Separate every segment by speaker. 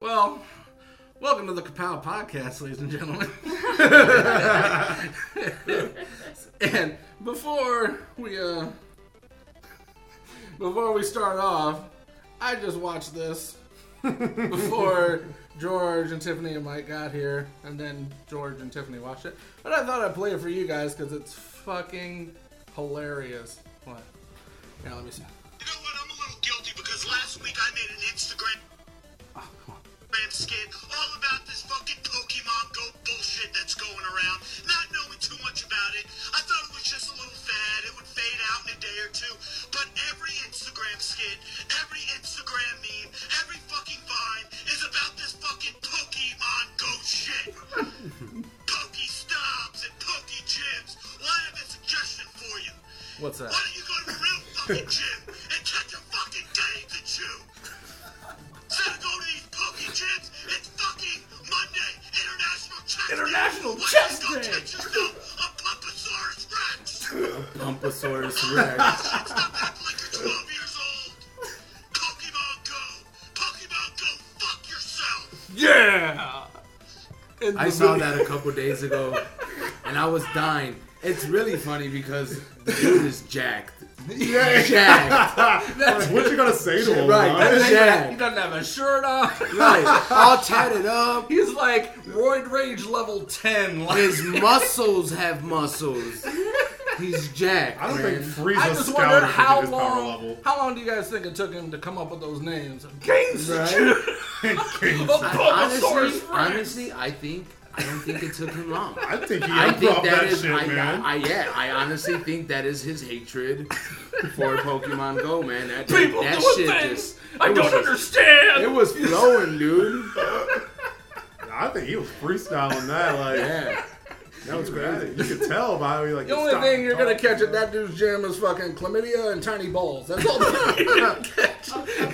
Speaker 1: Well, welcome to the Kapow Podcast, ladies and gentlemen. and before we uh before we start off, I just watched this before George and Tiffany and Mike got here, and then George and Tiffany watched it. But I thought I'd play it for you guys because it's fucking hilarious. What? Yeah, let me see.
Speaker 2: You know what? I'm a little guilty because last week I made an Instagram
Speaker 1: Oh, come on.
Speaker 2: skit all about this fucking Pokemon Go bullshit that's going around. Not knowing too much about it, I thought it was just a little fad. It would fade out in a day or two. But every Instagram skit, every Instagram meme, every fucking vine is about this fucking Pokemon Go shit. Poke and Poke Gyms. Well, I have a suggestion for you.
Speaker 1: What's that?
Speaker 2: Why don't you go to the real fucking gym and catch a fucking game to chew? Instead of going to these poking gyms, it's fucking Monday, International Chest
Speaker 1: International
Speaker 2: Day. Why
Speaker 1: Chest
Speaker 2: don't you
Speaker 1: Day.
Speaker 2: go catch yourself a Pumpasaurus Rex?
Speaker 3: Bumpasaurus Rex.
Speaker 2: Stop acting like you're 12 years old. Pokemon Go. Pokemon Go, fuck yourself.
Speaker 1: Yeah. And
Speaker 3: I
Speaker 1: the
Speaker 3: saw
Speaker 1: video-
Speaker 3: that a couple days ago, and I was dying. It's really funny because the dude is jacked.
Speaker 1: Yeah.
Speaker 3: Jacked.
Speaker 1: That's
Speaker 4: What you gonna say to him?
Speaker 3: Right,
Speaker 4: huh?
Speaker 3: that's-
Speaker 1: Yeah.
Speaker 3: Yeah.
Speaker 1: He doesn't have a shirt on.
Speaker 3: Right. All tatted up.
Speaker 1: He's like roid rage level ten. Like,
Speaker 3: His muscles have muscles. He's jacked.
Speaker 4: I don't
Speaker 3: man.
Speaker 4: think Frieza
Speaker 1: I just
Speaker 4: scouted
Speaker 1: wondered
Speaker 4: him to
Speaker 1: how
Speaker 4: get his power
Speaker 1: long.
Speaker 4: level.
Speaker 1: How long do you guys think it took him to come up with those names? Gaines.
Speaker 3: Right.
Speaker 1: A
Speaker 3: honestly,
Speaker 1: Bulbasaurus Rex.
Speaker 3: honestly, I think I don't think it took him long.
Speaker 4: I think he
Speaker 3: I think
Speaker 4: improv that
Speaker 3: that is,
Speaker 4: shit,
Speaker 3: I,
Speaker 4: man.
Speaker 3: I, I, yeah, I honestly think that is his hatred for Pokemon Go, man. That,
Speaker 1: People
Speaker 3: that
Speaker 1: doing
Speaker 3: shit
Speaker 1: things
Speaker 3: just,
Speaker 1: I
Speaker 3: it was
Speaker 1: don't
Speaker 3: just-
Speaker 1: understand.
Speaker 3: It was flowing, dude.
Speaker 4: I think he was freestyling that. Like
Speaker 3: Yeah.
Speaker 4: that was crazy. You could tell by how he like.
Speaker 1: the only
Speaker 4: stopped
Speaker 1: thing you're gonna
Speaker 4: talking.
Speaker 1: catch at that dude's gym is fucking chlamydia and tiny balls. That's all. you're gonna catch.
Speaker 5: Okay,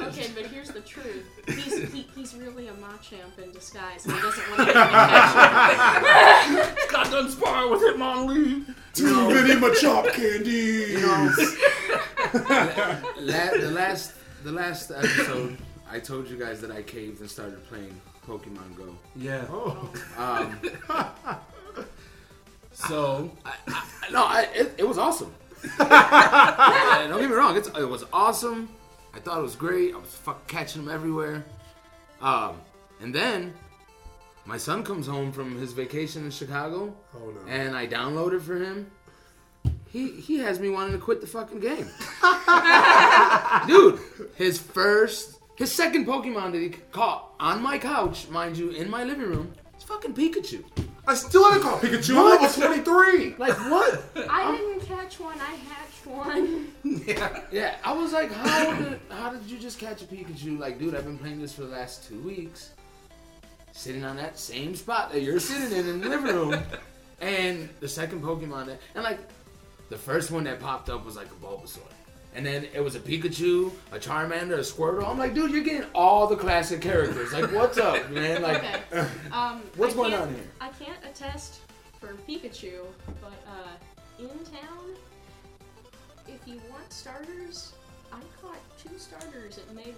Speaker 5: okay, but here's the truth. He's, he, he's really a Machamp in disguise, and he doesn't want to get attention.
Speaker 1: Got done sparring with Hitmonlee.
Speaker 4: Too many Machop candies.
Speaker 3: La- the last, the last episode, I told you guys that I caved and started playing Pokemon Go.
Speaker 1: Yeah. Um,
Speaker 4: Oh,
Speaker 3: Um,
Speaker 1: So
Speaker 3: no, I, it, it was awesome. Uh, don't get me wrong, it's, it was awesome. I thought it was great. I was fuck catching them everywhere. Um, and then my son comes home from his vacation in Chicago,
Speaker 4: oh no.
Speaker 3: and I downloaded for him. He he has me wanting to quit the fucking game, dude. His first, his second Pokemon that he caught on my couch, mind you, in my living room, is fucking Pikachu.
Speaker 4: I still haven't caught Pikachu. I'm level 23.
Speaker 3: Like what?
Speaker 5: I didn't catch one, I hatched one.
Speaker 3: Yeah, I was like, how did how did you just catch a Pikachu? Like, dude, I've been playing this for the last two weeks, sitting on that same spot that you're sitting in in the living room, and the second Pokemon that, and like, the first one that popped up was like a Bulbasaur, and then it was a Pikachu, a Charmander, a Squirtle. I'm like, dude, you're getting all the classic characters. Like, what's up, man? Like, uh,
Speaker 5: Okay. Um,
Speaker 3: What's
Speaker 5: I
Speaker 3: going
Speaker 5: can't-
Speaker 3: on here?
Speaker 5: I can't attest for Pikachu, but uh, in town, if you want starters, I caught two starters at Mayrite.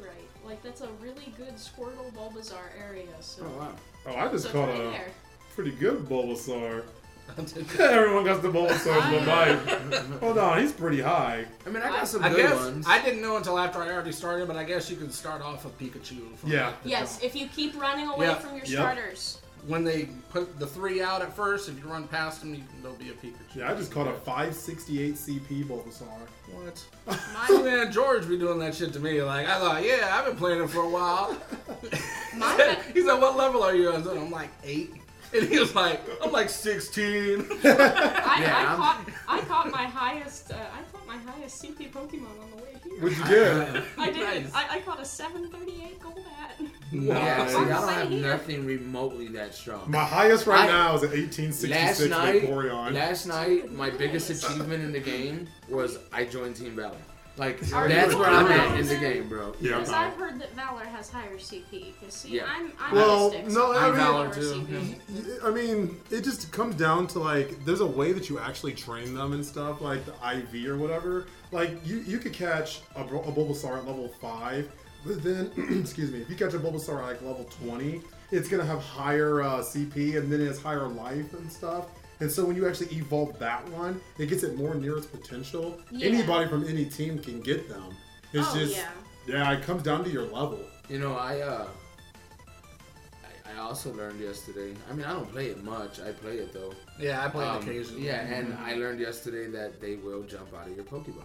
Speaker 5: Like, that's a really good Squirtle Bulbasaur area, so,
Speaker 3: oh wow,
Speaker 4: Oh, I just
Speaker 5: so
Speaker 4: caught
Speaker 5: try
Speaker 4: a
Speaker 5: there.
Speaker 4: pretty good Bulbasaur. Everyone got the Bulbasaur in the life. Hold on, he's pretty high.
Speaker 3: I mean, I got some
Speaker 1: I
Speaker 3: good
Speaker 1: guess
Speaker 3: ones.
Speaker 1: I didn't know until after I already started, but I guess you can start off with Pikachu. From
Speaker 4: Yeah.
Speaker 1: like the
Speaker 5: Yes,
Speaker 1: jump.
Speaker 5: if you keep running away
Speaker 1: Yeah.
Speaker 5: from your
Speaker 4: Yep.
Speaker 5: starters.
Speaker 1: When they put the three out at first, if you run past them, you, there'll be a Pikachu.
Speaker 4: Yeah, I just caught a 568 CP Bulbasaur.
Speaker 1: What?
Speaker 5: My,
Speaker 1: Man, George be doing that shit to me. Like I thought, yeah, I've been playing it for a while.
Speaker 5: my,
Speaker 1: he said, "What level are you?" I said, "I'm like eight. and he was like, "I'm like 16.
Speaker 5: I,
Speaker 3: Yeah,
Speaker 5: I
Speaker 3: I'm-
Speaker 5: caught I caught my highest uh, I caught my highest CP Pokemon on the way here.
Speaker 4: What'd you get?
Speaker 5: I did.
Speaker 1: Nice.
Speaker 5: I, I caught a 738 gold hat.
Speaker 3: yeah, see, I
Speaker 5: I'm
Speaker 3: don't
Speaker 5: right
Speaker 3: have
Speaker 5: here.
Speaker 3: nothing remotely that strong.
Speaker 4: My highest right
Speaker 3: I-
Speaker 4: now is an
Speaker 3: Last
Speaker 4: 1866
Speaker 3: night,
Speaker 4: Vaporeon.
Speaker 3: last night, my
Speaker 5: Nice.
Speaker 3: biggest achievement in the game was I joined Team Valor. Like
Speaker 5: Are
Speaker 3: that's
Speaker 5: you
Speaker 3: where I'm at
Speaker 5: proud?
Speaker 3: in the game, bro.
Speaker 4: yeah,
Speaker 1: Uh-huh.
Speaker 5: Because I've heard that Valor has higher CP. Because see,
Speaker 3: Yeah.
Speaker 5: I'm I'm
Speaker 4: Well,
Speaker 5: mystic,
Speaker 4: no,
Speaker 5: so
Speaker 4: I
Speaker 5: I'm
Speaker 4: mean-
Speaker 5: lower
Speaker 1: Valor too,
Speaker 5: CP.
Speaker 4: I mean, it just comes down to like there's a way that you actually train them and stuff, like the IV or whatever. Like you, you could catch a, Bro- a Bulbasaur at level five,
Speaker 6: But then, excuse me, if you catch a Bulbasaur at like level 20, it's going to have higher uh, CP and then it has higher life and stuff. And so when you actually evolve that one, it gets it more near its potential.
Speaker 5: Yeah.
Speaker 6: Anybody from any team can get them. It's
Speaker 5: Oh,
Speaker 6: just,
Speaker 5: yeah.
Speaker 6: yeah, it comes down to your level.
Speaker 3: You know, I uh, I, I also learned yesterday. I mean, I don't play it much. I play it though.
Speaker 1: Yeah, I play
Speaker 3: Um,
Speaker 1: occasionally.
Speaker 3: yeah, and I learned yesterday that they will jump out of your Pokeball.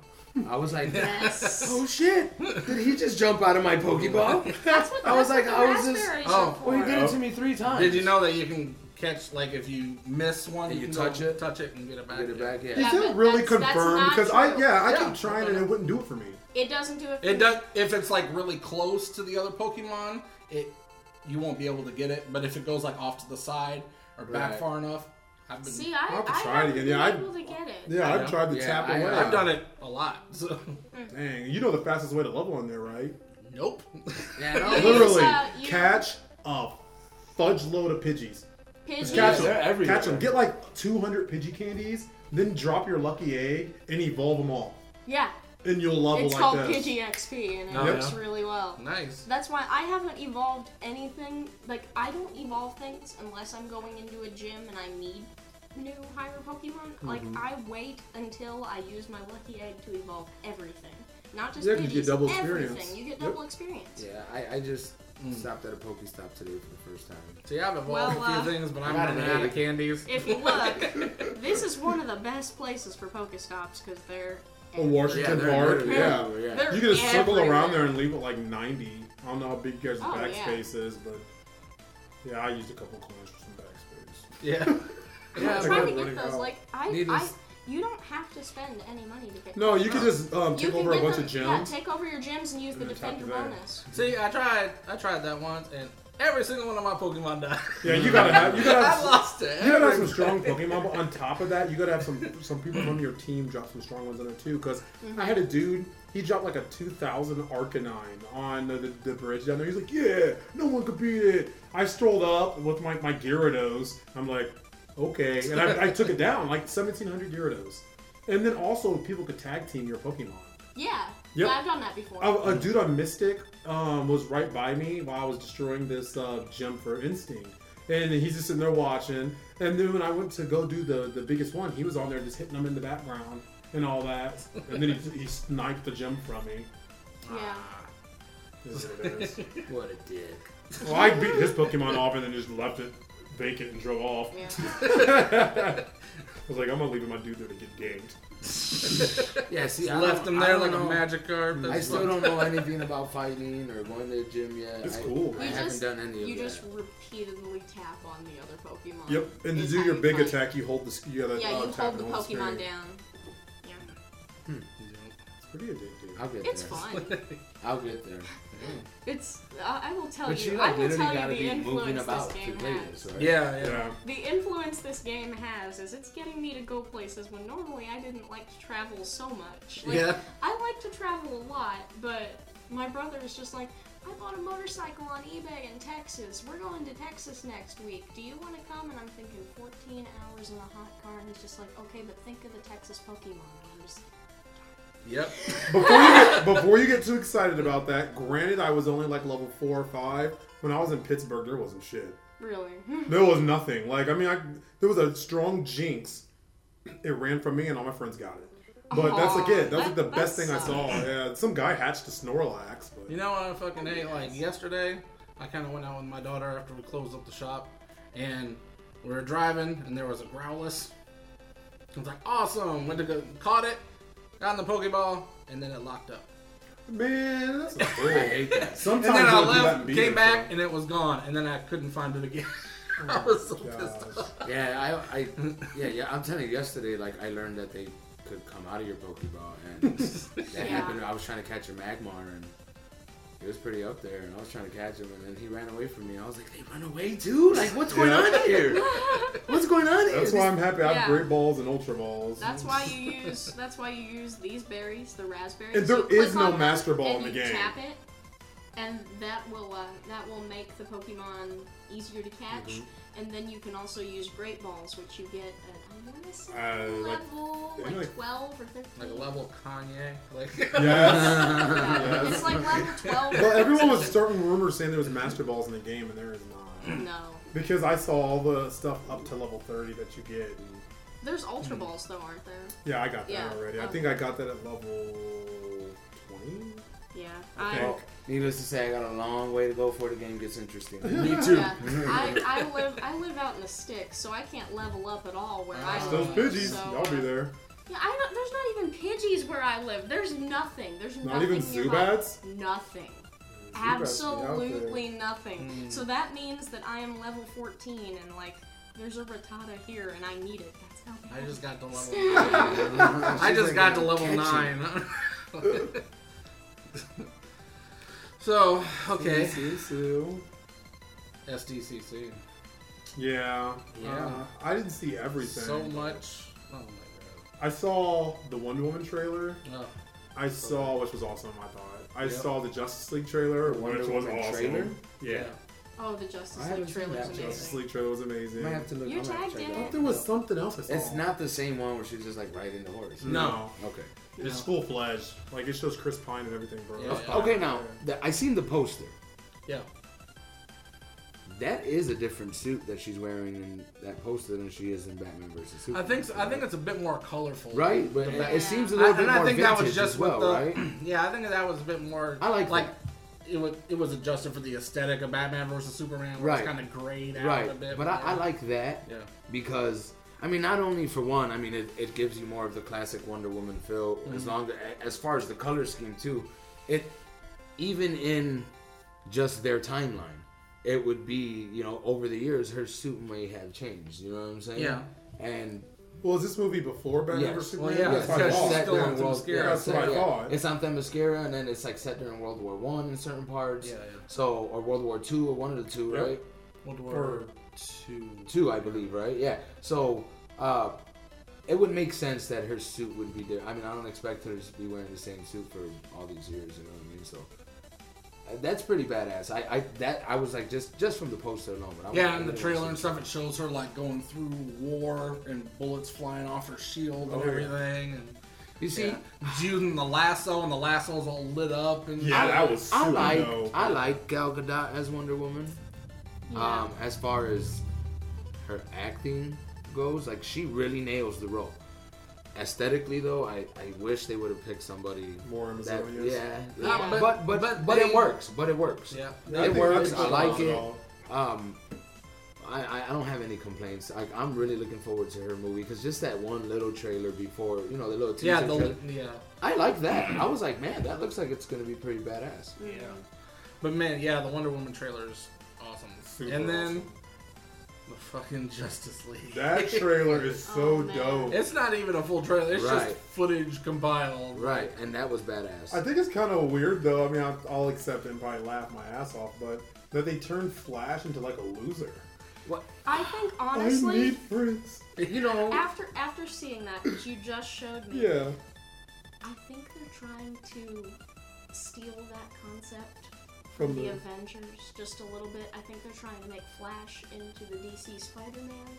Speaker 3: I was like,
Speaker 5: Yes.
Speaker 3: oh shit! Did he just jump out of my Pokeball?
Speaker 5: That's what
Speaker 3: I was
Speaker 5: that's
Speaker 3: like,
Speaker 5: what the
Speaker 3: I was just-
Speaker 5: raspberries
Speaker 1: Oh,
Speaker 5: are
Speaker 3: Well, he
Speaker 5: for.
Speaker 3: did it to me three times.
Speaker 1: Did you know that you can catch like if you miss one,
Speaker 3: And you
Speaker 1: can go
Speaker 3: touch it?
Speaker 1: touch it, and get it back?
Speaker 3: Get it back, yeah.
Speaker 5: Yeah,
Speaker 6: Is that
Speaker 5: but
Speaker 6: really
Speaker 5: that's- that's
Speaker 6: confirmed?
Speaker 5: not
Speaker 6: Because I,
Speaker 5: true.
Speaker 6: yeah, I
Speaker 1: Yeah.
Speaker 6: kept trying and it wouldn't do it for me.
Speaker 5: It doesn't do it. For
Speaker 1: It does if it's like really close to the other Pokemon. It you won't be able to get it, but if it goes like off to the side or back
Speaker 3: Right.
Speaker 1: far enough, I've been
Speaker 5: See,
Speaker 6: I'll
Speaker 5: I,
Speaker 6: have to
Speaker 5: I
Speaker 6: try it
Speaker 5: haven't
Speaker 6: again.
Speaker 5: been
Speaker 6: Yeah, I-
Speaker 5: able to get it.
Speaker 6: Yeah,
Speaker 1: I
Speaker 6: I've
Speaker 1: know.
Speaker 6: tried to
Speaker 3: Yeah,
Speaker 6: tap
Speaker 3: I,
Speaker 6: away.
Speaker 1: I've done it a lot. So
Speaker 6: Dang, you know the fastest way to level on there, right?
Speaker 1: nope.
Speaker 3: Yeah, no,
Speaker 5: Use,
Speaker 6: Literally,
Speaker 5: uh, you-
Speaker 6: catch a fudge load of Pidgeys.
Speaker 5: Pidgeys.
Speaker 6: Just catch
Speaker 3: they're
Speaker 6: them.
Speaker 3: everywhere.
Speaker 6: Catch them. Get like 200 Pidgey candies, then drop your lucky egg and evolve them all.
Speaker 5: Yeah,
Speaker 6: And you'll level
Speaker 5: it's
Speaker 6: like
Speaker 5: called
Speaker 6: this.
Speaker 5: Pidgey XP, and it
Speaker 1: Oh,
Speaker 5: works
Speaker 1: yeah.
Speaker 5: really well.
Speaker 1: nice.
Speaker 5: That's why I haven't evolved anything. Like I don't evolve things unless I'm going into a gym and I need new higher Pokemon. Like
Speaker 6: Mm-hmm.
Speaker 5: I wait until I use my lucky egg to evolve everything. Not just
Speaker 6: Yeah, 'cause you
Speaker 5: Pidgeys,
Speaker 6: get double
Speaker 5: everything.
Speaker 6: experience.
Speaker 5: You get
Speaker 6: Yep.
Speaker 5: double experience.
Speaker 3: yeah I, I just stopped at a Pokestop today for the first time.
Speaker 1: See, I've evolved
Speaker 5: Well,
Speaker 1: a few
Speaker 5: uh,
Speaker 1: things, but I'm
Speaker 3: got an
Speaker 1: running out of
Speaker 3: egg.
Speaker 1: candies.
Speaker 5: If you look, this is one of the best places for Pokestops because they're
Speaker 6: Or Washington
Speaker 3: they're-
Speaker 6: Park.
Speaker 3: they're-
Speaker 6: Yeah.
Speaker 3: they're- yeah.
Speaker 5: they're
Speaker 6: You can just circle
Speaker 5: everywhere.
Speaker 6: around there and leave it like 90. I don't know how big your guys'
Speaker 5: Oh, yeah.
Speaker 6: backspace is, but yeah, I used a couple coins for some backspace.
Speaker 1: yeah.
Speaker 3: Yeah,
Speaker 5: I'm
Speaker 6: I got
Speaker 5: trying to get
Speaker 6: running
Speaker 5: those.
Speaker 6: out.
Speaker 5: Like I, I,
Speaker 3: Needless-
Speaker 5: you don't have to spend any money to get.
Speaker 6: No,
Speaker 5: those.
Speaker 6: you can just um,
Speaker 5: You
Speaker 6: take
Speaker 5: can
Speaker 6: over a
Speaker 5: get
Speaker 6: bunch
Speaker 5: them-
Speaker 6: of
Speaker 5: Yeah,
Speaker 6: gems.
Speaker 5: take over your gyms and use the
Speaker 6: And then top
Speaker 5: defender
Speaker 6: it back.
Speaker 5: bonus.
Speaker 1: See, I tried. I tried that once, and every single one of my Pokemon died.
Speaker 6: Yeah, you gotta have you gotta
Speaker 1: I
Speaker 6: have,
Speaker 1: lost it.
Speaker 6: you gotta have some strong Pokemon. But on top of that, you gotta have some some people from your team drop some strong ones in there too. Because I
Speaker 5: Mm-hmm.
Speaker 6: had a dude, he dropped like a 2,000 Arcanine on the, the, the bridge down there. He's like, yeah, no one could beat it. I strolled up with my my Gyarados. I'm like, okay, and I, I took it down like 1,700 Gyarados. And then also people could tag team your Pokemon.
Speaker 5: Yeah.
Speaker 6: Yep.
Speaker 5: Yeah, I've done that before.
Speaker 6: A, a dude on Mystic um, was right by me while I was destroying this uh, gem for Instinct. And he's just sitting there watching. And then when I went to go do the, the biggest one, he was on there just hitting them in the background and all that. And then he, he sniped the gem from me.
Speaker 5: yeah.
Speaker 6: Is what it is.
Speaker 3: What a dick.
Speaker 6: well, I beat his Pokemon off and then just left it vacant and drove off.
Speaker 3: Ah,
Speaker 5: Yeah.
Speaker 6: I was like, I'm gonna leave my dude there to get ganked.
Speaker 3: Yeah, see, I
Speaker 1: Left
Speaker 3: don't-
Speaker 1: them
Speaker 3: I
Speaker 1: there
Speaker 3: don't
Speaker 1: like a
Speaker 3: know.
Speaker 1: magic card.
Speaker 3: I still don't know anything about fighting or going to the gym yet.
Speaker 6: It's
Speaker 3: I-
Speaker 6: cool.
Speaker 3: I
Speaker 5: You
Speaker 3: haven't
Speaker 5: just,
Speaker 3: done any of
Speaker 5: you
Speaker 3: that.
Speaker 5: just repeatedly tap on the other Pokemon.
Speaker 6: Yep. And to
Speaker 5: Is
Speaker 6: do
Speaker 5: how
Speaker 6: your
Speaker 5: you
Speaker 6: big
Speaker 5: fight.
Speaker 6: attack, you hold the you gotta
Speaker 5: Yeah,
Speaker 6: uh,
Speaker 5: you
Speaker 6: tap
Speaker 5: hold
Speaker 6: and
Speaker 5: the
Speaker 6: hold
Speaker 5: Pokemon
Speaker 6: screen.
Speaker 5: down. Yeah.
Speaker 6: It's pretty addictive.
Speaker 3: I'll get
Speaker 5: It's
Speaker 3: there.
Speaker 5: fun.
Speaker 3: I'll get there.
Speaker 5: It's. I I will tell
Speaker 3: But
Speaker 5: you.
Speaker 3: you
Speaker 5: I
Speaker 3: like
Speaker 5: will
Speaker 3: literally
Speaker 5: tell
Speaker 3: gotta
Speaker 5: you the
Speaker 3: be moving
Speaker 5: influence this
Speaker 3: about to
Speaker 5: game
Speaker 3: play
Speaker 5: has.
Speaker 3: this, right?
Speaker 1: Yeah, yeah.
Speaker 6: Yeah.
Speaker 5: The influence this game has is it's getting me to go places when normally I didn't like to travel so much. Like,
Speaker 1: Yeah.
Speaker 5: I like to travel a lot, but my brother is just like, I bought a motorcycle on eBay in Texas. We're going to Texas next week. Do you want to come? And I'm thinking 14 hours in a hot car, and he's just like, okay, but think of the Texas Pokemon. And I'm just,
Speaker 1: Yep.
Speaker 6: Before you, get, before you get too excited about that, granted, I was only like level four or five. When I was in Pittsburgh, there wasn't shit.
Speaker 5: really?
Speaker 6: There was nothing. Like, I mean, I, there was a strong jinx. It ran from me, and all my friends got it. But that's like
Speaker 5: Aw,
Speaker 6: it. That's like the
Speaker 5: that-
Speaker 6: best
Speaker 5: that
Speaker 6: thing I saw. Yeah, some guy hatched a Snorlax. But
Speaker 1: You know what I fucking ate? Like yesterday, I kind of went out with my daughter after we closed up the shop, and we were driving, and there was a Growlithe. I was like, awesome! Went to go, caught it, got in the Pokeball, and then it locked up.
Speaker 6: man, that's not cool.
Speaker 3: I hate that.
Speaker 6: Sometimes
Speaker 1: And then I
Speaker 6: they'll do that
Speaker 1: left,
Speaker 6: and beat
Speaker 1: came
Speaker 6: it,
Speaker 1: back,
Speaker 6: so-
Speaker 1: and it was gone. And then I couldn't find it again. I was so
Speaker 6: Oh
Speaker 1: pissed
Speaker 6: Gosh.
Speaker 1: off.
Speaker 3: Yeah, I, I, yeah, yeah. I'm telling you, yesterday, like I learned that they could come out of your Pokeball, and that
Speaker 5: Yeah.
Speaker 3: happened. I was trying to catch a Magmar, and it was pretty up there, and I was trying to catch him, and then he ran away from me. I was like, they run away too? Like, what's going
Speaker 6: Yeah.
Speaker 3: on here? What's going on here?
Speaker 6: That's why I'm happy. I have
Speaker 5: Yeah.
Speaker 6: great balls and ultra balls.
Speaker 5: That's why you use. That's why you use these berries, the raspberries.
Speaker 6: And there
Speaker 5: You click
Speaker 6: is no
Speaker 5: on them
Speaker 6: Master Ball
Speaker 5: and
Speaker 6: in the
Speaker 5: you
Speaker 6: game.
Speaker 5: Tap it, and that will uh, that will make the Pokemon easier to catch.
Speaker 6: Mm-hmm.
Speaker 5: and then you can also use Great Balls, which you get at I want to say
Speaker 4: Uh, like-
Speaker 5: level
Speaker 4: isn't
Speaker 5: like,
Speaker 4: it like-
Speaker 5: twelve or thirteen.
Speaker 1: Like a level Kanye. Like
Speaker 6: Yes.
Speaker 5: Yeah, it's like level twelve. or
Speaker 6: well, everyone was
Speaker 5: 13.
Speaker 6: starting rumors saying there was master balls in the game, and there is not.
Speaker 5: No,
Speaker 6: Because I saw all the stuff up to level 30 that you get. And
Speaker 5: there's Ultra Balls though, aren't there?
Speaker 6: yeah, I got that
Speaker 5: Yeah.
Speaker 6: already. I
Speaker 5: Oh.
Speaker 6: think I got that at level 20.
Speaker 5: Yeah,
Speaker 6: Okay.
Speaker 5: I,
Speaker 3: Needless to say, I got a long way to go before the game gets interesting.
Speaker 1: me too.
Speaker 5: yeah, I, I live I live out in the sticks, so I can't level up at all where I
Speaker 1: Ah.
Speaker 5: live.
Speaker 6: Those pidgeys,
Speaker 5: uh, so,
Speaker 6: y'all be there.
Speaker 5: Yeah, I don't. There's not even Pidgeys where I live. There's nothing. There's
Speaker 6: Not
Speaker 5: nothing
Speaker 6: even
Speaker 5: nearby.
Speaker 6: Zubats? Zubats
Speaker 5: Nothing.
Speaker 6: be out
Speaker 5: Absolutely nothing.
Speaker 1: Hmm.
Speaker 5: So that means that I am level 14, and like, there's a Rattata here, and I need it. That's how
Speaker 1: I
Speaker 5: bad.
Speaker 1: just got to level. I just got to level nine. so okay,
Speaker 6: See, see.
Speaker 1: SDCC.
Speaker 6: Yeah.
Speaker 1: Yeah.
Speaker 6: Uh, I didn't see everything.
Speaker 1: So much. Oh my
Speaker 6: I saw the Wonder Woman trailer.
Speaker 1: god.
Speaker 6: I saw, which was awesome, I thought. I
Speaker 1: Yep.
Speaker 6: saw the Justice League trailer.
Speaker 4: Wonder
Speaker 6: which
Speaker 4: Woman
Speaker 6: was awesome.
Speaker 4: trailer?
Speaker 6: Yeah.
Speaker 5: Oh, the Justice
Speaker 3: haven't
Speaker 5: League
Speaker 3: seen
Speaker 5: trailer's
Speaker 3: that
Speaker 5: amazing.
Speaker 6: Justice League trailer was amazing.
Speaker 3: Might have to look.
Speaker 5: You
Speaker 3: I might have to
Speaker 5: tagged
Speaker 3: check
Speaker 5: it.
Speaker 6: I
Speaker 3: that
Speaker 6: thought
Speaker 3: out.
Speaker 6: there was something else I saw.
Speaker 3: It's not the same one where she's just like riding the horse.
Speaker 6: No.
Speaker 3: Okay.
Speaker 6: It's
Speaker 1: No.
Speaker 6: full fledged. Like it shows Chris Pine and everything, bro.
Speaker 1: Yeah,
Speaker 6: That's
Speaker 1: yeah.
Speaker 6: fine.
Speaker 3: Okay, now the, I seen the poster.
Speaker 1: Yeah.
Speaker 3: That is a different suit that she's wearing in that poster than she is in Batman versus
Speaker 1: I
Speaker 3: Superman.
Speaker 1: think so- I think it's a bit more colorful.
Speaker 3: right, but
Speaker 1: Bat-
Speaker 3: it seems a
Speaker 1: I-
Speaker 3: little bit
Speaker 1: and
Speaker 3: more
Speaker 1: I think
Speaker 3: vintage
Speaker 1: that was just
Speaker 3: as well,
Speaker 1: with the.
Speaker 3: right?
Speaker 1: Yeah, I think that was a bit more.
Speaker 3: I like
Speaker 1: like
Speaker 3: that.
Speaker 1: it was it was adjusted for the aesthetic of Batman versus Superman, where it's
Speaker 3: Right.
Speaker 1: kind of grayed out a
Speaker 3: Right,
Speaker 1: bit.
Speaker 3: but I, I
Speaker 1: yeah.
Speaker 3: like that
Speaker 1: Yeah.
Speaker 3: because I mean, not only for one, I mean, it, it gives you more of the classic Wonder Woman feel.
Speaker 1: Mm-hmm.
Speaker 3: As long as far as the color scheme too, it even in just their timeline, it would be you know over the years her suit may have changed. You know what I'm saying?
Speaker 1: Yeah.
Speaker 3: And
Speaker 6: Well, is this movie before
Speaker 3: Yes.
Speaker 6: Batman vs
Speaker 1: Well,
Speaker 6: Superman?
Speaker 1: yeah,
Speaker 6: That's what I
Speaker 1: because
Speaker 6: thought.
Speaker 1: she's still
Speaker 3: during
Speaker 1: on some
Speaker 3: World-
Speaker 1: scare.
Speaker 3: yeah,
Speaker 6: That's what I
Speaker 3: yeah.
Speaker 6: thought.
Speaker 3: It's on Themyscira, and then it's like set during World War One in certain parts.
Speaker 1: Yeah, yeah.
Speaker 3: So or World War Two or one of the two,
Speaker 6: Yep.
Speaker 3: right?
Speaker 1: World
Speaker 6: Or-
Speaker 1: War Two.
Speaker 3: Two, I believe, right? Yeah. So uh, it would make sense that her suit would be there. I mean, I don't expect her to be wearing the same suit for all these years. You know what I mean? So. uh, That's pretty badass. I, I that I was like just just from the poster alone. But I
Speaker 1: Yeah,
Speaker 3: was-
Speaker 1: and
Speaker 3: I
Speaker 1: the
Speaker 3: was-
Speaker 1: trailer and stuff, it shows her like going through war and bullets flying off her shield and
Speaker 6: Oh, yeah.
Speaker 1: everything. And
Speaker 3: You see,
Speaker 1: yeah. Jude and the lasso, and the lasso's all lit up. And
Speaker 6: Yeah, that was super
Speaker 3: I like
Speaker 6: dope.
Speaker 3: I like Gal Gadot as Wonder Woman.
Speaker 5: Yeah.
Speaker 3: Um, as far as her acting goes, like she really nails the role. Aesthetically, though, I, I wish they would have picked somebody
Speaker 6: More
Speaker 3: that
Speaker 6: Amazonians.
Speaker 3: yeah, yeah.
Speaker 5: Ah,
Speaker 3: but
Speaker 1: but-
Speaker 3: but but,
Speaker 1: but
Speaker 3: it
Speaker 1: they-
Speaker 3: works. But it works.
Speaker 1: Yeah.
Speaker 6: I
Speaker 3: it
Speaker 6: think-
Speaker 3: works.
Speaker 6: think
Speaker 3: I
Speaker 6: she
Speaker 3: like
Speaker 6: loves
Speaker 3: it.
Speaker 6: all.
Speaker 3: Um, I, I I don't have any complaints. Like I'm really looking forward to her movie because just that one little trailer before you know the little teaser
Speaker 1: yeah,
Speaker 3: trailer,
Speaker 1: the, yeah,
Speaker 3: I like that. I was like, man, that looks like it's gonna be pretty badass.
Speaker 1: yeah. But man, yeah, the Wonder Woman trailer is awesome.
Speaker 6: Super
Speaker 1: and then
Speaker 6: awesome.
Speaker 1: the fucking Justice League.
Speaker 6: That trailer is so
Speaker 5: Oh, man.
Speaker 6: dope.
Speaker 1: It's not even a full trailer. It's
Speaker 3: Right.
Speaker 1: just footage compiled.
Speaker 3: Right, and that was badass.
Speaker 6: I think it's kind of weird though. I mean, I'll, I'll accept it and probably laugh my ass off, but that they turned Flash into like a loser.
Speaker 3: what
Speaker 5: I think
Speaker 6: I
Speaker 5: honestly,
Speaker 6: need friends.
Speaker 3: you know?
Speaker 5: after after seeing that that you just showed me,
Speaker 6: Yeah.
Speaker 5: I think they're trying to steal that concept
Speaker 6: From
Speaker 5: the
Speaker 6: the
Speaker 5: Avengers just a little bit. I think they're trying to make Flash into the DC Spider-Man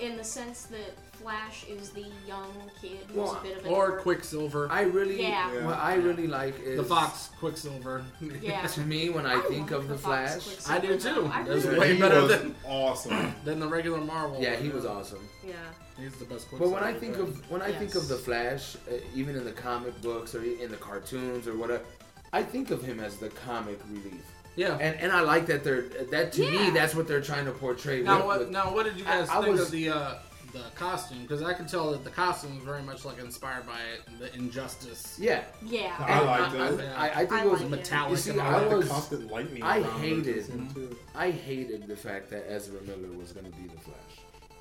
Speaker 5: in the sense that Flash is the young kid who's
Speaker 3: Well,
Speaker 5: a bit of a
Speaker 1: Or
Speaker 5: dork.
Speaker 1: Quicksilver.
Speaker 3: I really,
Speaker 5: Yeah.
Speaker 6: Yeah.
Speaker 3: what I really like is
Speaker 1: the Fox Quicksilver.
Speaker 5: Yeah.
Speaker 3: To me, when I,
Speaker 5: I
Speaker 3: think
Speaker 5: love
Speaker 3: of
Speaker 5: the
Speaker 3: the
Speaker 5: Fox
Speaker 3: Flash,
Speaker 5: Quicksilver.
Speaker 1: I do too.
Speaker 5: I
Speaker 1: That's
Speaker 5: really-
Speaker 1: way
Speaker 6: He
Speaker 1: better
Speaker 6: was
Speaker 1: than,
Speaker 6: awesome.
Speaker 1: than the regular Marvel.
Speaker 3: yeah, he was
Speaker 1: awesome.
Speaker 3: awesome.
Speaker 5: yeah.
Speaker 1: He's the best Quicksilver.
Speaker 3: But when I think of when I think of
Speaker 5: Yes.
Speaker 3: the Flash, uh, even in the comic books or in the cartoons or whatever, I think of him as the comic relief.
Speaker 1: yeah.
Speaker 3: And and I like that they're that to me
Speaker 5: Yeah.
Speaker 3: that's what they're trying to portray.
Speaker 1: Now
Speaker 3: with-
Speaker 1: what?
Speaker 3: with-
Speaker 1: Now what did you
Speaker 3: I-
Speaker 1: guys
Speaker 3: I
Speaker 1: think
Speaker 3: was-
Speaker 1: of the uh, the costume? Because I can tell that the costume is very much like inspired by the Injustice.
Speaker 3: yeah,
Speaker 5: Yeah.
Speaker 6: I
Speaker 3: And
Speaker 6: like
Speaker 3: I,
Speaker 6: that.
Speaker 3: I, I think
Speaker 5: I
Speaker 3: it was
Speaker 5: like it.
Speaker 1: Metallic.
Speaker 3: You see,
Speaker 1: and all
Speaker 3: I
Speaker 1: that.
Speaker 6: like
Speaker 3: was-
Speaker 6: the constant lightning.
Speaker 3: I
Speaker 6: around her,
Speaker 3: hated-
Speaker 6: too.
Speaker 3: I hated the fact that Ezra Miller was going to be the Flash.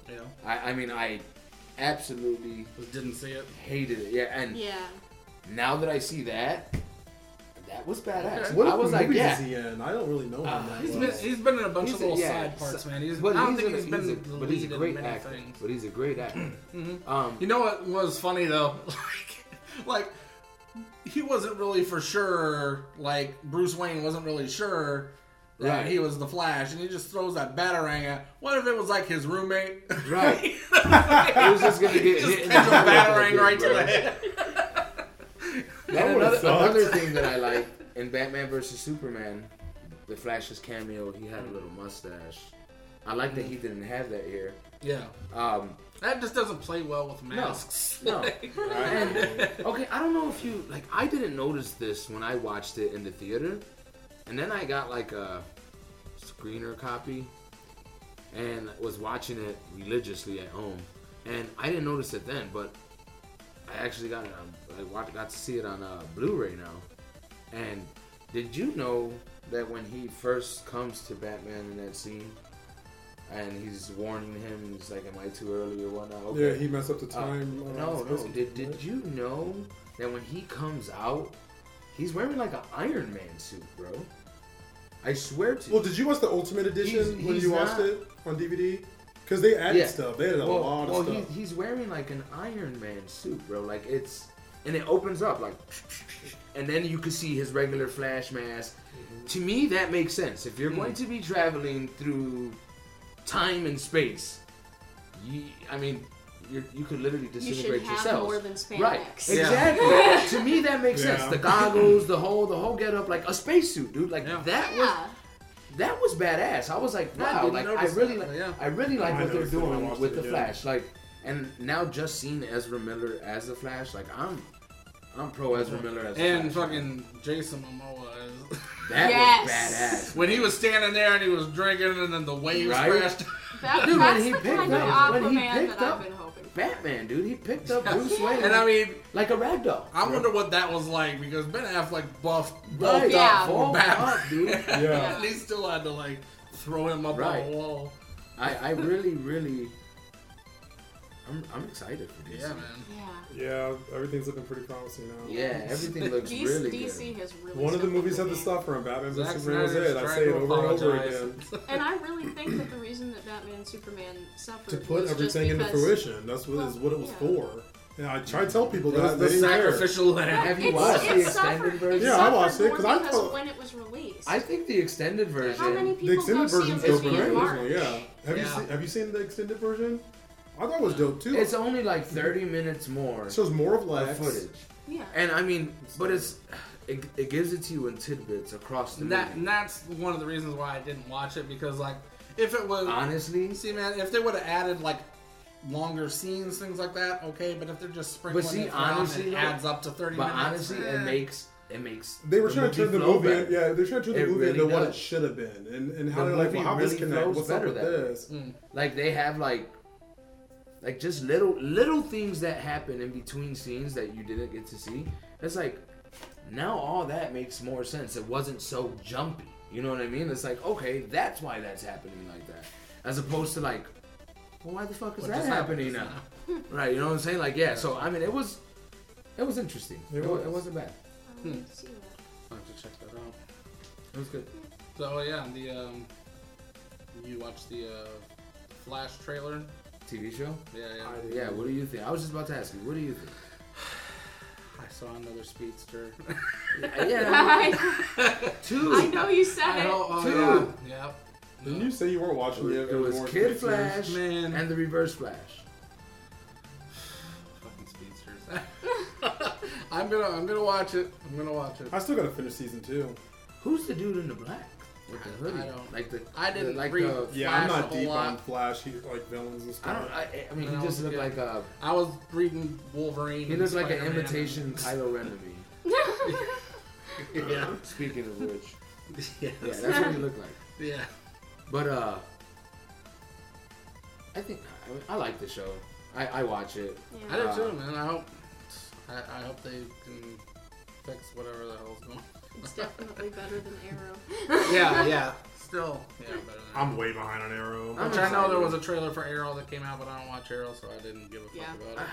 Speaker 1: yeah.
Speaker 3: I, I mean, I absolutely
Speaker 1: Just didn't see it.
Speaker 3: hated it. Yeah, and
Speaker 5: Yeah.
Speaker 3: now that I see that, that was badass.
Speaker 1: Okay.
Speaker 6: What
Speaker 3: I was like,
Speaker 6: movies
Speaker 3: yeah.
Speaker 6: is he in? I don't really know him
Speaker 3: Uh,
Speaker 6: that
Speaker 1: He's
Speaker 6: well.
Speaker 1: been he's been in a bunch
Speaker 3: He's
Speaker 1: of
Speaker 3: a-
Speaker 1: little
Speaker 3: yeah,
Speaker 1: side parts,
Speaker 3: so-
Speaker 1: man. He's,
Speaker 3: but
Speaker 1: I don't
Speaker 3: he's
Speaker 1: think
Speaker 3: a-
Speaker 1: he's been
Speaker 3: a-
Speaker 1: the
Speaker 3: but he's a
Speaker 1: lead in
Speaker 3: great
Speaker 1: many
Speaker 3: actor.
Speaker 1: things. Mm-hmm.
Speaker 3: But he's a great actor. um,
Speaker 1: You know what was funny though? Like, like he wasn't really for sure. Like Bruce Wayne wasn't really sure that
Speaker 3: Right.
Speaker 1: he was the Flash, and he just throws that batarang at. What if it was like his roommate?
Speaker 3: Right. He was just gonna get hit in the
Speaker 1: Pitch a
Speaker 3: head like
Speaker 1: batarang
Speaker 3: this,
Speaker 1: right to
Speaker 3: bro.
Speaker 1: the head.
Speaker 3: Then
Speaker 4: would've
Speaker 3: another,
Speaker 4: thought.
Speaker 3: another thing that I like in Batman vs Superman, the Flash's cameo, he had a little mustache. I like that he didn't have that here.
Speaker 1: Yeah,
Speaker 3: Um,
Speaker 1: that just doesn't play well with masks.
Speaker 3: no. And- okay, I don't know if you like. I didn't notice this when I watched it in the theater, and then I got like a screener copy, and was watching it religiously at home, and I didn't notice it then, but I actually got it. on- I watched, got to see it on uh, Blu-ray now, and did you know that when he first comes to Batman in that scene? And he's warning him. He's like, "Am I too early or whatnot?" Okay.
Speaker 6: Yeah, he messed up the
Speaker 3: Uh,
Speaker 6: time. around
Speaker 3: no,
Speaker 6: his
Speaker 3: no.
Speaker 6: business,
Speaker 3: Did, did
Speaker 6: right?
Speaker 3: you know that when he comes out, he's wearing like an Iron Man suit, bro? I swear to
Speaker 6: Well, did you watch the Ultimate Edition
Speaker 3: He's-
Speaker 6: when
Speaker 3: he's
Speaker 6: you watched
Speaker 3: not-
Speaker 6: it on DVD? Because they added
Speaker 3: Yeah.
Speaker 6: stuff. They added a
Speaker 3: well,
Speaker 6: lot of
Speaker 3: well,
Speaker 6: stuff.
Speaker 3: He, he's wearing like an Iron Man suit, bro. Like it's, and it opens up like, and then you can see his regular Flash mask.
Speaker 5: Mm-hmm.
Speaker 3: To me, that makes sense. If you're
Speaker 5: Mm.
Speaker 3: going to be traveling through time and space, you, I mean, you're, you could literally
Speaker 5: You should
Speaker 3: disintegrate
Speaker 5: have
Speaker 3: yourself.
Speaker 5: more than spandex.
Speaker 3: Right.
Speaker 1: Yeah.
Speaker 3: Exactly. to me, that makes sense.
Speaker 6: Yeah.
Speaker 3: The goggles, the whole, the whole get up, like a spacesuit, dude. Like
Speaker 1: Yeah.
Speaker 3: that was
Speaker 5: Yeah.
Speaker 3: that was badass. I was like,
Speaker 1: I
Speaker 3: wow,
Speaker 1: didn't
Speaker 3: like I
Speaker 1: notice
Speaker 3: really,
Speaker 1: that,
Speaker 3: like,
Speaker 1: yeah.
Speaker 3: I really like
Speaker 6: I
Speaker 3: what they're
Speaker 6: noticed it when I
Speaker 3: doing
Speaker 6: watched
Speaker 3: with
Speaker 6: it
Speaker 3: the
Speaker 6: again.
Speaker 3: Flash. Like, and now just seeing Ezra Miller as the Flash, like I'm, I'm pro Ezra
Speaker 1: Mm-hmm.
Speaker 3: Miller as the
Speaker 1: And
Speaker 3: Flash.
Speaker 1: fucking Jason Momoa is.
Speaker 3: that
Speaker 5: Yes.
Speaker 3: was badass.
Speaker 1: When he was standing there and he was drinking, and then the waves
Speaker 3: Right?
Speaker 1: crashed.
Speaker 5: That,
Speaker 3: Dude, when
Speaker 5: that's
Speaker 3: he
Speaker 5: the
Speaker 3: picked
Speaker 5: kind of
Speaker 3: up- when he
Speaker 5: Aquaman
Speaker 3: picked
Speaker 5: that
Speaker 3: up-
Speaker 5: I've been hoping. for.
Speaker 3: Batman, dude, he picked up Bruce Wayne
Speaker 1: And I mean,
Speaker 3: like a rag doll.
Speaker 1: I wonder what that was like because Ben Affleck buffed,
Speaker 3: Right.
Speaker 1: buffed
Speaker 5: Yeah.
Speaker 1: up for
Speaker 3: Bulked
Speaker 1: Batman.
Speaker 3: up, dude.
Speaker 6: Yeah.
Speaker 1: and he still had to like throw him up
Speaker 3: Right.
Speaker 1: on the wall.
Speaker 3: I, I really, really, I'm, I'm excited for DC.
Speaker 1: Yeah, man.
Speaker 5: Yeah.
Speaker 6: Yeah, everything's looking pretty promising now.
Speaker 3: Yeah, everything looks
Speaker 5: DC,
Speaker 3: really
Speaker 5: DC has really
Speaker 6: One of the
Speaker 5: stepped
Speaker 6: movies
Speaker 5: up
Speaker 6: had to
Speaker 5: their
Speaker 6: stop from Batman vs
Speaker 1: Zack
Speaker 6: Superman was
Speaker 1: Snyder's
Speaker 6: it. I
Speaker 1: trying
Speaker 6: say it
Speaker 1: to
Speaker 6: over and over
Speaker 1: apologize.
Speaker 6: again.
Speaker 5: good. And I really think that the reason that Batman and Superman suffered
Speaker 6: To put
Speaker 5: was just
Speaker 6: everything into
Speaker 5: because
Speaker 6: fruition. That's what is
Speaker 5: Well,
Speaker 6: what it was
Speaker 5: yeah.
Speaker 6: for. And I try to tell people
Speaker 1: It was
Speaker 6: that.
Speaker 1: the
Speaker 6: They didn't care.
Speaker 1: sacrificial lamb.
Speaker 3: Have you
Speaker 5: it's,
Speaker 3: watched
Speaker 5: it
Speaker 3: the
Speaker 5: suffered,
Speaker 3: extended version?
Speaker 5: It
Speaker 6: Yeah, I watched it,
Speaker 5: suffered
Speaker 6: 'cause
Speaker 5: more
Speaker 6: I
Speaker 5: because
Speaker 6: thought-
Speaker 5: when it was released.
Speaker 3: I think the extended version.
Speaker 5: How many people
Speaker 6: The extended
Speaker 5: go see a
Speaker 6: version's dope
Speaker 5: movie
Speaker 6: for
Speaker 5: in March?
Speaker 6: original, yeah. Have you
Speaker 1: Yeah.
Speaker 6: seen have you seen the extended version? I thought it was dope too.
Speaker 3: It's only like 30 minutes more
Speaker 6: It shows more of
Speaker 3: of
Speaker 6: Lex.
Speaker 3: footage.
Speaker 5: Yeah.
Speaker 3: And I mean, but it's it, it gives it to you in tidbits across the
Speaker 1: And that
Speaker 3: movie.
Speaker 1: and that's one of the reasons why I didn't watch it because like if it was
Speaker 3: Honestly,
Speaker 1: see man if they would have added like longer scenes things like that okay but if they're just sprinkling
Speaker 3: see,
Speaker 1: it throughout,
Speaker 3: honestly,
Speaker 1: it
Speaker 3: though-
Speaker 1: adds up to
Speaker 3: but
Speaker 1: thirty minutes.
Speaker 3: honestly, it
Speaker 1: eh.
Speaker 3: makes it makes
Speaker 6: They were trying to turn the movie,
Speaker 3: flow better.
Speaker 6: yeah, they were trying to turn the
Speaker 3: It
Speaker 6: movie
Speaker 3: really
Speaker 6: into what it
Speaker 3: does.
Speaker 6: should have been, and, and how
Speaker 3: The
Speaker 6: they're like,
Speaker 3: movie
Speaker 6: well, how
Speaker 3: really
Speaker 6: disconnect?
Speaker 3: flows
Speaker 6: What's up
Speaker 3: better
Speaker 6: with
Speaker 3: that way.
Speaker 6: this?
Speaker 3: Like they have like like just little little things that happen in between scenes that you didn't get to see. It's like now all that makes more sense. It wasn't so jumpy. You know what I mean? It's like okay, that's why that's happening like that, as opposed to like, well, why the fuck is
Speaker 1: What
Speaker 3: that
Speaker 1: just happened
Speaker 3: happening
Speaker 1: just
Speaker 3: now? right? You know what I'm saying? Like yeah. So I mean, it was it was interesting.
Speaker 6: It
Speaker 3: It, was.
Speaker 6: was.
Speaker 3: it wasn't bad.
Speaker 5: I wanted to see that.
Speaker 1: I'll have to check that out.
Speaker 3: It was good.
Speaker 1: So yeah, the um, you watched the uh, Flash trailer?
Speaker 3: TV show.
Speaker 1: Yeah, yeah.
Speaker 3: Yeah. What do you think? I was just about to ask you. What do you think?
Speaker 1: I, saw another speedster.
Speaker 3: Yeah.
Speaker 5: I,
Speaker 3: Two.
Speaker 5: I know you said it.
Speaker 1: oh, oh
Speaker 3: Two.
Speaker 1: yeah, yeah.
Speaker 6: Didn't you say you weren't watching the
Speaker 3: It
Speaker 6: other
Speaker 3: was
Speaker 6: more
Speaker 3: Kid
Speaker 6: pictures?
Speaker 3: Flash
Speaker 1: Man.
Speaker 3: and the Reverse Flash.
Speaker 1: fucking speedsters. I'm gonna I'm gonna watch it. I'm gonna watch it.
Speaker 6: I still gotta finish season two.
Speaker 3: Who's the dude in the black with the
Speaker 1: I-
Speaker 3: hoodie?
Speaker 1: I don't-
Speaker 3: like the
Speaker 1: I didn't
Speaker 3: the, like
Speaker 1: read-
Speaker 3: the.
Speaker 6: Yeah,
Speaker 1: Flash
Speaker 6: I'm
Speaker 1: a
Speaker 6: not
Speaker 1: whole
Speaker 6: deep on
Speaker 1: lot.
Speaker 6: Flash, he, like villains and stuff.
Speaker 3: I don't. I, I mean,
Speaker 1: I
Speaker 3: he
Speaker 1: don't
Speaker 3: just looked
Speaker 1: get
Speaker 3: like a.
Speaker 1: I was reading Wolverine.
Speaker 3: He
Speaker 1: and
Speaker 3: looked like an
Speaker 1: Spider-Man.
Speaker 3: imitation Kylo Ren to me.
Speaker 1: yeah,
Speaker 3: Speaking of which,
Speaker 1: yeah,
Speaker 3: yeah, that's what he looked like.
Speaker 1: yeah.
Speaker 3: But uh, I think I, mean, I like the show. I, I watch it.
Speaker 1: I
Speaker 5: Yeah.
Speaker 1: do
Speaker 3: Uh,
Speaker 1: too, man. I hope I, I hope they can fix whatever the hell's going. on.
Speaker 5: It's definitely better than Arrow.
Speaker 1: Yeah, yeah. Still, yeah, better than
Speaker 6: I'm way behind on Arrow.
Speaker 3: I'm
Speaker 1: Which I know
Speaker 3: excited.
Speaker 1: there was a trailer for Arrow that came out, but I don't watch Arrow, so I didn't give a fuck
Speaker 5: Yeah.
Speaker 1: about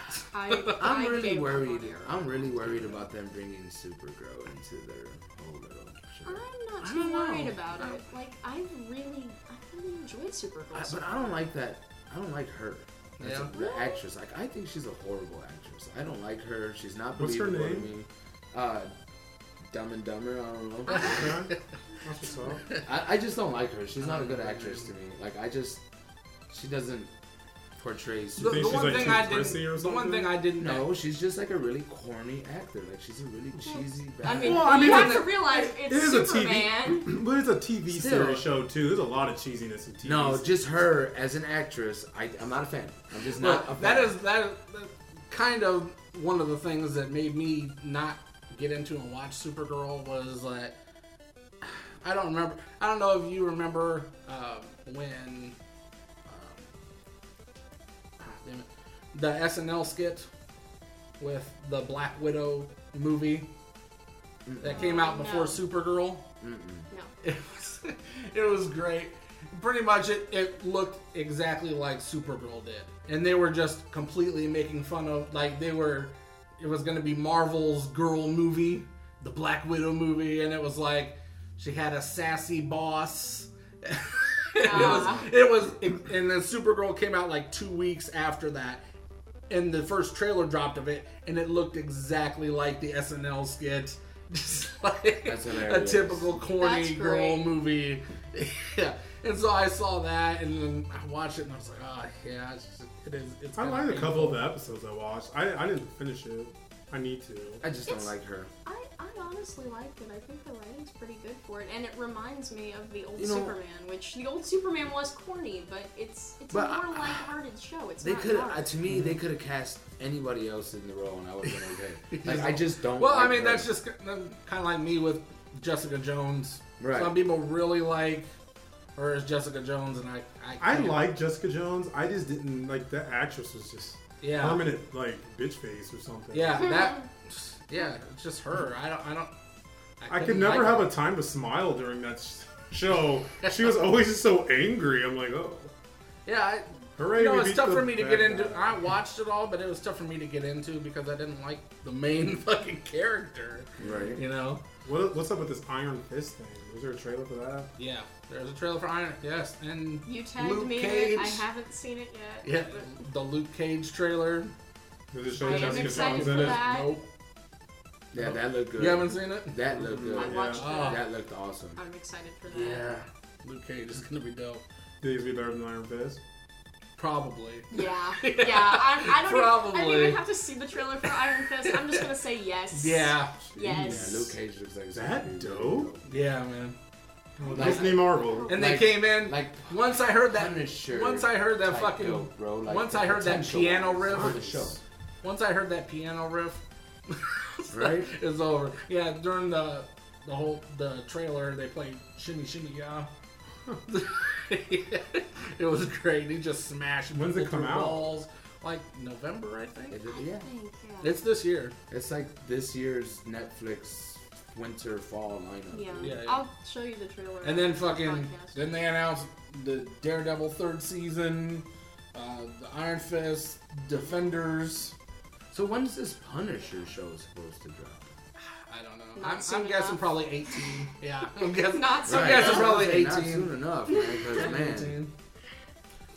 Speaker 1: it.
Speaker 5: I,
Speaker 3: I'm
Speaker 5: I
Speaker 3: really
Speaker 5: gave up on
Speaker 3: worried.
Speaker 5: Arrow.
Speaker 3: I'm really worried about them bringing Supergirl into their whole little show.
Speaker 5: I'm not
Speaker 3: I
Speaker 5: too
Speaker 3: don't
Speaker 5: worried
Speaker 3: know.
Speaker 5: about
Speaker 3: I
Speaker 5: it. Like I really, I really enjoyed Supergirl.
Speaker 3: I,
Speaker 5: so
Speaker 3: but I don't like that. I don't like her. That's
Speaker 1: Yeah.
Speaker 3: a- the actress. Like I think she's a horrible actress. I don't like her. She's not
Speaker 6: What's her
Speaker 3: believable to
Speaker 6: name?
Speaker 3: me. Uh, Dumb and Dumber. I don't know.
Speaker 6: Yeah. That's what's up.
Speaker 3: I, I just don't like her. She's not a good actress to me. Like I just, she doesn't portray.
Speaker 6: think
Speaker 1: the
Speaker 6: she's,
Speaker 1: one
Speaker 6: like,
Speaker 1: thing
Speaker 6: too
Speaker 1: I
Speaker 6: prissy or
Speaker 1: didn't. The one
Speaker 6: something?
Speaker 1: thing I didn't know.
Speaker 3: No, she's just like a really corny actor. Like she's a really
Speaker 1: Mm-hmm.
Speaker 3: cheesy. Bad
Speaker 5: I mean,
Speaker 6: Well, I mean,
Speaker 5: you have
Speaker 6: it-
Speaker 5: to realize
Speaker 6: it
Speaker 5: it's
Speaker 6: is a TV
Speaker 5: Superman.
Speaker 6: but it's a TV
Speaker 3: Still.
Speaker 6: series show too. There's a lot of cheesiness in TV.
Speaker 3: no,
Speaker 6: series.
Speaker 3: just her as an actress. I, I'm not a fan. I'm just not. a
Speaker 1: But
Speaker 3: fan.
Speaker 1: that is that is kind of one of the things that made me not get into and watch Supergirl was like I don't remember. I don't know if you remember um, when um, ah, damn it, the SNL skit with the Black Widow movie that came out before
Speaker 5: No.
Speaker 1: Supergirl.
Speaker 5: No.
Speaker 1: It was, it was great. Pretty much, it, it looked exactly like Supergirl did, and they were just completely making fun of like they were. It was going to be Marvel's girl movie, the Black Widow movie, and it was like she had a sassy boss.
Speaker 5: Ah.
Speaker 1: it was, it was, and then Supergirl came out like two weeks after that, and the first trailer dropped of it, and it looked exactly like the SNL skit, just like
Speaker 3: That's
Speaker 1: a
Speaker 3: hilarious.
Speaker 1: typical corny
Speaker 5: That's
Speaker 1: girl
Speaker 5: great.
Speaker 1: movie. yeah, and so I saw that, and then I watched it, and I was like, oh yeah, it's just, it is. It's
Speaker 6: I
Speaker 1: kinda
Speaker 6: liked a
Speaker 1: painful."
Speaker 6: couple of the episodes I watched. I, I didn't finish it. I need to.
Speaker 3: I just don't
Speaker 5: It's-
Speaker 3: like her.
Speaker 5: I, I honestly liked it. I think the writing's pretty good for it, and it reminds me of the old
Speaker 3: You know-
Speaker 5: Superman, which the old Superman was corny, but it's it's
Speaker 3: But
Speaker 5: a more
Speaker 3: I-
Speaker 5: lighthearted show. It's
Speaker 3: They
Speaker 5: not
Speaker 3: could.
Speaker 5: dark.
Speaker 3: Uh, to me, they could have cast anybody else in the role, and I would have been okay. Like I just don't.
Speaker 1: Well, I
Speaker 3: like
Speaker 1: mean,
Speaker 3: her.
Speaker 1: that's just kind of like me with Jessica Jones.
Speaker 3: Right.
Speaker 1: Some people really like her as Jessica Jones, and I, I,
Speaker 6: I
Speaker 1: can't-
Speaker 6: like Jessica Jones. I just didn't like that actress was just
Speaker 1: yeah,
Speaker 6: permanent like bitch face or something.
Speaker 1: yeah, that,
Speaker 5: Mm-hmm.
Speaker 1: yeah, it's just her. I don't, I don't.
Speaker 6: I could
Speaker 1: couldn't
Speaker 6: never
Speaker 1: like
Speaker 6: have
Speaker 1: her.
Speaker 6: a time to smile during that s- show. she was always just so angry. I'm like, oh,
Speaker 1: Yeah, I,
Speaker 6: hooray!
Speaker 1: you know,
Speaker 6: we
Speaker 1: it's
Speaker 6: beat
Speaker 1: tough
Speaker 6: the
Speaker 1: for me to
Speaker 6: bad
Speaker 1: get into.
Speaker 6: guy.
Speaker 1: I watched it all, but it was tough for me to get into because I didn't like the main fucking character.
Speaker 3: right.
Speaker 1: You know.
Speaker 6: What, what's up with this Iron Fist thing? Was there a trailer for that?
Speaker 1: Yeah. There's a trailer for Iron. Yes, and
Speaker 5: You tagged
Speaker 1: Luke
Speaker 5: me in
Speaker 1: Cage.
Speaker 5: it. I haven't seen it yet.
Speaker 1: yeah, the Luke Cage trailer.
Speaker 6: Did it
Speaker 5: I
Speaker 6: show
Speaker 5: am
Speaker 6: Jessica
Speaker 5: excited
Speaker 6: Jones
Speaker 5: for
Speaker 6: in it?
Speaker 5: that. I-
Speaker 1: nope.
Speaker 3: Yeah, that looked good.
Speaker 1: You haven't seen Mm-hmm. it?
Speaker 3: that looked
Speaker 5: I
Speaker 3: good.
Speaker 5: watched
Speaker 1: Yeah.
Speaker 5: that.
Speaker 3: That looked awesome.
Speaker 1: Uh,
Speaker 5: I'm excited for that.
Speaker 3: Yeah.
Speaker 1: Luke Cage is gonna be dope.
Speaker 6: Did it be better than Iron Fist?
Speaker 1: Probably.
Speaker 5: Yeah, yeah. I'm, I don't. Even, I don't
Speaker 1: Probably.
Speaker 5: even have to see the trailer for Iron Fist. I'm just gonna say yes.
Speaker 1: Yeah.
Speaker 5: Yes.
Speaker 3: Yeah, Luke Cage looks like
Speaker 6: That
Speaker 3: he's really
Speaker 6: dope?
Speaker 1: Yeah, man. Oh,
Speaker 3: Like-
Speaker 6: Disney Marvel.
Speaker 1: And they
Speaker 3: Like-
Speaker 1: came in.
Speaker 3: Like
Speaker 1: once I heard that.
Speaker 3: Punisher.
Speaker 1: Once I heard that
Speaker 3: type
Speaker 1: fucking.
Speaker 3: dope, bro. Like,
Speaker 1: once
Speaker 3: the
Speaker 1: I heard that
Speaker 3: potential
Speaker 1: piano riff.
Speaker 3: for the show.
Speaker 1: Once I heard that piano riff.
Speaker 3: Right?
Speaker 1: It's over. Yeah. During the the whole the trailer, they played Shimmy Shimmy Ya. it was great. He just smashed.
Speaker 6: When's it
Speaker 1: people
Speaker 6: come
Speaker 1: through
Speaker 6: out?
Speaker 1: Walls. Like November, I think.
Speaker 3: Is it- yeah,
Speaker 5: I think, yeah.
Speaker 1: It's this year.
Speaker 3: it's like this year's Netflix winter fall lineup.
Speaker 5: Yeah.
Speaker 1: Yeah, yeah.
Speaker 5: I'll show you the trailer.
Speaker 1: And then
Speaker 5: after the
Speaker 1: fucking
Speaker 5: podcast.
Speaker 1: then they announced the Daredevil third season, uh, the Iron Fist, Defenders.
Speaker 3: So when's this Punisher show supposed to drop?
Speaker 1: I don't know.
Speaker 5: Not
Speaker 1: I'm,
Speaker 5: soon
Speaker 1: I'm guessing
Speaker 5: enough.
Speaker 1: probably 18. Yeah, I'm guessing.
Speaker 5: Not soon
Speaker 1: I'm
Speaker 5: enough.
Speaker 1: guessing probably
Speaker 3: Like, Not
Speaker 1: 18.
Speaker 3: soon enough, man. 'cause, man,
Speaker 1: 18.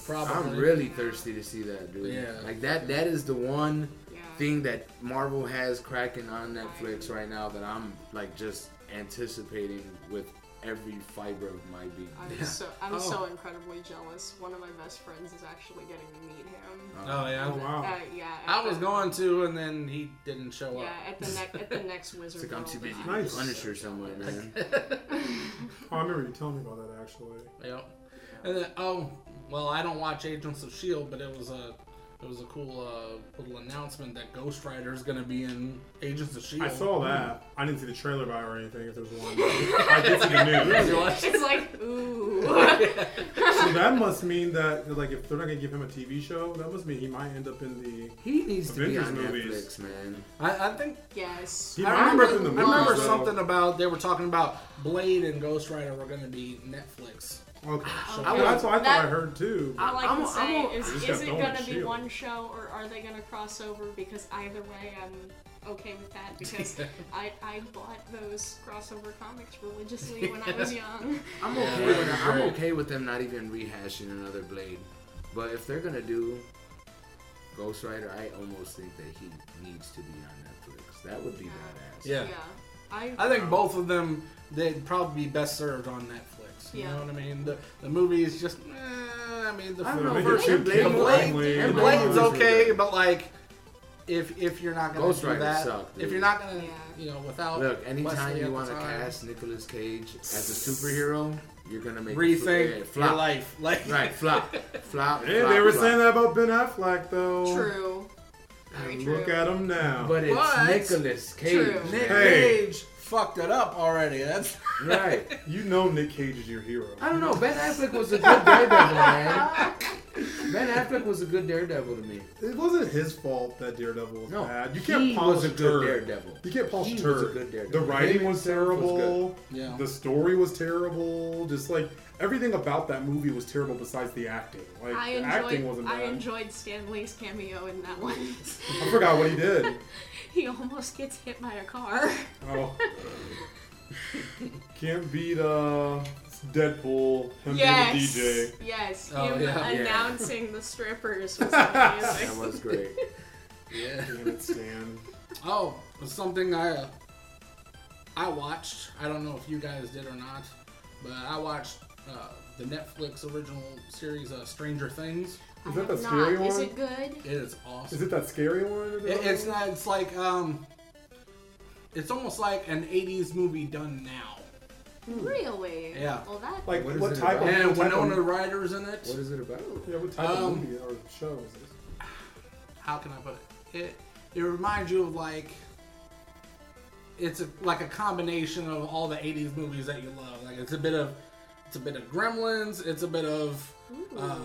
Speaker 1: Probably.
Speaker 3: I'm really thirsty to see that, dude.
Speaker 1: Yeah.
Speaker 3: Like that. That is the one
Speaker 5: Yeah.
Speaker 3: thing that Marvel has cracking on Netflix right now that I'm like just anticipating with every fiber of my being. Um,
Speaker 5: I'm
Speaker 1: Yeah.
Speaker 5: so I'm
Speaker 1: Oh.
Speaker 5: so incredibly jealous. One of my best friends is actually getting to meet him.
Speaker 1: Oh yeah.
Speaker 6: Oh wow.
Speaker 5: Uh, yeah. at
Speaker 1: I was
Speaker 5: the-
Speaker 1: going to, and then he didn't show
Speaker 5: Yeah,
Speaker 1: up.
Speaker 5: at the next at the next Wizard.
Speaker 3: It's like I'm
Speaker 5: World
Speaker 3: too busy
Speaker 5: event.
Speaker 6: Nice.
Speaker 3: nice. Punisher somewhere, man.
Speaker 6: Oh, I remember you telling me about that actually.
Speaker 1: Yep. And then oh well, I don't watch Agents of Shield, but it was a it was a cool uh, little announcement that Ghost Rider is going to be in Agents of Shield.
Speaker 6: I saw that. I didn't see the trailer about it or anything. If there was one, I did see the news.
Speaker 5: It's like ooh.
Speaker 6: So that must mean that, like, if they're not gonna give him a TV show, that must mean he might end up in the.
Speaker 3: He needs to be
Speaker 6: Avengers
Speaker 3: on
Speaker 6: movies.
Speaker 3: Netflix, man.
Speaker 1: I, I think
Speaker 5: yes.
Speaker 6: He
Speaker 1: I
Speaker 6: might
Speaker 1: remember,
Speaker 6: end up in the
Speaker 1: I remember
Speaker 6: movies, though.
Speaker 1: something about they were talking about Blade and Ghost Rider were going to be Netflix.
Speaker 6: Okay,
Speaker 5: Oh,
Speaker 6: Well,
Speaker 5: yeah.
Speaker 6: that's what I thought I
Speaker 5: That-
Speaker 6: heard too.
Speaker 5: All I
Speaker 3: I'm-
Speaker 5: can
Speaker 3: I'm-
Speaker 5: say
Speaker 3: I'm-
Speaker 5: is,
Speaker 6: I just
Speaker 5: is
Speaker 6: got
Speaker 5: it
Speaker 6: Dawn of
Speaker 5: gonna be
Speaker 6: Shield.
Speaker 5: one show or are they gonna cross over? Because either way, I'm okay with that because I, I bought those crossover comics religiously when I was young.
Speaker 3: I'm
Speaker 1: Yeah,
Speaker 3: okay.
Speaker 1: that'd
Speaker 3: with,
Speaker 1: be
Speaker 3: I'm
Speaker 1: great.
Speaker 3: okay with them not even rehashing another Blade, but if they're gonna do Ghost Rider, I almost think that he needs to be on Netflix. That would be
Speaker 5: Yeah.
Speaker 3: badass.
Speaker 1: Yeah.
Speaker 5: I,
Speaker 1: I think both of them they'd probably be best served on Netflix. You
Speaker 5: Yeah.
Speaker 1: know what I mean? The the movie is just. Eh, I mean, the
Speaker 3: I
Speaker 1: the
Speaker 3: don't know,
Speaker 4: Make
Speaker 3: Blade-
Speaker 4: it too
Speaker 3: Blade-
Speaker 1: the
Speaker 4: gambling.
Speaker 1: Blade, the
Speaker 3: Blade-
Speaker 1: Blade's
Speaker 4: Blade-
Speaker 1: okay, but like, if if you're not gonna
Speaker 3: Ghost
Speaker 1: do
Speaker 3: Rider
Speaker 1: that,
Speaker 3: sucked, dude.
Speaker 1: if you're not gonna,
Speaker 5: Yeah.
Speaker 1: you know, without
Speaker 3: Look, anytime
Speaker 1: Wesley at
Speaker 3: you
Speaker 1: the
Speaker 3: want to
Speaker 1: time,
Speaker 3: cast Nicolas Cage as a superhero, you're gonna make it fl-
Speaker 1: rethink
Speaker 3: yeah,
Speaker 1: your
Speaker 3: flop.
Speaker 1: life, like
Speaker 3: Right, flop, flop.
Speaker 4: Hey,
Speaker 3: flop,
Speaker 4: they were
Speaker 3: flop.
Speaker 4: saying that about Ben Affleck though.
Speaker 5: True. Very
Speaker 4: And
Speaker 5: true.
Speaker 4: Look at him now.
Speaker 3: But it's
Speaker 1: But-
Speaker 3: Nicolas Cage.
Speaker 5: True.
Speaker 1: Nick
Speaker 3: man.
Speaker 4: Hey.
Speaker 1: Cage fucked it up already. That's
Speaker 3: Right.
Speaker 4: you know Nick Cage is your hero.
Speaker 3: I don't know. Ben Affleck was a good daredevil, man. Ben Affleck was a good daredevil to me.
Speaker 6: It wasn't his fault that Daredevil was
Speaker 3: No,
Speaker 6: bad. You can't
Speaker 3: he
Speaker 6: polish
Speaker 3: was a
Speaker 6: a
Speaker 3: good
Speaker 6: turd.
Speaker 3: Daredevil.
Speaker 6: You can't polish
Speaker 3: He
Speaker 6: a
Speaker 3: was a
Speaker 6: turd.
Speaker 3: good Daredevil.
Speaker 6: The writing
Speaker 3: Him
Speaker 6: was
Speaker 3: himself was
Speaker 6: terrible.
Speaker 1: Yeah.
Speaker 6: The story was terrible. Just like everything about that movie was terrible besides the acting. Like
Speaker 5: I
Speaker 6: the acting
Speaker 5: enjoyed.
Speaker 6: wasn't
Speaker 5: I
Speaker 6: bad.
Speaker 5: enjoyed Stan Lee's cameo in that one.
Speaker 6: I forgot what he did.
Speaker 5: he almost gets hit by a car.
Speaker 6: Oh. Can't beat uh Deadpool, him
Speaker 5: yes.
Speaker 6: being a DJ.
Speaker 5: Yes.
Speaker 1: Oh,
Speaker 5: Him
Speaker 1: yeah.
Speaker 3: Yeah.
Speaker 5: announcing the strippers was amazing.
Speaker 3: That was great.
Speaker 1: yeah.
Speaker 6: Damn it, Stan.
Speaker 1: Oh, something I uh, I watched. I don't know if you guys did or not, but I watched uh, the Netflix original series uh, Stranger Things.
Speaker 5: I
Speaker 6: Is that the
Speaker 5: have
Speaker 6: scary
Speaker 5: not. Is
Speaker 6: one?
Speaker 5: it
Speaker 1: It
Speaker 5: good?
Speaker 1: is awesome.
Speaker 6: Is it that scary one?
Speaker 1: It- it's not. It's like um, it's almost like an '80s movie done now.
Speaker 5: Really?
Speaker 1: Yeah.
Speaker 5: Well, that.
Speaker 6: like
Speaker 3: What
Speaker 6: what,
Speaker 3: is it
Speaker 6: type
Speaker 3: about?
Speaker 6: of
Speaker 1: And
Speaker 6: Oh, what type
Speaker 1: Winona
Speaker 6: of,
Speaker 1: Ryder's in it.
Speaker 3: What is it about?
Speaker 6: yeah, what type of
Speaker 1: Um,
Speaker 6: movie or show is this?
Speaker 1: how can I put it? It it reminds you of like it's a, like a combination of all the '80s movies that you love. Like it's a bit of it's a bit of Gremlins. It's a bit of
Speaker 5: Ooh.
Speaker 1: uh,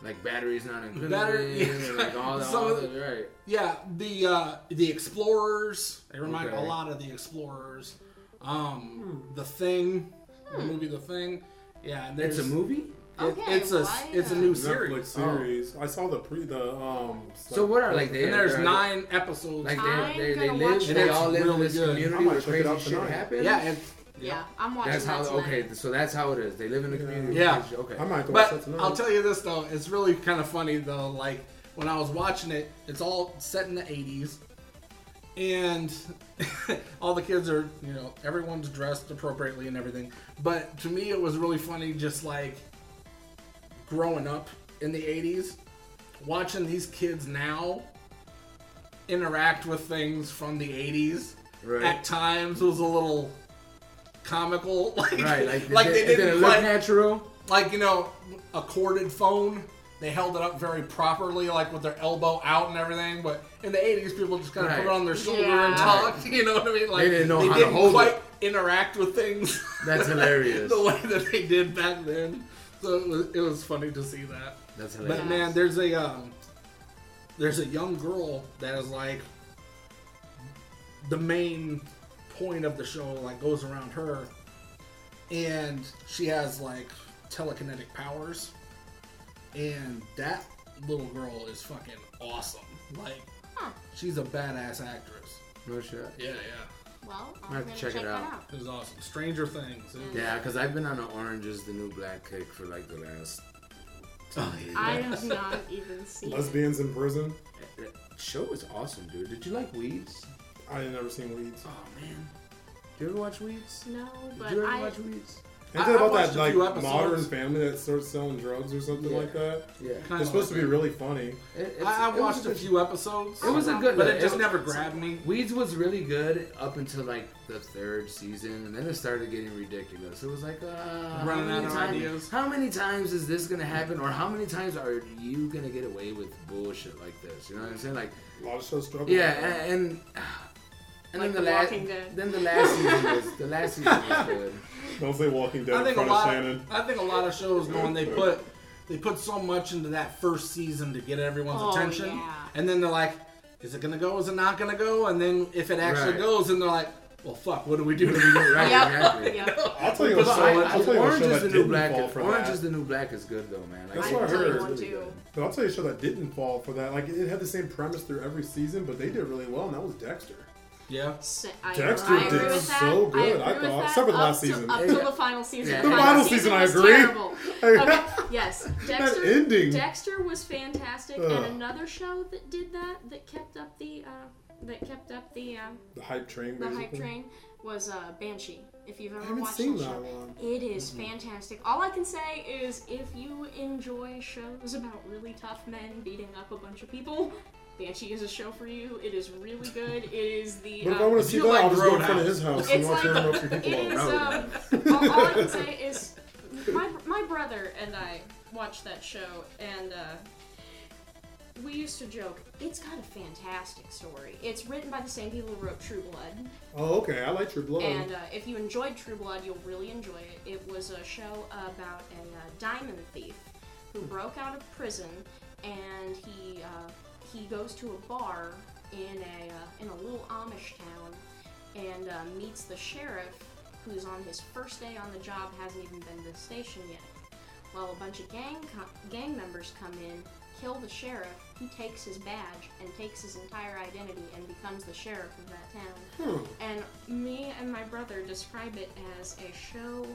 Speaker 3: Like batteries not included.
Speaker 1: Battery-
Speaker 3: and, like all the,
Speaker 1: Some
Speaker 3: all
Speaker 1: of the-
Speaker 3: the- right.
Speaker 1: yeah the uh, the Explorers. It reminds
Speaker 3: Okay.
Speaker 1: a lot of the Explorers. Um, the Thing, the movie The Thing. Yeah, and
Speaker 3: It's
Speaker 1: there's
Speaker 3: a movie.
Speaker 1: it-
Speaker 5: Hmm. Okay,
Speaker 1: it's a
Speaker 5: why
Speaker 1: it's a
Speaker 5: not?
Speaker 1: new
Speaker 6: Netflix
Speaker 1: series.
Speaker 6: series. I saw the pre the um.
Speaker 3: So what are like they?
Speaker 1: And there's
Speaker 3: they're-
Speaker 1: nine episodes.
Speaker 3: Like
Speaker 5: I'm
Speaker 3: they, they, they
Speaker 5: gonna
Speaker 3: live.
Speaker 5: watch
Speaker 3: They
Speaker 1: that.
Speaker 3: all live in
Speaker 1: Really
Speaker 3: this
Speaker 1: good.
Speaker 3: community
Speaker 6: I might
Speaker 3: where
Speaker 6: check it
Speaker 3: crazy
Speaker 6: out
Speaker 3: shit
Speaker 6: tonight.
Speaker 3: happens.
Speaker 1: yeah, and
Speaker 5: Yeah, I'm watching
Speaker 3: That's how.
Speaker 5: that tonight.
Speaker 3: Okay, so that's how it is. They live in the community. where
Speaker 1: Yeah.
Speaker 3: crazy- Okay.
Speaker 6: I might have to watch that
Speaker 1: But
Speaker 6: tonight.
Speaker 1: I'll tell you this though, it's really kind of funny though. Like when I was watching it, it's all set in the '80s, and all the kids are, you know, everyone's dressed appropriately and everything. But to me, it was really funny, just like growing up in the '80s, watching these kids now interact with things from the '80s.
Speaker 3: Right.
Speaker 1: At times, was a little comical, like
Speaker 3: Right. Like,
Speaker 1: they didn't
Speaker 3: it look
Speaker 1: like-
Speaker 3: natural.
Speaker 1: like you know a corded phone they held it up very properly like with their elbow out and everything but in the 80s people just kind of
Speaker 3: Right.
Speaker 1: put it on their shoulder
Speaker 5: Yeah.
Speaker 1: and talked you know what i mean like
Speaker 3: didn't know how to
Speaker 1: didn't
Speaker 3: hold it.
Speaker 1: quite interact with things
Speaker 3: That's hilarious.
Speaker 1: the way that they did back then so it was, it was funny to see that
Speaker 3: That's
Speaker 1: but
Speaker 3: hilarious.
Speaker 1: man there's a um, there's a young girl that is like the main point of the show like goes around her and she has like telekinetic powers and that little girl is fucking awesome like
Speaker 5: Huh.
Speaker 1: she's a badass actress
Speaker 3: No shit.
Speaker 1: yeah yeah
Speaker 5: Well, I'm
Speaker 3: I have to
Speaker 5: gonna
Speaker 3: check it
Speaker 5: that
Speaker 3: out.
Speaker 1: it was awesome stranger things It was-
Speaker 3: Yeah, because I've been on an Orange is the New Black kick for like the last.
Speaker 1: Oh, yeah.
Speaker 5: I have not even seen. it.
Speaker 6: Lesbians in prison.
Speaker 3: That show is awesome, dude. Did you like Weeds?
Speaker 6: I ain't never seen Weeds.
Speaker 3: Oh man. Do you ever watch Weeds?
Speaker 5: No, but
Speaker 3: Did you ever
Speaker 5: I.
Speaker 3: watch Weeds?
Speaker 1: I-
Speaker 6: Ain't that
Speaker 1: I
Speaker 6: about
Speaker 1: watched
Speaker 6: that
Speaker 1: a few
Speaker 6: like
Speaker 1: episodes.
Speaker 6: modern family that starts selling drugs or something
Speaker 3: Yeah.
Speaker 6: like that?
Speaker 3: Yeah.
Speaker 1: Kinda
Speaker 6: It's supposed
Speaker 1: like
Speaker 6: to be
Speaker 1: that.
Speaker 6: really funny.
Speaker 3: It- it's-
Speaker 1: I, I
Speaker 3: it was
Speaker 1: watched a
Speaker 3: good-
Speaker 1: few episodes.
Speaker 3: It was a good-
Speaker 1: but it just
Speaker 3: it-
Speaker 1: never grabbed me.
Speaker 3: Weeds was really good up until like the third season, and then it started getting ridiculous. It was like, uh, how
Speaker 1: Running
Speaker 3: many
Speaker 1: out of
Speaker 3: times-
Speaker 1: ideas.
Speaker 3: How many times is this gonna happen, or how many times are you gonna get away with bullshit like this? You know what I'm saying? Like,
Speaker 6: A lot of shows struggle. with
Speaker 3: yeah,
Speaker 6: that.
Speaker 3: and and, and
Speaker 5: Like
Speaker 3: then the,
Speaker 5: The
Speaker 3: last,
Speaker 5: Walking Dead.
Speaker 3: then the last season was the last season was good.
Speaker 6: Don't say Walking Dead
Speaker 1: eh. I
Speaker 6: in
Speaker 1: think a
Speaker 6: front of
Speaker 1: lot.
Speaker 6: Shannon.
Speaker 1: I think a lot of shows, man, they put they put so much into that first season to get everyone's
Speaker 5: Oh,
Speaker 1: attention,
Speaker 5: yeah.
Speaker 1: and then they're like, "Is it gonna go? Is it not gonna go?" And then if it actually
Speaker 3: Right.
Speaker 1: goes, then they're like, "Well, fuck, what do we do?"
Speaker 3: Right, exactly.
Speaker 5: Yep. yep.
Speaker 6: I'll tell you a
Speaker 1: But
Speaker 6: show.
Speaker 1: I-
Speaker 6: I'll
Speaker 1: I-
Speaker 6: tell you a
Speaker 3: Orange
Speaker 6: show
Speaker 3: is
Speaker 6: that
Speaker 3: the new
Speaker 6: didn't
Speaker 3: black.
Speaker 6: fall for
Speaker 3: Orange
Speaker 6: that.
Speaker 3: is the new black is good though, man. Like,
Speaker 6: That's
Speaker 5: I
Speaker 3: it's
Speaker 6: what I
Speaker 5: tell you
Speaker 6: heard.
Speaker 5: one
Speaker 3: really
Speaker 5: too.
Speaker 3: good.
Speaker 6: But I'll tell you a show that didn't fall for that. Like it had the same premise through every season, but they did really well, and that was Dexter.
Speaker 1: yeah.
Speaker 5: S- I,
Speaker 6: Dexter
Speaker 5: I agree
Speaker 6: did
Speaker 5: with that.
Speaker 6: so good,
Speaker 5: I, agree
Speaker 6: I
Speaker 5: with
Speaker 6: thought,
Speaker 5: that
Speaker 6: except for the
Speaker 5: up
Speaker 6: last
Speaker 5: to-
Speaker 6: season.
Speaker 5: Up to
Speaker 3: Yeah.
Speaker 5: the final season.
Speaker 3: Yeah.
Speaker 5: The final, season, I
Speaker 6: agree.
Speaker 5: Terrible. Okay. Yes, Dexter.
Speaker 6: ending.
Speaker 5: Dexter was fantastic,
Speaker 6: Ugh.
Speaker 5: and another show that did that that kept up the uh, that kept up the um,
Speaker 6: The hype train.
Speaker 5: the
Speaker 6: basically.
Speaker 5: hype train was uh, Banshee. If you've
Speaker 6: I
Speaker 5: ever
Speaker 6: haven't
Speaker 5: watched
Speaker 6: seen
Speaker 5: that
Speaker 6: that
Speaker 5: show,
Speaker 6: one.
Speaker 5: it is
Speaker 6: Mm-hmm.
Speaker 5: fantastic. All I can say is if you enjoy shows about really tough men beating up a bunch of people, Banshee is a show for you. It is really good. It is the.
Speaker 6: But if I
Speaker 5: uh,
Speaker 6: want to see
Speaker 4: you
Speaker 6: that,
Speaker 4: like
Speaker 6: I'll just go in front
Speaker 4: Roadhouse.
Speaker 6: of his house and
Speaker 5: It's
Speaker 6: watch
Speaker 5: like-
Speaker 6: him roast
Speaker 5: It
Speaker 6: people
Speaker 5: is.
Speaker 6: around.
Speaker 5: Um, all, all I can say is, my my brother and I watched that show, and uh, we used to joke. It's got a fantastic story. It's written by the same people who wrote True Blood,
Speaker 6: Oh, okay. I like your blood.
Speaker 5: and uh, if you enjoyed True Blood, you'll really enjoy it. It was a show about a uh, diamond thief who broke out of prison, and he uh, he goes to a bar in a uh, in a little Amish town, and uh, meets the sheriff, who's on his first day on the job, hasn't even been to the station yet. While a bunch of gang co- gang members come in, kill the sheriff. He takes his badge and takes his entire identity and becomes the sheriff of that town.
Speaker 6: Hmm.
Speaker 5: And me and my brother describe it as a show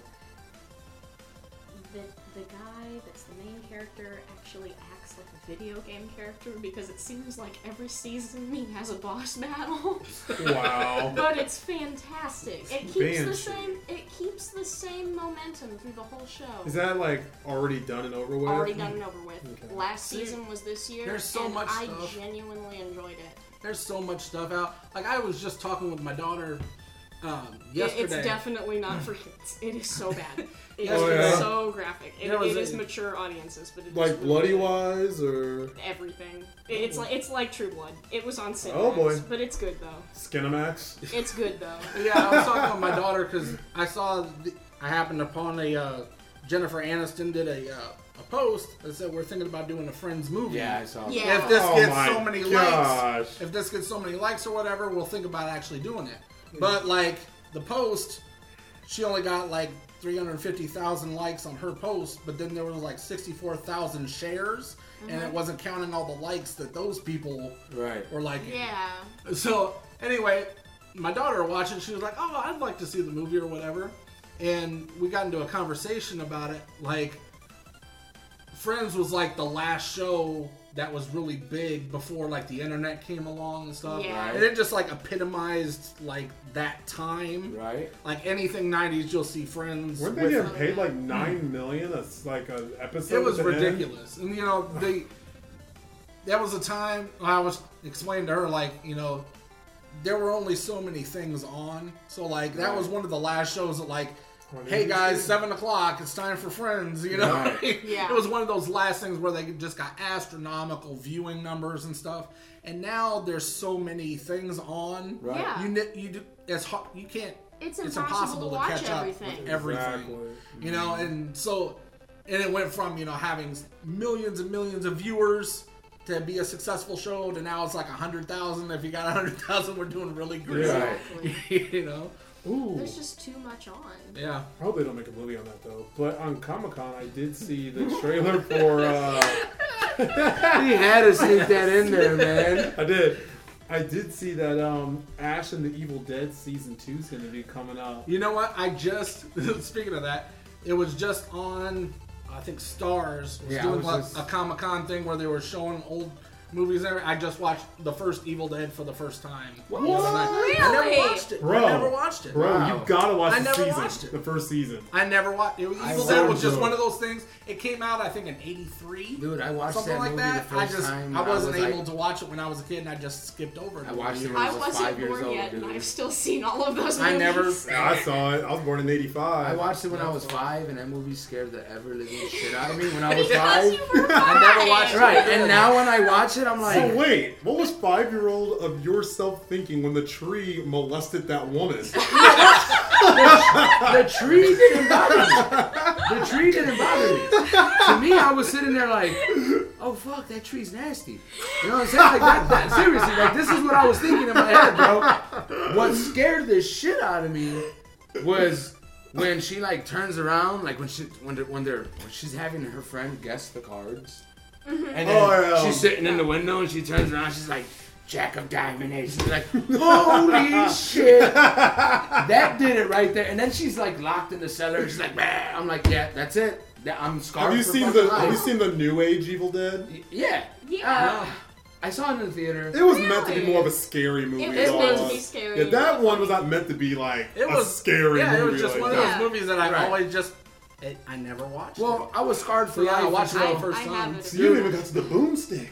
Speaker 5: that the guy that's the main character actually acts like a video game character because it seems like every season he has a boss battle.
Speaker 4: Wow.
Speaker 5: but it's fantastic. It keeps the
Speaker 6: Banshee.
Speaker 5: same it keeps the same momentum through the whole show.
Speaker 6: Is that like already done and over with?
Speaker 5: Already done and over with.
Speaker 6: Okay.
Speaker 5: Last
Speaker 1: See,
Speaker 5: season was this year.
Speaker 1: there's so
Speaker 5: and
Speaker 1: much
Speaker 5: I
Speaker 1: stuff.
Speaker 5: genuinely enjoyed it.
Speaker 1: There's so much stuff out. Like I was just talking with my daughter um,
Speaker 5: It-
Speaker 1: yesterday.
Speaker 5: It's definitely not for kids. It is so bad. It is
Speaker 1: Oh,
Speaker 6: yeah.
Speaker 5: so graphic. It,
Speaker 1: There was
Speaker 5: it is
Speaker 1: a-
Speaker 5: mature audiences, but it's
Speaker 6: Like bloody wise or
Speaker 5: everything. It- it's like it's like True Blood. It was on Cinemax,
Speaker 6: Oh, boy.
Speaker 5: but it's good though.
Speaker 6: Skinamax?
Speaker 5: It's good though.
Speaker 1: yeah, I was talking with my daughter because I saw the, I happened upon a uh, Jennifer Aniston did a uh, a post that said we're thinking about doing a Friends movie.
Speaker 3: Yeah, I saw.
Speaker 5: Yeah.
Speaker 1: If this
Speaker 6: Oh
Speaker 1: gets
Speaker 6: my
Speaker 1: so many likes,
Speaker 6: gosh.
Speaker 1: if this gets so many likes or whatever, we'll think about actually doing it. But like the post, she only got like 350,000 likes on her post, but then there was like 64,000 shares, and it wasn't counting all the likes that those people
Speaker 3: Right.
Speaker 1: were liking.
Speaker 5: Yeah.
Speaker 1: So anyway, my daughter watching, she was like, "Oh, I'd like to see the movie or whatever," and we got into a conversation about it. Like, Friends was like the last show that was really big before like the internet came along and stuff,
Speaker 5: Yeah.
Speaker 1: and it just like epitomized like that time.
Speaker 3: Right.
Speaker 1: Like anything '90s, you'll see Friends.
Speaker 6: Weren't they
Speaker 1: with-
Speaker 6: getting paid like nine million? That's like an episode.
Speaker 1: it was
Speaker 6: at the end?
Speaker 1: ridiculous. And you know, they that was a time I was explaining to her like, you know, there were only so many things on. So like that was one of the last shows that like
Speaker 6: Right.
Speaker 1: Hey guys, seven o'clock. It's time for Friends. You know,
Speaker 5: Yeah.
Speaker 1: it was one of those last things where they just got astronomical viewing numbers and stuff. And now there's so many things on.
Speaker 3: Right.
Speaker 5: Yeah.
Speaker 1: You ni- you do, it's hard, you can't.
Speaker 5: It's
Speaker 1: it's impossible
Speaker 5: impossible to
Speaker 1: to
Speaker 5: watch
Speaker 1: catch up with
Speaker 5: everything.
Speaker 1: everything
Speaker 6: Exactly.
Speaker 1: you know and so and it went from you know having millions and millions of viewers to be a successful show to now it's like a hundred thousand if you got a hundred thousand we're doing really great
Speaker 6: Yeah.
Speaker 5: Exactly.
Speaker 1: you know
Speaker 6: Ooh.
Speaker 5: There's just too much on.
Speaker 1: yeah
Speaker 6: I hope they don't make a movie on that though. But on Comic Con, I did see the trailer for. Uh,
Speaker 3: He had to sneak that in there, man.
Speaker 6: I did. I did see that um, Ash and the Evil Dead season two is going to be coming out.
Speaker 1: you know what i just speaking of that it was just on i think stars was
Speaker 3: Yeah, I
Speaker 1: doing
Speaker 3: was
Speaker 1: like
Speaker 3: just-
Speaker 1: a comic-con thing where they were showing old movies and everything. i just watched the first evil dead for the first time what? i
Speaker 5: Really?
Speaker 1: never watched it
Speaker 6: Bro.
Speaker 1: i never watched it
Speaker 6: Bro,
Speaker 3: Wow.
Speaker 6: you gotta watch
Speaker 1: I
Speaker 6: the
Speaker 1: never
Speaker 6: season,
Speaker 1: watched it.
Speaker 6: the first season.
Speaker 1: I never watched. It was
Speaker 3: I
Speaker 1: Evil Dead was
Speaker 6: watched
Speaker 1: just
Speaker 6: it.
Speaker 1: one of those things. It came out, I think, in '83,
Speaker 3: Dude, I watched
Speaker 1: something
Speaker 3: that
Speaker 1: like
Speaker 3: movie
Speaker 1: that.
Speaker 3: the
Speaker 1: I
Speaker 3: first
Speaker 1: just
Speaker 3: time.
Speaker 1: I wasn't
Speaker 3: was like-
Speaker 1: able to watch it when I was a kid, and I just skipped over it.
Speaker 3: I watched it when I
Speaker 5: I
Speaker 3: was like
Speaker 5: wasn't
Speaker 3: five years
Speaker 5: born
Speaker 3: old,
Speaker 5: yet,
Speaker 3: dude.
Speaker 5: and I've still seen all of those movies.
Speaker 1: I never-
Speaker 6: Yeah, I saw it. I was born in '85.
Speaker 3: I watched it when I was five, and that movie scared the ever living shit out of me when I was
Speaker 5: Because
Speaker 3: five.
Speaker 5: you were
Speaker 1: I never watched it.
Speaker 3: Right, and now when I watch it, I'm like,
Speaker 6: So wait, what was five-year-old of yourself thinking when the tree molested that woman?
Speaker 3: the tree didn't bother me. The tree didn't bother me. To me, I was sitting there like, oh fuck, that tree's nasty. You know what I'm saying? Like that, that- seriously, like this is what I was thinking in my head, bro. What scared the shit out of me was when she like turns around, like when she when they're, when they're when she's having her friend guess the cards, and then
Speaker 6: Oh, yeah.
Speaker 3: she's sitting in the window and she turns around, she's like. Jack of Diamond Ace. She's like, holy shit! That did it right there. And then she's like locked in the cellar. She's like, "Bah." I'm like, yeah, that's it. That- I'm scarred.
Speaker 6: have you
Speaker 3: for
Speaker 6: seen
Speaker 3: fucking
Speaker 6: the Have you
Speaker 3: life."
Speaker 6: seen the New Age Evil Dead?
Speaker 3: Yeah.
Speaker 5: Yeah.
Speaker 3: Uh, I saw it in the theater.
Speaker 6: It was meant to be
Speaker 5: Really?
Speaker 6: more of a scary movie.
Speaker 5: was
Speaker 6: than
Speaker 5: meant to be scary,
Speaker 6: Yeah, that
Speaker 5: not
Speaker 6: one was not meant to be like
Speaker 1: It
Speaker 6: a
Speaker 1: was
Speaker 6: scary
Speaker 1: Yeah,
Speaker 6: movie.
Speaker 1: it was just
Speaker 6: like
Speaker 1: one of
Speaker 6: that.
Speaker 1: those movies that I
Speaker 3: Right.
Speaker 1: always just it, I never watched.
Speaker 3: Well,
Speaker 1: it.
Speaker 3: I was scarred for
Speaker 1: Yeah, I
Speaker 3: life.
Speaker 1: watched it
Speaker 3: until-
Speaker 1: all
Speaker 5: I-
Speaker 1: the first
Speaker 5: I
Speaker 1: time.
Speaker 5: have it.
Speaker 6: So you haven't even got to the boomstick.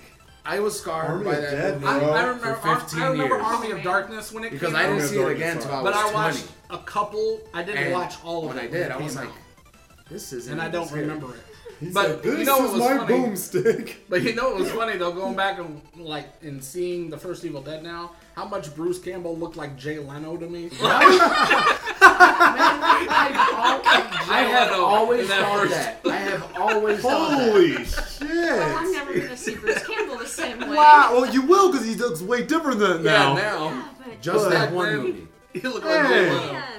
Speaker 3: I was scarred
Speaker 6: Army
Speaker 3: by
Speaker 6: of
Speaker 3: that
Speaker 6: Dead,
Speaker 3: movie
Speaker 1: I,
Speaker 6: bro.
Speaker 1: I remember.
Speaker 3: for 15
Speaker 1: I remember
Speaker 3: years.
Speaker 1: Army of Darkness when it
Speaker 3: because
Speaker 1: came
Speaker 3: I
Speaker 1: out,
Speaker 3: didn't
Speaker 6: Army of
Speaker 3: see it
Speaker 6: Darkness,
Speaker 3: again until I was
Speaker 6: sorry.
Speaker 1: but I
Speaker 3: 20.
Speaker 1: watched a couple. I didn't
Speaker 3: And
Speaker 1: watch all of
Speaker 3: when
Speaker 1: it.
Speaker 3: I did,
Speaker 1: it
Speaker 3: I was
Speaker 1: came
Speaker 3: like,
Speaker 1: out,
Speaker 3: "This is."
Speaker 1: and I don't remember it.
Speaker 6: He
Speaker 1: But
Speaker 6: said,
Speaker 1: you
Speaker 6: this
Speaker 1: know what
Speaker 6: is
Speaker 1: was
Speaker 6: my
Speaker 1: funny?
Speaker 6: boomstick.
Speaker 1: But you know what was funny though, going back and like and seeing the first Evil Dead now, how much Bruce Campbell looked like Jay Leno to me.
Speaker 3: I have
Speaker 1: Leno
Speaker 3: always
Speaker 1: in that
Speaker 3: thought
Speaker 1: first-
Speaker 3: that. I have always thought that.
Speaker 6: Holy
Speaker 5: Well, I'm
Speaker 6: shit!
Speaker 5: never gonna see Bruce Campbell the same way.
Speaker 6: Wow. Well, you will because he looks way different than
Speaker 1: yeah,
Speaker 6: now.
Speaker 1: now
Speaker 5: But
Speaker 3: Just
Speaker 6: But-
Speaker 3: that one
Speaker 1: Man.
Speaker 3: movie.
Speaker 1: he looked like Jay
Speaker 6: Hey.
Speaker 1: Leno.
Speaker 5: man.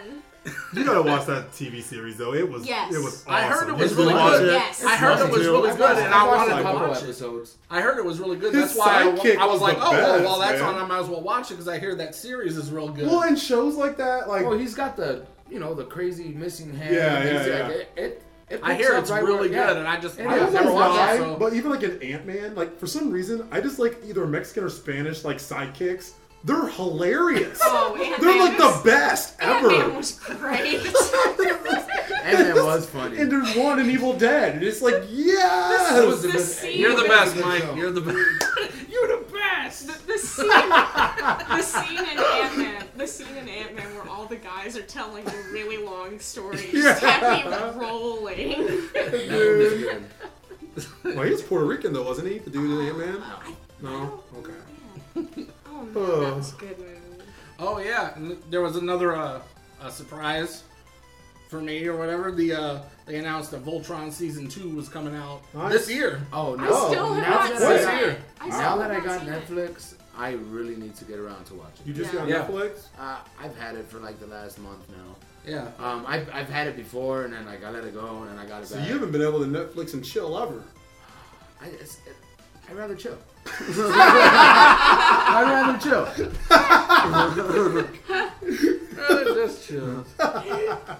Speaker 6: You gotta watch that TV series though. It was.
Speaker 5: Yes.
Speaker 6: It was. Awesome.
Speaker 1: I heard it was
Speaker 6: You
Speaker 1: really
Speaker 6: should watch
Speaker 1: good.
Speaker 6: it.
Speaker 5: Yes.
Speaker 1: I heard it was really
Speaker 6: I've
Speaker 1: good,
Speaker 6: watched-
Speaker 1: and
Speaker 6: I've
Speaker 1: I
Speaker 6: watched
Speaker 1: wanted
Speaker 6: like
Speaker 1: to
Speaker 6: a
Speaker 3: couple
Speaker 1: watch it.
Speaker 3: episodes.
Speaker 1: I heard it was really good.
Speaker 6: His
Speaker 1: That's why I,
Speaker 6: sidekick
Speaker 1: I was
Speaker 6: was
Speaker 1: like,
Speaker 6: the
Speaker 1: oh, well,
Speaker 6: best,
Speaker 1: while that's
Speaker 6: man.
Speaker 1: on, I might as well watch it because I hear that series is real good.
Speaker 6: Well, and shows like that, like
Speaker 3: Well, he's got the you know the crazy missing hand.
Speaker 6: Yeah,
Speaker 3: and things
Speaker 6: yeah,
Speaker 3: like
Speaker 6: yeah.
Speaker 3: It, it, it
Speaker 1: I
Speaker 3: picks
Speaker 1: hear
Speaker 3: up
Speaker 1: it's
Speaker 3: right
Speaker 1: really
Speaker 3: where- yeah.
Speaker 1: good, and I just
Speaker 3: It
Speaker 1: I
Speaker 6: I
Speaker 3: is.
Speaker 1: have
Speaker 6: don't know
Speaker 1: never watched
Speaker 6: why,
Speaker 1: it. So.
Speaker 6: but even like an Ant Man, like for some reason, I just like either Mexican or Spanish like sidekicks. They're hilarious.
Speaker 5: Oh, Ant-Man
Speaker 6: They're like the
Speaker 5: was-
Speaker 6: best
Speaker 5: Ant-Man
Speaker 6: ever.
Speaker 5: was great.
Speaker 3: and it was funny.
Speaker 6: And there's one in Evil Dead, and it's like
Speaker 3: It was
Speaker 6: yes.
Speaker 3: the
Speaker 5: the
Speaker 3: best-
Speaker 5: scene
Speaker 1: You're the
Speaker 5: with-
Speaker 1: best, Mike. You're the best.
Speaker 5: You're the best. The, the scene, the scene in Ant Man, the scene in Ant Man where all the guys are telling the really long stories,
Speaker 6: Yeah.
Speaker 5: have me rolling.
Speaker 3: That one was good.
Speaker 6: Well, he was Puerto Rican though, wasn't he? The dude in Ant Man. No. Okay.
Speaker 5: Oh man, that was a good movie.
Speaker 1: Oh yeah, and there was another uh, a surprise for me or whatever. The uh, they announced that Voltron season two was coming out
Speaker 6: Nice.
Speaker 1: this year.
Speaker 3: Oh no!
Speaker 5: I still have
Speaker 3: now
Speaker 5: not
Speaker 3: that
Speaker 5: seen
Speaker 3: I
Speaker 6: What?
Speaker 3: got-
Speaker 5: it. I still
Speaker 3: Now
Speaker 5: have
Speaker 3: that I
Speaker 5: not
Speaker 3: got
Speaker 5: seen it.
Speaker 3: Netflix, I really need to get around to watching.
Speaker 6: You
Speaker 3: it.
Speaker 6: just
Speaker 5: Yeah.
Speaker 6: got
Speaker 1: Yeah.
Speaker 6: Netflix.
Speaker 3: Uh, I've had it for like the last month now.
Speaker 1: Yeah.
Speaker 3: Um, I've, I've had it before, and then like I let it go, and then I got it
Speaker 6: So
Speaker 3: back.
Speaker 6: you haven't been able to Netflix and chill ever.
Speaker 3: I, it's, it, I'd rather chill. I'd rather chill.
Speaker 1: Uh, just chill.
Speaker 6: Oh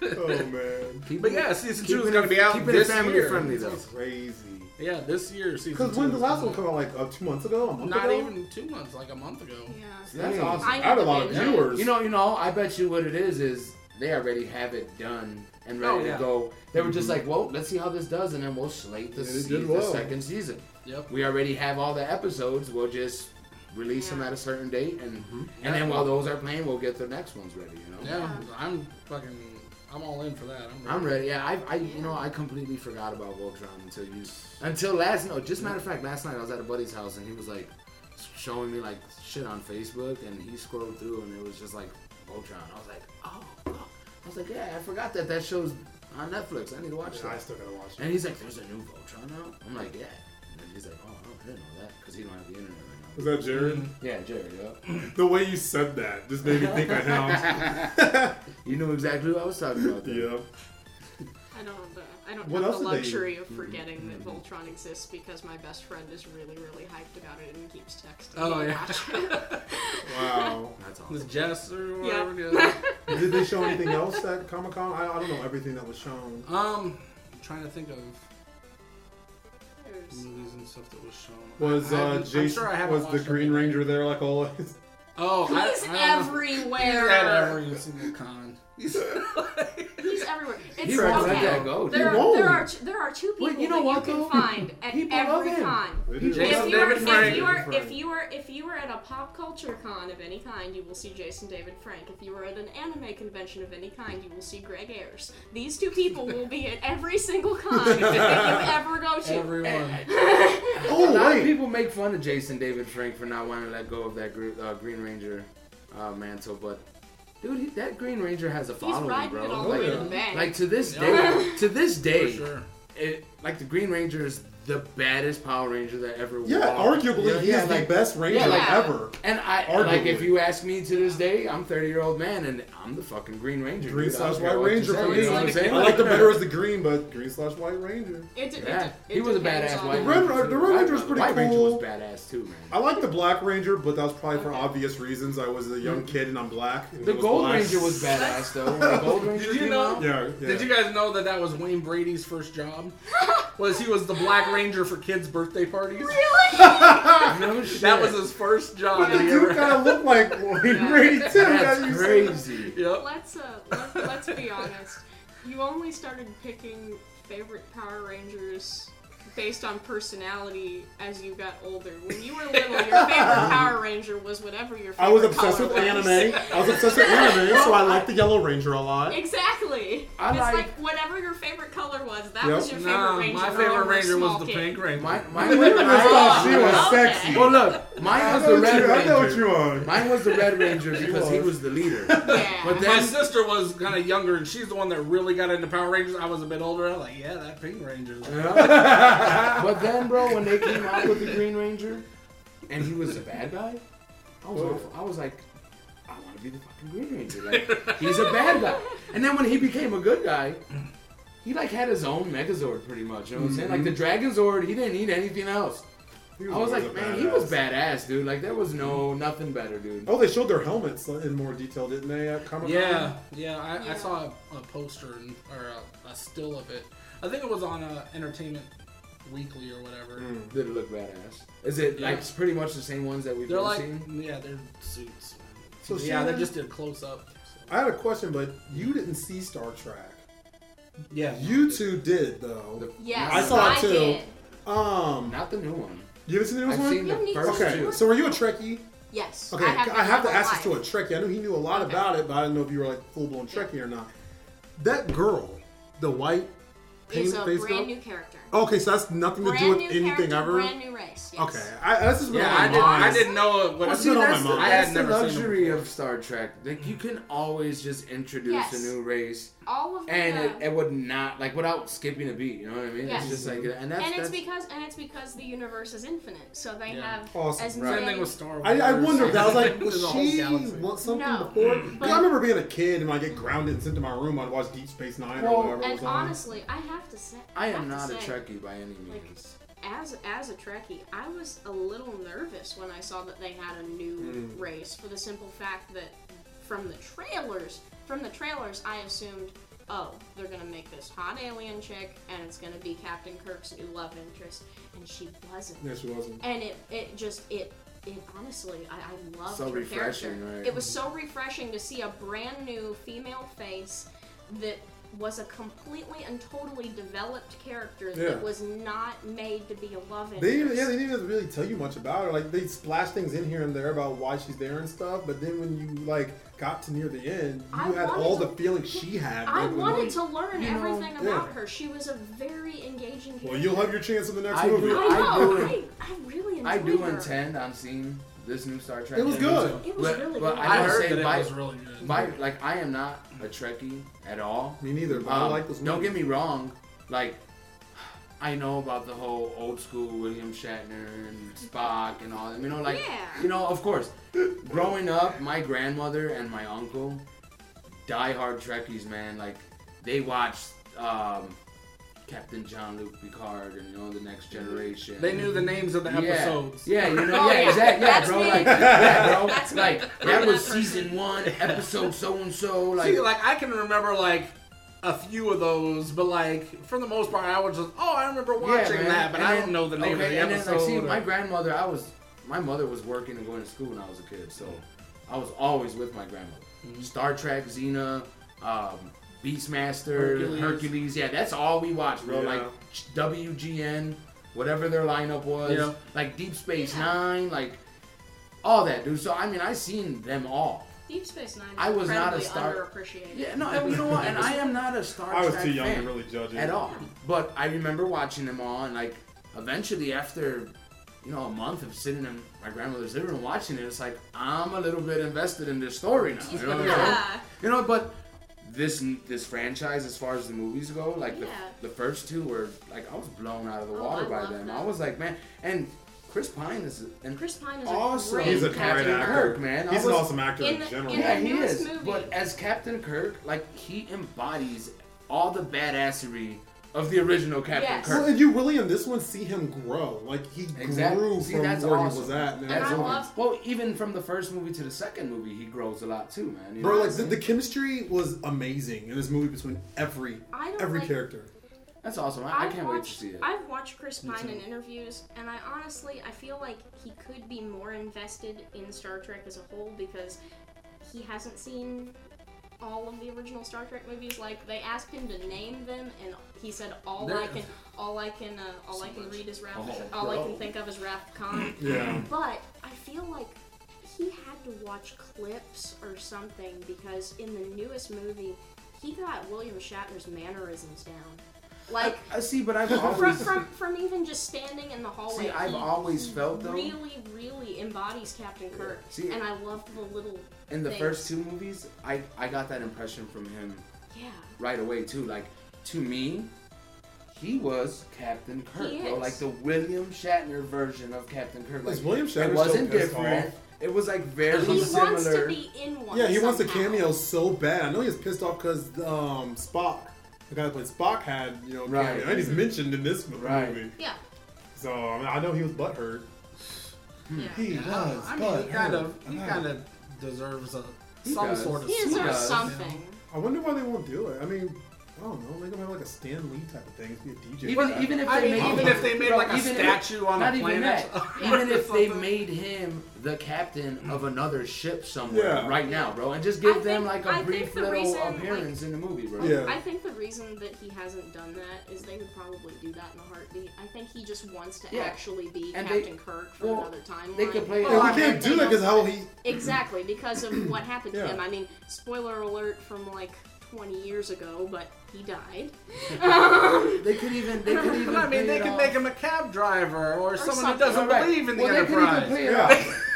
Speaker 6: man,
Speaker 1: But yeah, season two is gonna be out
Speaker 3: Keep it
Speaker 1: this
Speaker 3: family
Speaker 1: year.
Speaker 3: friendly though.
Speaker 6: crazy.
Speaker 1: Yeah, this year season.
Speaker 6: Because
Speaker 1: two
Speaker 6: when the
Speaker 1: is
Speaker 6: last one
Speaker 1: coming
Speaker 6: come out, like uh, two months ago, a
Speaker 1: out.
Speaker 6: month
Speaker 1: Not
Speaker 6: ago?
Speaker 1: even two months, like a month ago.
Speaker 5: Yeah.
Speaker 6: That's
Speaker 3: Dang.
Speaker 6: awesome. I,
Speaker 5: I
Speaker 6: had a lot of
Speaker 5: haven't been.
Speaker 6: viewers.
Speaker 3: You know, you know. I bet you what it is is they already have it done and ready
Speaker 1: Oh, yeah. Mm-hmm.
Speaker 3: to go. They were just like, well, let's see how this does, and then we'll slate the,
Speaker 6: And it
Speaker 3: se-
Speaker 6: did
Speaker 3: the
Speaker 6: well.
Speaker 3: second season.
Speaker 1: Yep.
Speaker 3: We already have all the episodes. We'll just release them
Speaker 5: Yeah.
Speaker 3: at a certain date, and and then while those are playing, we'll get the next ones ready. You know.
Speaker 1: Mm-hmm. Yeah, I'm fucking. I'm all in for that. I'm,
Speaker 3: I'm ready. Yeah, I, I, you know, I completely forgot about Voltron until you, until last. No, just matter of fact, last night I was at a buddy's house and he was like showing me like shit on Facebook, and he scrolled through and it was just like Voltron. I was like, oh, fuck. I was like, yeah, I forgot that that show's on Netflix. I need to watch
Speaker 6: I
Speaker 3: that.
Speaker 6: still gotta watch it.
Speaker 3: And he's like, there's a new Voltron out. I'm like, yeah. And then he's like, oh, I didn't know that because he don't have the internet right now.
Speaker 6: Was that Jared?
Speaker 3: Yeah, Jerry. Yeah.
Speaker 6: The way you said that just made me think I have.
Speaker 3: You knew exactly what I was talking about. There.
Speaker 6: yeah.
Speaker 5: I don't have the, I don't
Speaker 6: What
Speaker 5: have
Speaker 6: else
Speaker 5: the
Speaker 6: did they-
Speaker 5: luxury of forgetting that Voltron exists because my best friend is really, really hyped about it and keeps texting
Speaker 1: Oh,
Speaker 5: me to
Speaker 1: yeah.
Speaker 5: watch it.
Speaker 6: Wow.
Speaker 3: That's awesome.
Speaker 1: With Jess or whatever. Yeah.
Speaker 6: Did they show anything else at Comic Con? I, I don't know everything that was shown.
Speaker 1: um, I'm trying to think of
Speaker 5: There's-
Speaker 1: movies and stuff that was shown.
Speaker 6: Was
Speaker 1: I
Speaker 6: uh,
Speaker 1: haven't-
Speaker 6: Jason?
Speaker 1: I'm sure I haven't
Speaker 6: was the
Speaker 1: watched
Speaker 6: Green
Speaker 1: everything.
Speaker 6: Ranger there like always?
Speaker 1: Oh, I,
Speaker 5: He's
Speaker 1: I don't know.
Speaker 5: everywhere.
Speaker 1: He's at every single con. He's
Speaker 5: He's everywhere. It's
Speaker 3: He won't let that go.
Speaker 5: There
Speaker 6: He
Speaker 5: are,
Speaker 6: won't.
Speaker 5: there are t- there are two people
Speaker 3: Well, you know
Speaker 5: that
Speaker 3: what,
Speaker 5: you can
Speaker 3: though?
Speaker 5: find at
Speaker 3: People love
Speaker 5: every
Speaker 3: him.
Speaker 5: con.
Speaker 6: They do.
Speaker 1: Jason
Speaker 5: If you, are,
Speaker 1: David Frank.
Speaker 5: if you are if
Speaker 6: Frank.
Speaker 5: you are if you are at a pop culture con of any kind, you will see Jason David Frank. If you are at an anime convention of any kind, you will see Greg Ayers. These two people will be at every single con that you ever go to.
Speaker 1: everyone.
Speaker 3: A
Speaker 6: oh
Speaker 3: lot of
Speaker 6: wait,
Speaker 3: people make fun of Jason David Frank for not wanting to let go of that gr- uh, Green Ranger uh, mantle, but dude, he, that Green Ranger has a following,
Speaker 5: riding
Speaker 3: bro.
Speaker 5: it all the
Speaker 3: like,
Speaker 5: way to the bank.
Speaker 3: like, to this day,
Speaker 1: Yeah.
Speaker 3: to this day,
Speaker 1: sure.
Speaker 3: it, like the Green Ranger is the baddest Power Ranger that ever.
Speaker 6: yeah,
Speaker 3: walked.
Speaker 6: arguably
Speaker 3: Yeah,
Speaker 6: he
Speaker 3: yeah,
Speaker 6: is
Speaker 3: like-
Speaker 6: the best Ranger
Speaker 3: yeah, like-
Speaker 6: ever.
Speaker 3: And I like if
Speaker 6: arguably.
Speaker 3: you ask me to this day, I'm 30 year old man and I'm the fucking Green Ranger.
Speaker 6: Green
Speaker 3: dude. I don't
Speaker 6: slash
Speaker 3: care
Speaker 6: White
Speaker 3: what you
Speaker 6: Ranger
Speaker 3: say,
Speaker 6: for
Speaker 3: you
Speaker 6: me.
Speaker 3: know what I'm saying?
Speaker 6: I like the better as the green, but Green slash White Ranger.
Speaker 5: It, d- it,
Speaker 3: Yeah,
Speaker 5: d-
Speaker 3: he
Speaker 5: it
Speaker 3: was a
Speaker 5: depends
Speaker 3: badass
Speaker 5: on-
Speaker 3: white
Speaker 6: The Red,
Speaker 3: Ranger.
Speaker 6: the Red Ranger was pretty
Speaker 3: White
Speaker 6: cool.
Speaker 3: Ranger was badass too, man.
Speaker 6: I like the Black Ranger, but that was probably for
Speaker 5: Okay.
Speaker 6: obvious reasons. I was a young kid and I'm black. and
Speaker 3: The
Speaker 6: it was
Speaker 3: Gold
Speaker 6: black.
Speaker 3: Ranger was badass though. When the Gold Ranger
Speaker 1: you
Speaker 3: came
Speaker 1: know-
Speaker 3: out-
Speaker 6: Yeah, yeah.
Speaker 1: Did you guys know that that was Wayne Brady's first job? Was he was the Black ranger for kids' birthday parties.
Speaker 5: Really?
Speaker 3: No shit.
Speaker 1: That was his first job.
Speaker 6: But the
Speaker 1: he ever
Speaker 6: dude kind of looked like Wayne Brady too. now you
Speaker 3: That's
Speaker 6: say-
Speaker 3: crazy.
Speaker 1: Yep.
Speaker 5: let's uh, let, let's be honest. You only started picking favorite Power Rangers based on personality as you got older. When you were little, your favorite Power Ranger was whatever your favorite
Speaker 6: I was obsessed
Speaker 5: color
Speaker 6: with
Speaker 5: was.
Speaker 6: anime. I was obsessed with anime, so I liked the Yellow Ranger a lot.
Speaker 5: Exactly.
Speaker 3: I
Speaker 5: it's like,
Speaker 3: like- whatever
Speaker 5: whatever your favorite color was, that
Speaker 6: Yep.
Speaker 5: was your favorite
Speaker 1: Nah,
Speaker 5: ranger.
Speaker 1: my
Speaker 5: when
Speaker 1: favorite
Speaker 5: you were a
Speaker 1: ranger
Speaker 5: small
Speaker 1: was the
Speaker 5: kid.
Speaker 1: pink ranger.
Speaker 3: Mine,
Speaker 6: I
Speaker 3: mine
Speaker 6: just
Speaker 3: was,
Speaker 6: thought she was
Speaker 5: Okay.
Speaker 6: sexy.
Speaker 3: well, look, mine
Speaker 6: I
Speaker 3: was
Speaker 6: know
Speaker 3: the
Speaker 6: what
Speaker 3: Red
Speaker 6: you- I know what
Speaker 3: Ranger.
Speaker 6: you are.
Speaker 3: Mine was the Red Ranger because he was the leader.
Speaker 5: Yeah.
Speaker 3: But
Speaker 1: my
Speaker 3: then
Speaker 1: sister was kind of younger, and she's the one that really got into Power Rangers. I was a bit older. I was like, yeah, that Pink Ranger's.
Speaker 3: But then, bro, when they came out with the Green Ranger, and he was a bad guy, I
Speaker 6: Oh.
Speaker 3: was, awful. I was like, I want to be the fucking Green Ranger. Like, he's a bad guy. And then when he became a good guy, he like had his own Megazord, pretty much. You know what I'm saying? Like the
Speaker 6: Mm-hmm.
Speaker 3: Dragonzord, he didn't need anything else.
Speaker 6: He
Speaker 3: I was
Speaker 6: always
Speaker 3: like,
Speaker 6: a
Speaker 3: man, he was
Speaker 6: badass.
Speaker 3: badass, dude. Like there was no nothing better, dude.
Speaker 6: Oh, they showed their helmets in more detail, didn't they? At Comic Con?
Speaker 1: Yeah, yeah. I,
Speaker 5: Yeah.
Speaker 1: I saw a, a poster and, or a, a still of it. I think it was on uh, Entertainment Weekly or whatever.
Speaker 6: Mm.
Speaker 3: Did it look badass? Is it
Speaker 1: Yeah.
Speaker 3: like it's pretty much the same ones that we've
Speaker 1: They're
Speaker 3: been
Speaker 1: like,
Speaker 3: seeing?
Speaker 1: yeah, they're suits.
Speaker 6: So
Speaker 1: yeah, they
Speaker 6: Shannon-
Speaker 1: just did close up. so-
Speaker 6: I had a question, but you didn't see Star Trek.
Speaker 1: Yeah,
Speaker 6: You two did though.
Speaker 3: The-
Speaker 5: yes,
Speaker 6: I saw it too.
Speaker 5: Did.
Speaker 6: Um,
Speaker 3: Not the new one.
Speaker 6: you haven't seen the newest
Speaker 3: I've
Speaker 6: one?
Speaker 3: seen
Speaker 5: You
Speaker 3: the
Speaker 5: need
Speaker 3: first
Speaker 5: to-
Speaker 3: two.
Speaker 6: okay, so were you a Trekkie?
Speaker 5: Yes.
Speaker 6: Okay,
Speaker 5: I have,
Speaker 6: I have to ask this to a
Speaker 5: to
Speaker 6: Trekkie. I knew he knew a lot
Speaker 5: Okay.
Speaker 6: about it, but I didn't know if you were like full blown Trekkie or not. That girl, the white
Speaker 5: Is
Speaker 6: painted
Speaker 5: a
Speaker 6: face
Speaker 5: brand
Speaker 6: girl.
Speaker 5: new character.
Speaker 6: Okay, so that's nothing
Speaker 5: brand
Speaker 6: to Oh, do with
Speaker 5: new
Speaker 6: anything
Speaker 5: character,
Speaker 6: ever.
Speaker 5: brand new race. Yes.
Speaker 6: Okay, I, that's just been
Speaker 1: yeah.
Speaker 6: on my
Speaker 1: I didn't. I
Speaker 6: mind.
Speaker 1: didn't know it.
Speaker 3: Well,
Speaker 1: What
Speaker 6: What's
Speaker 3: see,
Speaker 6: been on
Speaker 3: that's,
Speaker 6: my
Speaker 3: the,
Speaker 6: mind.
Speaker 1: I
Speaker 3: that's
Speaker 1: had
Speaker 3: the
Speaker 1: never seen
Speaker 3: luxury
Speaker 1: them
Speaker 3: of Star Trek. Like you can always just introduce
Speaker 5: Yes.
Speaker 3: a new race,
Speaker 5: All of the.
Speaker 3: and it, it would not like without skipping a beat. You know what I mean?
Speaker 5: Yes.
Speaker 3: It's just like, and that's,
Speaker 5: and it's
Speaker 3: that's
Speaker 5: because and it's because the universe is infinite, so they
Speaker 1: Yeah.
Speaker 5: have
Speaker 6: Awesome.
Speaker 5: as
Speaker 1: Same
Speaker 5: many.
Speaker 1: thing with Star Wars.
Speaker 6: I, I wondered that. I was like,
Speaker 1: There's
Speaker 6: was
Speaker 1: a whole
Speaker 6: she
Speaker 1: galaxy.
Speaker 6: want something
Speaker 5: No,
Speaker 6: before? 'Cause
Speaker 5: but-
Speaker 6: I remember being a kid and when I get grounded and sent to my room, I'd watch Deep Space Nine
Speaker 3: Well,
Speaker 6: or whatever.
Speaker 5: and
Speaker 6: was
Speaker 1: uh-huh.
Speaker 6: on.
Speaker 5: honestly, I have to say,
Speaker 3: I
Speaker 5: have
Speaker 3: am
Speaker 5: to
Speaker 3: not a
Speaker 5: say,
Speaker 3: Trekkie by any means.
Speaker 5: like, as as a Trekkie, I was a little nervous when I saw that they had a new
Speaker 3: Mm.
Speaker 5: race for the simple fact that from the trailers, from the trailers, I assumed, oh, they're gonna make this hot alien chick, and it's gonna be Captain Kirk's new love interest, and she wasn't.
Speaker 6: Yeah, she wasn't.
Speaker 5: And it it just it. It honestly, I, I loved
Speaker 3: So
Speaker 5: her
Speaker 3: refreshing,
Speaker 5: character.
Speaker 3: right?
Speaker 5: It was so refreshing to see a brand new female face that was a completely and totally developed character
Speaker 6: Yeah.
Speaker 5: that was not made to be a love interest.
Speaker 6: They didn't, yeah, they didn't even really tell you much about her. Like they splashed things in here and there about why she's there and stuff. But then when you like got to near the end, you
Speaker 5: I
Speaker 6: had
Speaker 5: wanted
Speaker 6: all
Speaker 5: to-
Speaker 6: the feelings she had.
Speaker 5: I
Speaker 6: like, when-
Speaker 5: wanted to learn
Speaker 3: you know,
Speaker 5: everything
Speaker 6: yeah.
Speaker 5: about her. She was a very engaging character.
Speaker 6: Well, you'll have your chance in the next
Speaker 3: I
Speaker 6: movie.
Speaker 3: do-
Speaker 5: I know.
Speaker 3: I
Speaker 5: I,
Speaker 3: do-
Speaker 5: I really enjoyed
Speaker 3: I do
Speaker 5: her.
Speaker 3: intend on seeing this new Star Trek.
Speaker 6: It was
Speaker 3: movie,
Speaker 6: good.
Speaker 3: too.
Speaker 5: It was
Speaker 3: But-
Speaker 5: really
Speaker 3: but
Speaker 5: good.
Speaker 3: I
Speaker 1: I
Speaker 3: will
Speaker 1: heard
Speaker 3: say
Speaker 1: that it
Speaker 3: my-
Speaker 1: was really good.
Speaker 3: My like I am not a Trekkie at all.
Speaker 6: Me neither. But I
Speaker 3: Um,
Speaker 6: like this. Movie.
Speaker 3: Don't get me wrong, like I know about the whole old school William Shatner and Spock and all that. You know, like
Speaker 5: Yeah.
Speaker 3: you know, of course. Growing up, my grandmother and my uncle, diehard Trekkies, man. Like they watched um, Captain John Luke Picard and you know the Next Generation.
Speaker 1: They knew the names of the
Speaker 3: Yeah.
Speaker 1: episodes.
Speaker 3: Yeah, you know,
Speaker 5: Oh,
Speaker 3: yeah,
Speaker 5: yeah.
Speaker 3: exactly. Yeah,
Speaker 5: That's
Speaker 3: bro,
Speaker 5: me.
Speaker 3: like, yeah, bro,
Speaker 5: That's me.
Speaker 3: like
Speaker 5: I'm
Speaker 3: that
Speaker 5: that
Speaker 3: was
Speaker 5: person.
Speaker 3: season one, episode so and so. Like,
Speaker 1: See, like I can remember like a few of those, but like for the most part, I was just, oh, I remember watching
Speaker 3: man.
Speaker 1: that, but
Speaker 3: And
Speaker 1: I
Speaker 3: then-
Speaker 1: don't know the name
Speaker 3: okay,
Speaker 1: of
Speaker 3: and
Speaker 1: the
Speaker 3: then,
Speaker 1: episode.
Speaker 3: like, see,
Speaker 1: or-
Speaker 3: my grandmother, I was, my mother was working and going to school when I was a kid, so I was always with my grandmother.
Speaker 1: Mm-hmm.
Speaker 3: Star Trek, Xena, um, Beastmaster, Hercules.
Speaker 1: Hercules.
Speaker 3: Yeah, that's all we watched, bro.
Speaker 6: Yeah.
Speaker 3: Like WGN, whatever their lineup was,
Speaker 1: Yeah.
Speaker 3: like Deep Space
Speaker 5: Yeah.
Speaker 3: Nine, like all that, dude. So I mean, I seen them all.
Speaker 5: Deep Space Nine.
Speaker 3: I was not a
Speaker 5: incredibly
Speaker 3: star-
Speaker 5: Underappreciated.
Speaker 3: Yeah, no, and you know what? And I am not a Star
Speaker 6: I was
Speaker 3: Trek
Speaker 6: too young
Speaker 3: fan
Speaker 6: to really judge it
Speaker 3: at all. But I remember watching them all, and like eventually after you know a month of sitting in my grandmother's living room watching it, it's like I'm a little bit invested in this story now. You know, what I'm saying?
Speaker 5: Yeah.
Speaker 3: you know but this this franchise, as far as the movies go, like
Speaker 5: Yeah.
Speaker 3: the, the first two were like I was blown out of the
Speaker 5: Oh,
Speaker 3: water
Speaker 5: I
Speaker 3: by
Speaker 5: love
Speaker 3: them.
Speaker 5: them.
Speaker 3: I was like, man, and Chris Pine is and
Speaker 5: Chris Pine is
Speaker 3: awesome.
Speaker 5: a great
Speaker 6: He's a great
Speaker 5: Captain
Speaker 6: actor.
Speaker 5: Kirk.
Speaker 3: Kirk, man. I
Speaker 6: He's
Speaker 3: was-
Speaker 6: an awesome actor in,
Speaker 5: In the-
Speaker 6: general.
Speaker 5: in the-
Speaker 3: yeah,
Speaker 5: that
Speaker 3: he
Speaker 5: newest
Speaker 3: is.
Speaker 5: movie.
Speaker 3: But as Captain Kirk, like he embodies all the badassery of the original Captain
Speaker 5: Yes.
Speaker 3: Kirk.
Speaker 6: Well, and you really in this one see him grow. Like he
Speaker 3: Exactly.
Speaker 6: grew
Speaker 3: See,
Speaker 6: from
Speaker 3: that's
Speaker 6: where
Speaker 3: awesome.
Speaker 6: he was at. Man.
Speaker 3: That's
Speaker 5: I
Speaker 3: all.
Speaker 5: love-
Speaker 3: well, even from the first movie to the second movie, he grows a lot too, man. You know
Speaker 6: Bro,
Speaker 3: what
Speaker 6: like the,
Speaker 3: I'm
Speaker 6: the chemistry was amazing in this movie between every
Speaker 5: I don't
Speaker 6: every
Speaker 5: like-
Speaker 6: character.
Speaker 3: That's awesome. I, I can't wait to
Speaker 5: watched,
Speaker 3: see it.
Speaker 5: I've watched Chris Pine
Speaker 1: too.
Speaker 5: in interviews, and I honestly, I feel like he could be more invested in Star Trek as a whole because he hasn't seen all of the original Star Trek movies. Like they asked him to name them, and he said, "All I
Speaker 1: There-
Speaker 5: can, all I can, uh, all
Speaker 3: So
Speaker 5: I can
Speaker 3: much.
Speaker 5: read is Ralph.
Speaker 3: Oh,
Speaker 5: all I
Speaker 3: bro.
Speaker 5: can think of is Ralph Kahn."
Speaker 6: Yeah.
Speaker 5: But I feel like he had to watch clips or something because in the newest movie, he got William Shatner's mannerisms down. Like
Speaker 3: I, I see, but I've
Speaker 5: from,
Speaker 3: always
Speaker 5: from from even just standing in the hallway.
Speaker 3: see. I've
Speaker 5: he
Speaker 3: always felt though.
Speaker 5: really really embodies Captain Kirk,
Speaker 3: See-
Speaker 5: and I love the little
Speaker 3: In the
Speaker 5: things.
Speaker 3: first two movies, I, I got that impression from him
Speaker 5: yeah.
Speaker 3: right away too. Like to me, he was Captain Kirk,
Speaker 5: He
Speaker 3: bro.
Speaker 5: is.
Speaker 3: Like the William Shatner version of Captain Kirk. Like
Speaker 6: Is William Shatner
Speaker 3: it
Speaker 6: still
Speaker 3: wasn't
Speaker 6: pissed
Speaker 3: different.
Speaker 6: off?
Speaker 3: It was like very
Speaker 5: He
Speaker 3: similar.
Speaker 5: wants to be in one.
Speaker 6: Yeah, he wants a
Speaker 5: somehow.
Speaker 6: cameo so bad. I know he's pissed off because um, Spock, the guy that played Spock, had you know,
Speaker 3: Right.
Speaker 6: cameo, and he's mentioned in this movie.
Speaker 3: Right.
Speaker 5: Yeah,
Speaker 6: So I, mean, I know he was butthurt.
Speaker 5: yeah.
Speaker 4: He was.
Speaker 1: I mean, he
Speaker 4: butthurt
Speaker 1: kind of, he
Speaker 4: about
Speaker 1: kind of deserves a
Speaker 3: He
Speaker 1: some
Speaker 3: does.
Speaker 1: sort of.
Speaker 5: He
Speaker 3: He
Speaker 1: sweet.
Speaker 5: deserves
Speaker 3: does.
Speaker 5: something.
Speaker 6: I wonder why they won't do it. I mean, I don't know. Make him have like a Stan Lee type of thing. Be a DJ.
Speaker 3: Even
Speaker 6: guy.
Speaker 3: even if
Speaker 1: I
Speaker 3: they
Speaker 1: mean,
Speaker 3: made
Speaker 1: even if they made
Speaker 3: bro,
Speaker 1: like a
Speaker 3: even if-
Speaker 1: statue on
Speaker 3: not
Speaker 1: a
Speaker 3: even
Speaker 1: planet.
Speaker 3: that. even if they made him the captain of another ship somewhere
Speaker 6: Yeah.
Speaker 3: right now, bro, and just give
Speaker 5: I
Speaker 3: them
Speaker 5: think-
Speaker 3: like a
Speaker 5: I think
Speaker 3: brief
Speaker 5: the
Speaker 3: little
Speaker 5: reason, like-
Speaker 3: appearance in the movie, bro.
Speaker 6: Yeah.
Speaker 5: I think the reason that he hasn't done that is they would probably do that in a heartbeat. I think he just wants to
Speaker 3: Yeah.
Speaker 5: actually be
Speaker 3: And they-
Speaker 5: Captain Kirk for
Speaker 3: well,
Speaker 5: another timeline.
Speaker 3: they could play-
Speaker 5: But
Speaker 6: Yeah,
Speaker 5: I
Speaker 6: we can't
Speaker 5: think
Speaker 6: do
Speaker 5: they
Speaker 6: that because
Speaker 5: don't-
Speaker 6: how he.
Speaker 5: Exactly, because of what happened to
Speaker 6: Yeah.
Speaker 5: him. I mean, spoiler alert from like 20 years ago, but he died.
Speaker 3: They could even they could even.
Speaker 1: But I mean,
Speaker 3: play
Speaker 1: they
Speaker 3: it
Speaker 1: could
Speaker 3: off.
Speaker 1: make him a cab driver or, someone who
Speaker 5: something.
Speaker 1: doesn't
Speaker 3: Right.
Speaker 1: believe in the
Speaker 3: well, they
Speaker 1: Enterprise.
Speaker 3: Could even play it
Speaker 6: Yeah.
Speaker 3: off.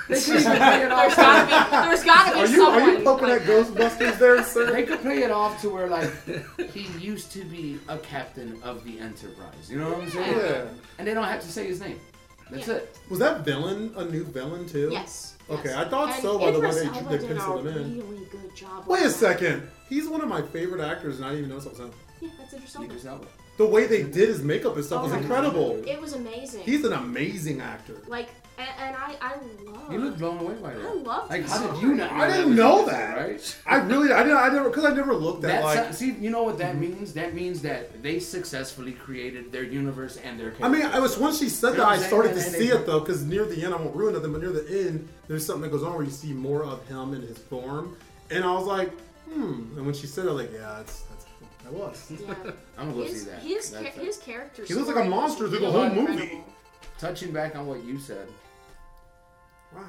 Speaker 3: They could even play it
Speaker 5: There's
Speaker 3: off.
Speaker 5: gotta be, there's gotta be
Speaker 6: Are you
Speaker 5: someone.
Speaker 6: are you poking
Speaker 5: like
Speaker 6: at Ghostbusters there,
Speaker 3: They
Speaker 6: sir?
Speaker 3: could play it off to where like he used to be a captain of the Enterprise. You know what I'm saying?
Speaker 6: Yeah.
Speaker 3: And they don't have to say his name. That's
Speaker 5: Yeah.
Speaker 3: it.
Speaker 6: Was that villain a new villain too?
Speaker 5: Yes.
Speaker 6: Okay,
Speaker 5: yes.
Speaker 6: I thought
Speaker 5: and
Speaker 6: so by the way
Speaker 5: Idris
Speaker 6: they-
Speaker 5: Elba
Speaker 6: they
Speaker 5: did
Speaker 6: penciled
Speaker 5: a
Speaker 6: him in.
Speaker 5: Really good job.
Speaker 6: Wait a
Speaker 5: with that.
Speaker 6: second. He's one of my favorite actors, and I didn't even notice I was him.
Speaker 5: Yeah, that's Idris
Speaker 3: You
Speaker 5: Elba.
Speaker 3: just know it.
Speaker 6: The way they did his makeup and stuff
Speaker 5: Oh
Speaker 6: was
Speaker 5: my God.
Speaker 6: incredible.
Speaker 5: It was amazing.
Speaker 6: He's an amazing actor.
Speaker 5: like, and, and I, I love.
Speaker 3: You look blown away by that.
Speaker 5: I loved
Speaker 3: Like,
Speaker 5: his
Speaker 3: how did
Speaker 5: art.
Speaker 3: you not?
Speaker 6: I didn't
Speaker 3: was
Speaker 6: know
Speaker 3: Captain,
Speaker 6: that.
Speaker 3: right?
Speaker 6: I really, I didn't, I never, because I never looked at
Speaker 3: That
Speaker 6: like. Mm-hmm.
Speaker 3: so- see, you know what that means? That means that they successfully created their universe and their.
Speaker 6: I
Speaker 3: Characters.
Speaker 6: mean, I was once she
Speaker 3: You
Speaker 6: said
Speaker 3: know
Speaker 6: that,
Speaker 3: what
Speaker 6: I
Speaker 3: I'm saying?
Speaker 6: started to
Speaker 3: And then
Speaker 6: see
Speaker 3: they-
Speaker 6: it though, because near the end, I won't ruin nothing, but near the end, there's something that goes on where you see more of him in his form, and I was like, hmm. And when she said it, I was like, yeah, it's, that's, that was.
Speaker 5: Yeah.
Speaker 3: I'm gonna go
Speaker 5: His,
Speaker 3: see that.
Speaker 5: his,
Speaker 3: That's
Speaker 5: cha-
Speaker 3: it.
Speaker 5: his character.
Speaker 6: He looks like a
Speaker 5: story was
Speaker 6: monster through the
Speaker 5: really
Speaker 6: whole movie.
Speaker 5: incredible.
Speaker 3: Touching back on what you said,
Speaker 6: Wow.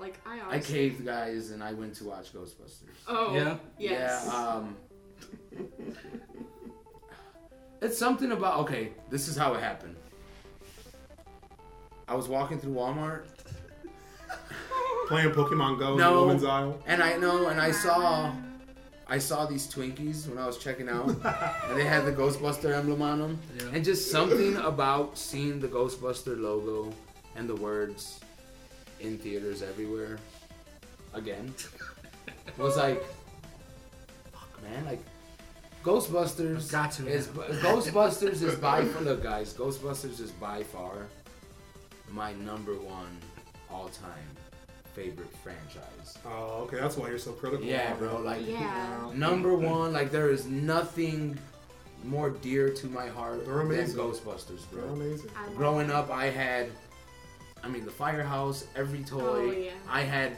Speaker 5: Like I
Speaker 3: I
Speaker 5: honestly.
Speaker 3: caved, guys, and I went to watch Ghostbusters.
Speaker 5: Oh.
Speaker 1: Yeah.
Speaker 5: Yes.
Speaker 6: uh,
Speaker 3: Yeah. Um, it's something about okay. This is how it happened. I was walking through Walmart,
Speaker 6: Playing Pokemon Go in
Speaker 3: No.
Speaker 6: the women's aisle.
Speaker 3: and I know, and I saw, I saw these Twinkies when I was checking out, and they had the Ghostbuster emblem on them,
Speaker 1: Yeah.
Speaker 3: and just something about seeing the Ghostbuster logo and the words in theaters everywhere, again, was like, fuck, man, like. Ghostbusters
Speaker 1: Got to
Speaker 3: is
Speaker 1: now.
Speaker 3: Ghostbusters is by far look guys, Ghostbusters is by far my number one all time favorite franchise.
Speaker 6: Oh, okay, that's why you're so critical.
Speaker 3: Yeah,
Speaker 6: of it.
Speaker 3: bro. Like
Speaker 5: Yeah.
Speaker 3: number one, like there is nothing more dear to my heart
Speaker 6: They're
Speaker 3: than
Speaker 6: amazing.
Speaker 3: Ghostbusters,
Speaker 6: They're
Speaker 3: bro.
Speaker 6: amazing.
Speaker 5: I love
Speaker 3: Growing up, I had, I mean, the firehouse, every toy.
Speaker 5: Oh, yeah.
Speaker 3: I had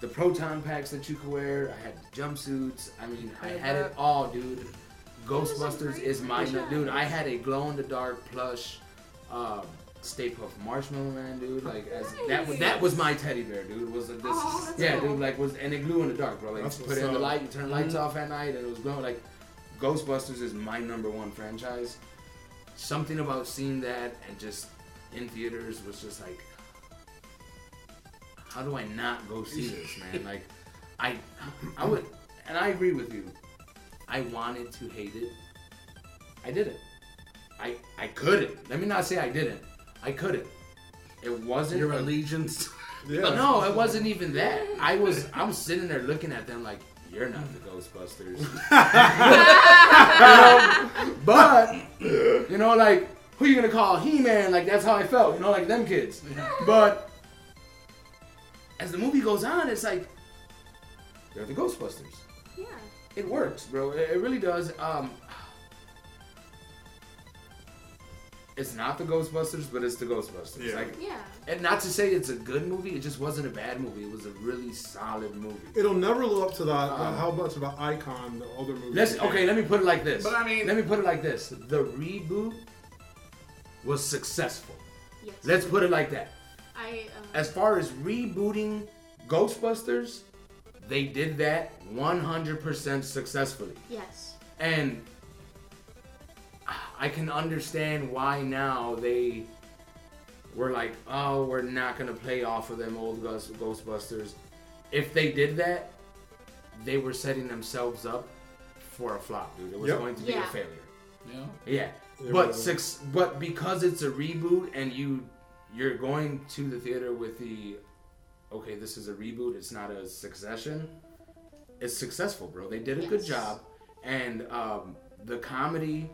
Speaker 3: the proton packs that you could wear. I had the jumpsuits. I mean, I had it all, dude.
Speaker 5: was a
Speaker 3: Ghostbusters
Speaker 5: great
Speaker 3: is my
Speaker 5: franchise.
Speaker 3: dude. I had a glow-in-the-dark plush. Um, Stay Puft Marshmallow Man, dude. Like as, that, was, that was my teddy bear, dude. Was a, this,
Speaker 5: Aw, Oh, that's
Speaker 3: yeah,
Speaker 5: cool.
Speaker 3: dude. Like was and it glue in the dark, bro. Like
Speaker 6: That's
Speaker 3: you put
Speaker 6: what's
Speaker 3: it in the
Speaker 6: up.
Speaker 3: light, you turn lights
Speaker 1: Mm-hmm.
Speaker 3: off at night, and it was glowing. Like Ghostbusters is my number one franchise. Something about seeing that and just in theaters was just like, how do I not go see this, man? Like, I, I would, and I agree with you. I wanted to hate it. I didn't. I I couldn't. Let me not say I didn't. I couldn't. It wasn't.
Speaker 1: Your allegiance.
Speaker 6: Yeah.
Speaker 3: But no, it wasn't even that. I was I'm sitting there looking at them like, you're not the Ghostbusters. You know? But you know, like, who you gonna call? He Man, like that's how I felt, you know, like them kids. But as the movie goes on, it's like they're the Ghostbusters.
Speaker 5: Yeah.
Speaker 3: It works, bro. It, it really does. Um, it's not the Ghostbusters, but it's the Ghostbusters.
Speaker 4: Yeah.
Speaker 3: Like,
Speaker 5: Yeah.
Speaker 3: and not to say it's a good movie, it just wasn't a bad movie. It was a really solid movie.
Speaker 6: It'll never live up to that.
Speaker 3: Um,
Speaker 6: how much of an icon the other movies?
Speaker 3: Let's,
Speaker 6: became.
Speaker 3: okay, let me put it like this.
Speaker 1: But I mean-
Speaker 3: let me put it like this. The reboot was successful.
Speaker 5: Yes.
Speaker 3: Let's put it like that.
Speaker 5: I. Uh,
Speaker 3: As far as rebooting Ghostbusters, they did that 100% successfully.
Speaker 5: yes.
Speaker 3: And I can understand why now they were like, oh, we're not going to play off of them old Ghost- Ghostbusters. If they did that, they were setting themselves up for a flop, dude. It was
Speaker 6: Yep.
Speaker 3: going to be a
Speaker 5: Yeah.
Speaker 3: failure.
Speaker 1: Yeah.
Speaker 3: Yeah.
Speaker 6: It
Speaker 3: but
Speaker 6: was.
Speaker 3: six but because it's a reboot and you you're going to the theater with the okay, this is a reboot, it's not a succession. It's successful, bro. They did a good
Speaker 5: Yes.
Speaker 3: job. And um the comedy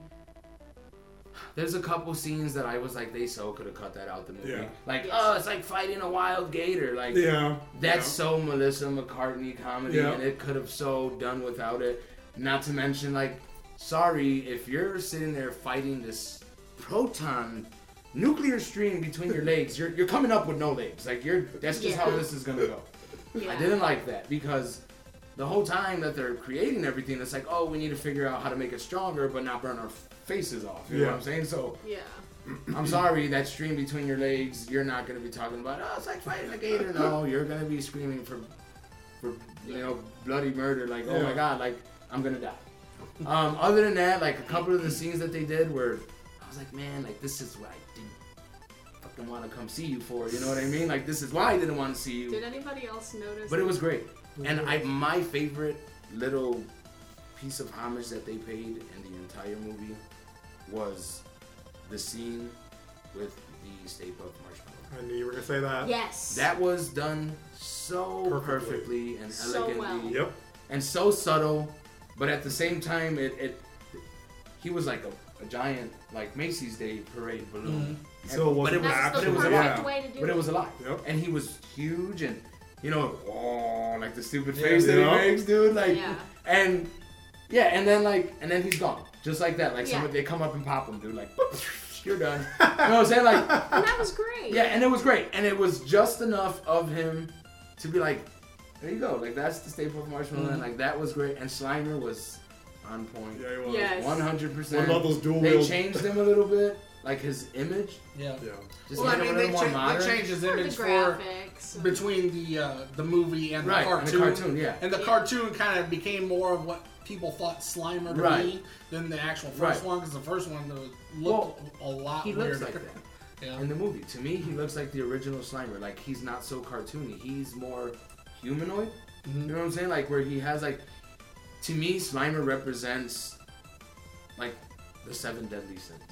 Speaker 3: there's a couple scenes that I was like, they so could have cut that out the movie.
Speaker 6: Yeah.
Speaker 3: Like,
Speaker 5: Yes.
Speaker 3: oh, it's like fighting a wild gator. Like,
Speaker 6: Yeah.
Speaker 3: that's so Melissa McCartney comedy,
Speaker 6: Yeah.
Speaker 3: and it could have so done without it. Not to mention, like, sorry if you're sitting there fighting this proton nuclear stream between your legs, you're you're coming up with no legs. Like, you're that's just how
Speaker 5: Yeah.
Speaker 3: this is gonna go.
Speaker 5: Yeah.
Speaker 3: I didn't like that because the whole time that they're creating everything, it's like, oh, we need to figure out how to make it stronger, but not burn our faces off. You know
Speaker 6: Yeah.
Speaker 3: what I'm saying? So.
Speaker 5: Yeah.
Speaker 3: I'm sorry, that stream between your legs, you're not gonna be talking about. Oh, it's like fighting a gator. No, you're gonna be screaming for, for you know, bloody murder. Like, oh my
Speaker 6: Yeah.
Speaker 3: god, like I'm gonna die. Um, other than that, like a couple of the scenes that they did were, I was like, man, like this is what I didn't fucking want to come see you for. You know what I mean? Like this is why I didn't want to see you.
Speaker 5: Did anybody else notice?
Speaker 3: But it was great.
Speaker 6: Mm-hmm.
Speaker 3: And I my favorite little piece of homage that they paid in the entire movie was the scene with the Stay Puft Marshmallow.
Speaker 6: I knew you were gonna say that.
Speaker 5: Yes.
Speaker 3: That was done so
Speaker 6: Perfectly.
Speaker 3: perfectly, and
Speaker 5: So
Speaker 3: elegantly
Speaker 5: well.
Speaker 6: Yep.
Speaker 3: and so subtle, but at the same time, it, it he was like a, a giant like Macy's Day Parade balloon. And-
Speaker 6: So it
Speaker 3: but
Speaker 6: wasn't
Speaker 3: it was
Speaker 5: That's
Speaker 3: but
Speaker 5: the
Speaker 3: it was
Speaker 5: perfect
Speaker 3: alive.
Speaker 6: yeah.
Speaker 5: way to do
Speaker 3: But it was
Speaker 5: it.
Speaker 3: alive,
Speaker 6: Yep.
Speaker 3: and he was huge, and you know, oh, like the stupid face that
Speaker 6: Yeah.
Speaker 3: he makes, dude. Like,
Speaker 5: Yeah.
Speaker 3: and yeah, and then like, and then he's gone, just like that. Like,
Speaker 5: Yeah.
Speaker 3: somebody, they come up and pop him, dude. Like, you're done. you know what I'm saying? Like,
Speaker 5: And that was great.
Speaker 3: yeah, and it was great, and it was just enough of him to be like, there you go, like that's the staple of Marshmallow, and like that was great, and Slimer was on point,
Speaker 6: Mm-hmm. Yeah, it was.
Speaker 5: Yes.
Speaker 3: one hundred
Speaker 6: What about
Speaker 3: percent.
Speaker 6: those dual
Speaker 3: They
Speaker 6: wheels?
Speaker 3: changed him a little bit, like his image,
Speaker 1: Yeah.
Speaker 6: Yeah.
Speaker 3: just
Speaker 1: Well, I
Speaker 3: made
Speaker 1: mean,
Speaker 3: him a
Speaker 1: they,
Speaker 3: little more
Speaker 1: cha-
Speaker 3: modern.
Speaker 1: they changed his
Speaker 5: For the
Speaker 1: image for
Speaker 5: graphics. and-
Speaker 1: between the uh, the movie and
Speaker 3: Right,
Speaker 1: the
Speaker 3: and the
Speaker 1: cartoon.
Speaker 3: cartoon, yeah.
Speaker 1: And the
Speaker 5: Yeah.
Speaker 1: cartoon kind of became more of what people thought Slimer to
Speaker 3: Right.
Speaker 1: be than the actual
Speaker 3: Right.
Speaker 1: first one, 'cause one, because the first one was- looked a lot
Speaker 3: he
Speaker 1: weirder.
Speaker 3: looks like that.
Speaker 1: Yeah.
Speaker 3: in the movie. To me, he looks like the original Slimer. Like he's not so cartoony. He's more humanoid. You know what I'm saying? Like where he has like, to me, Slimer represents like the seven deadly sins.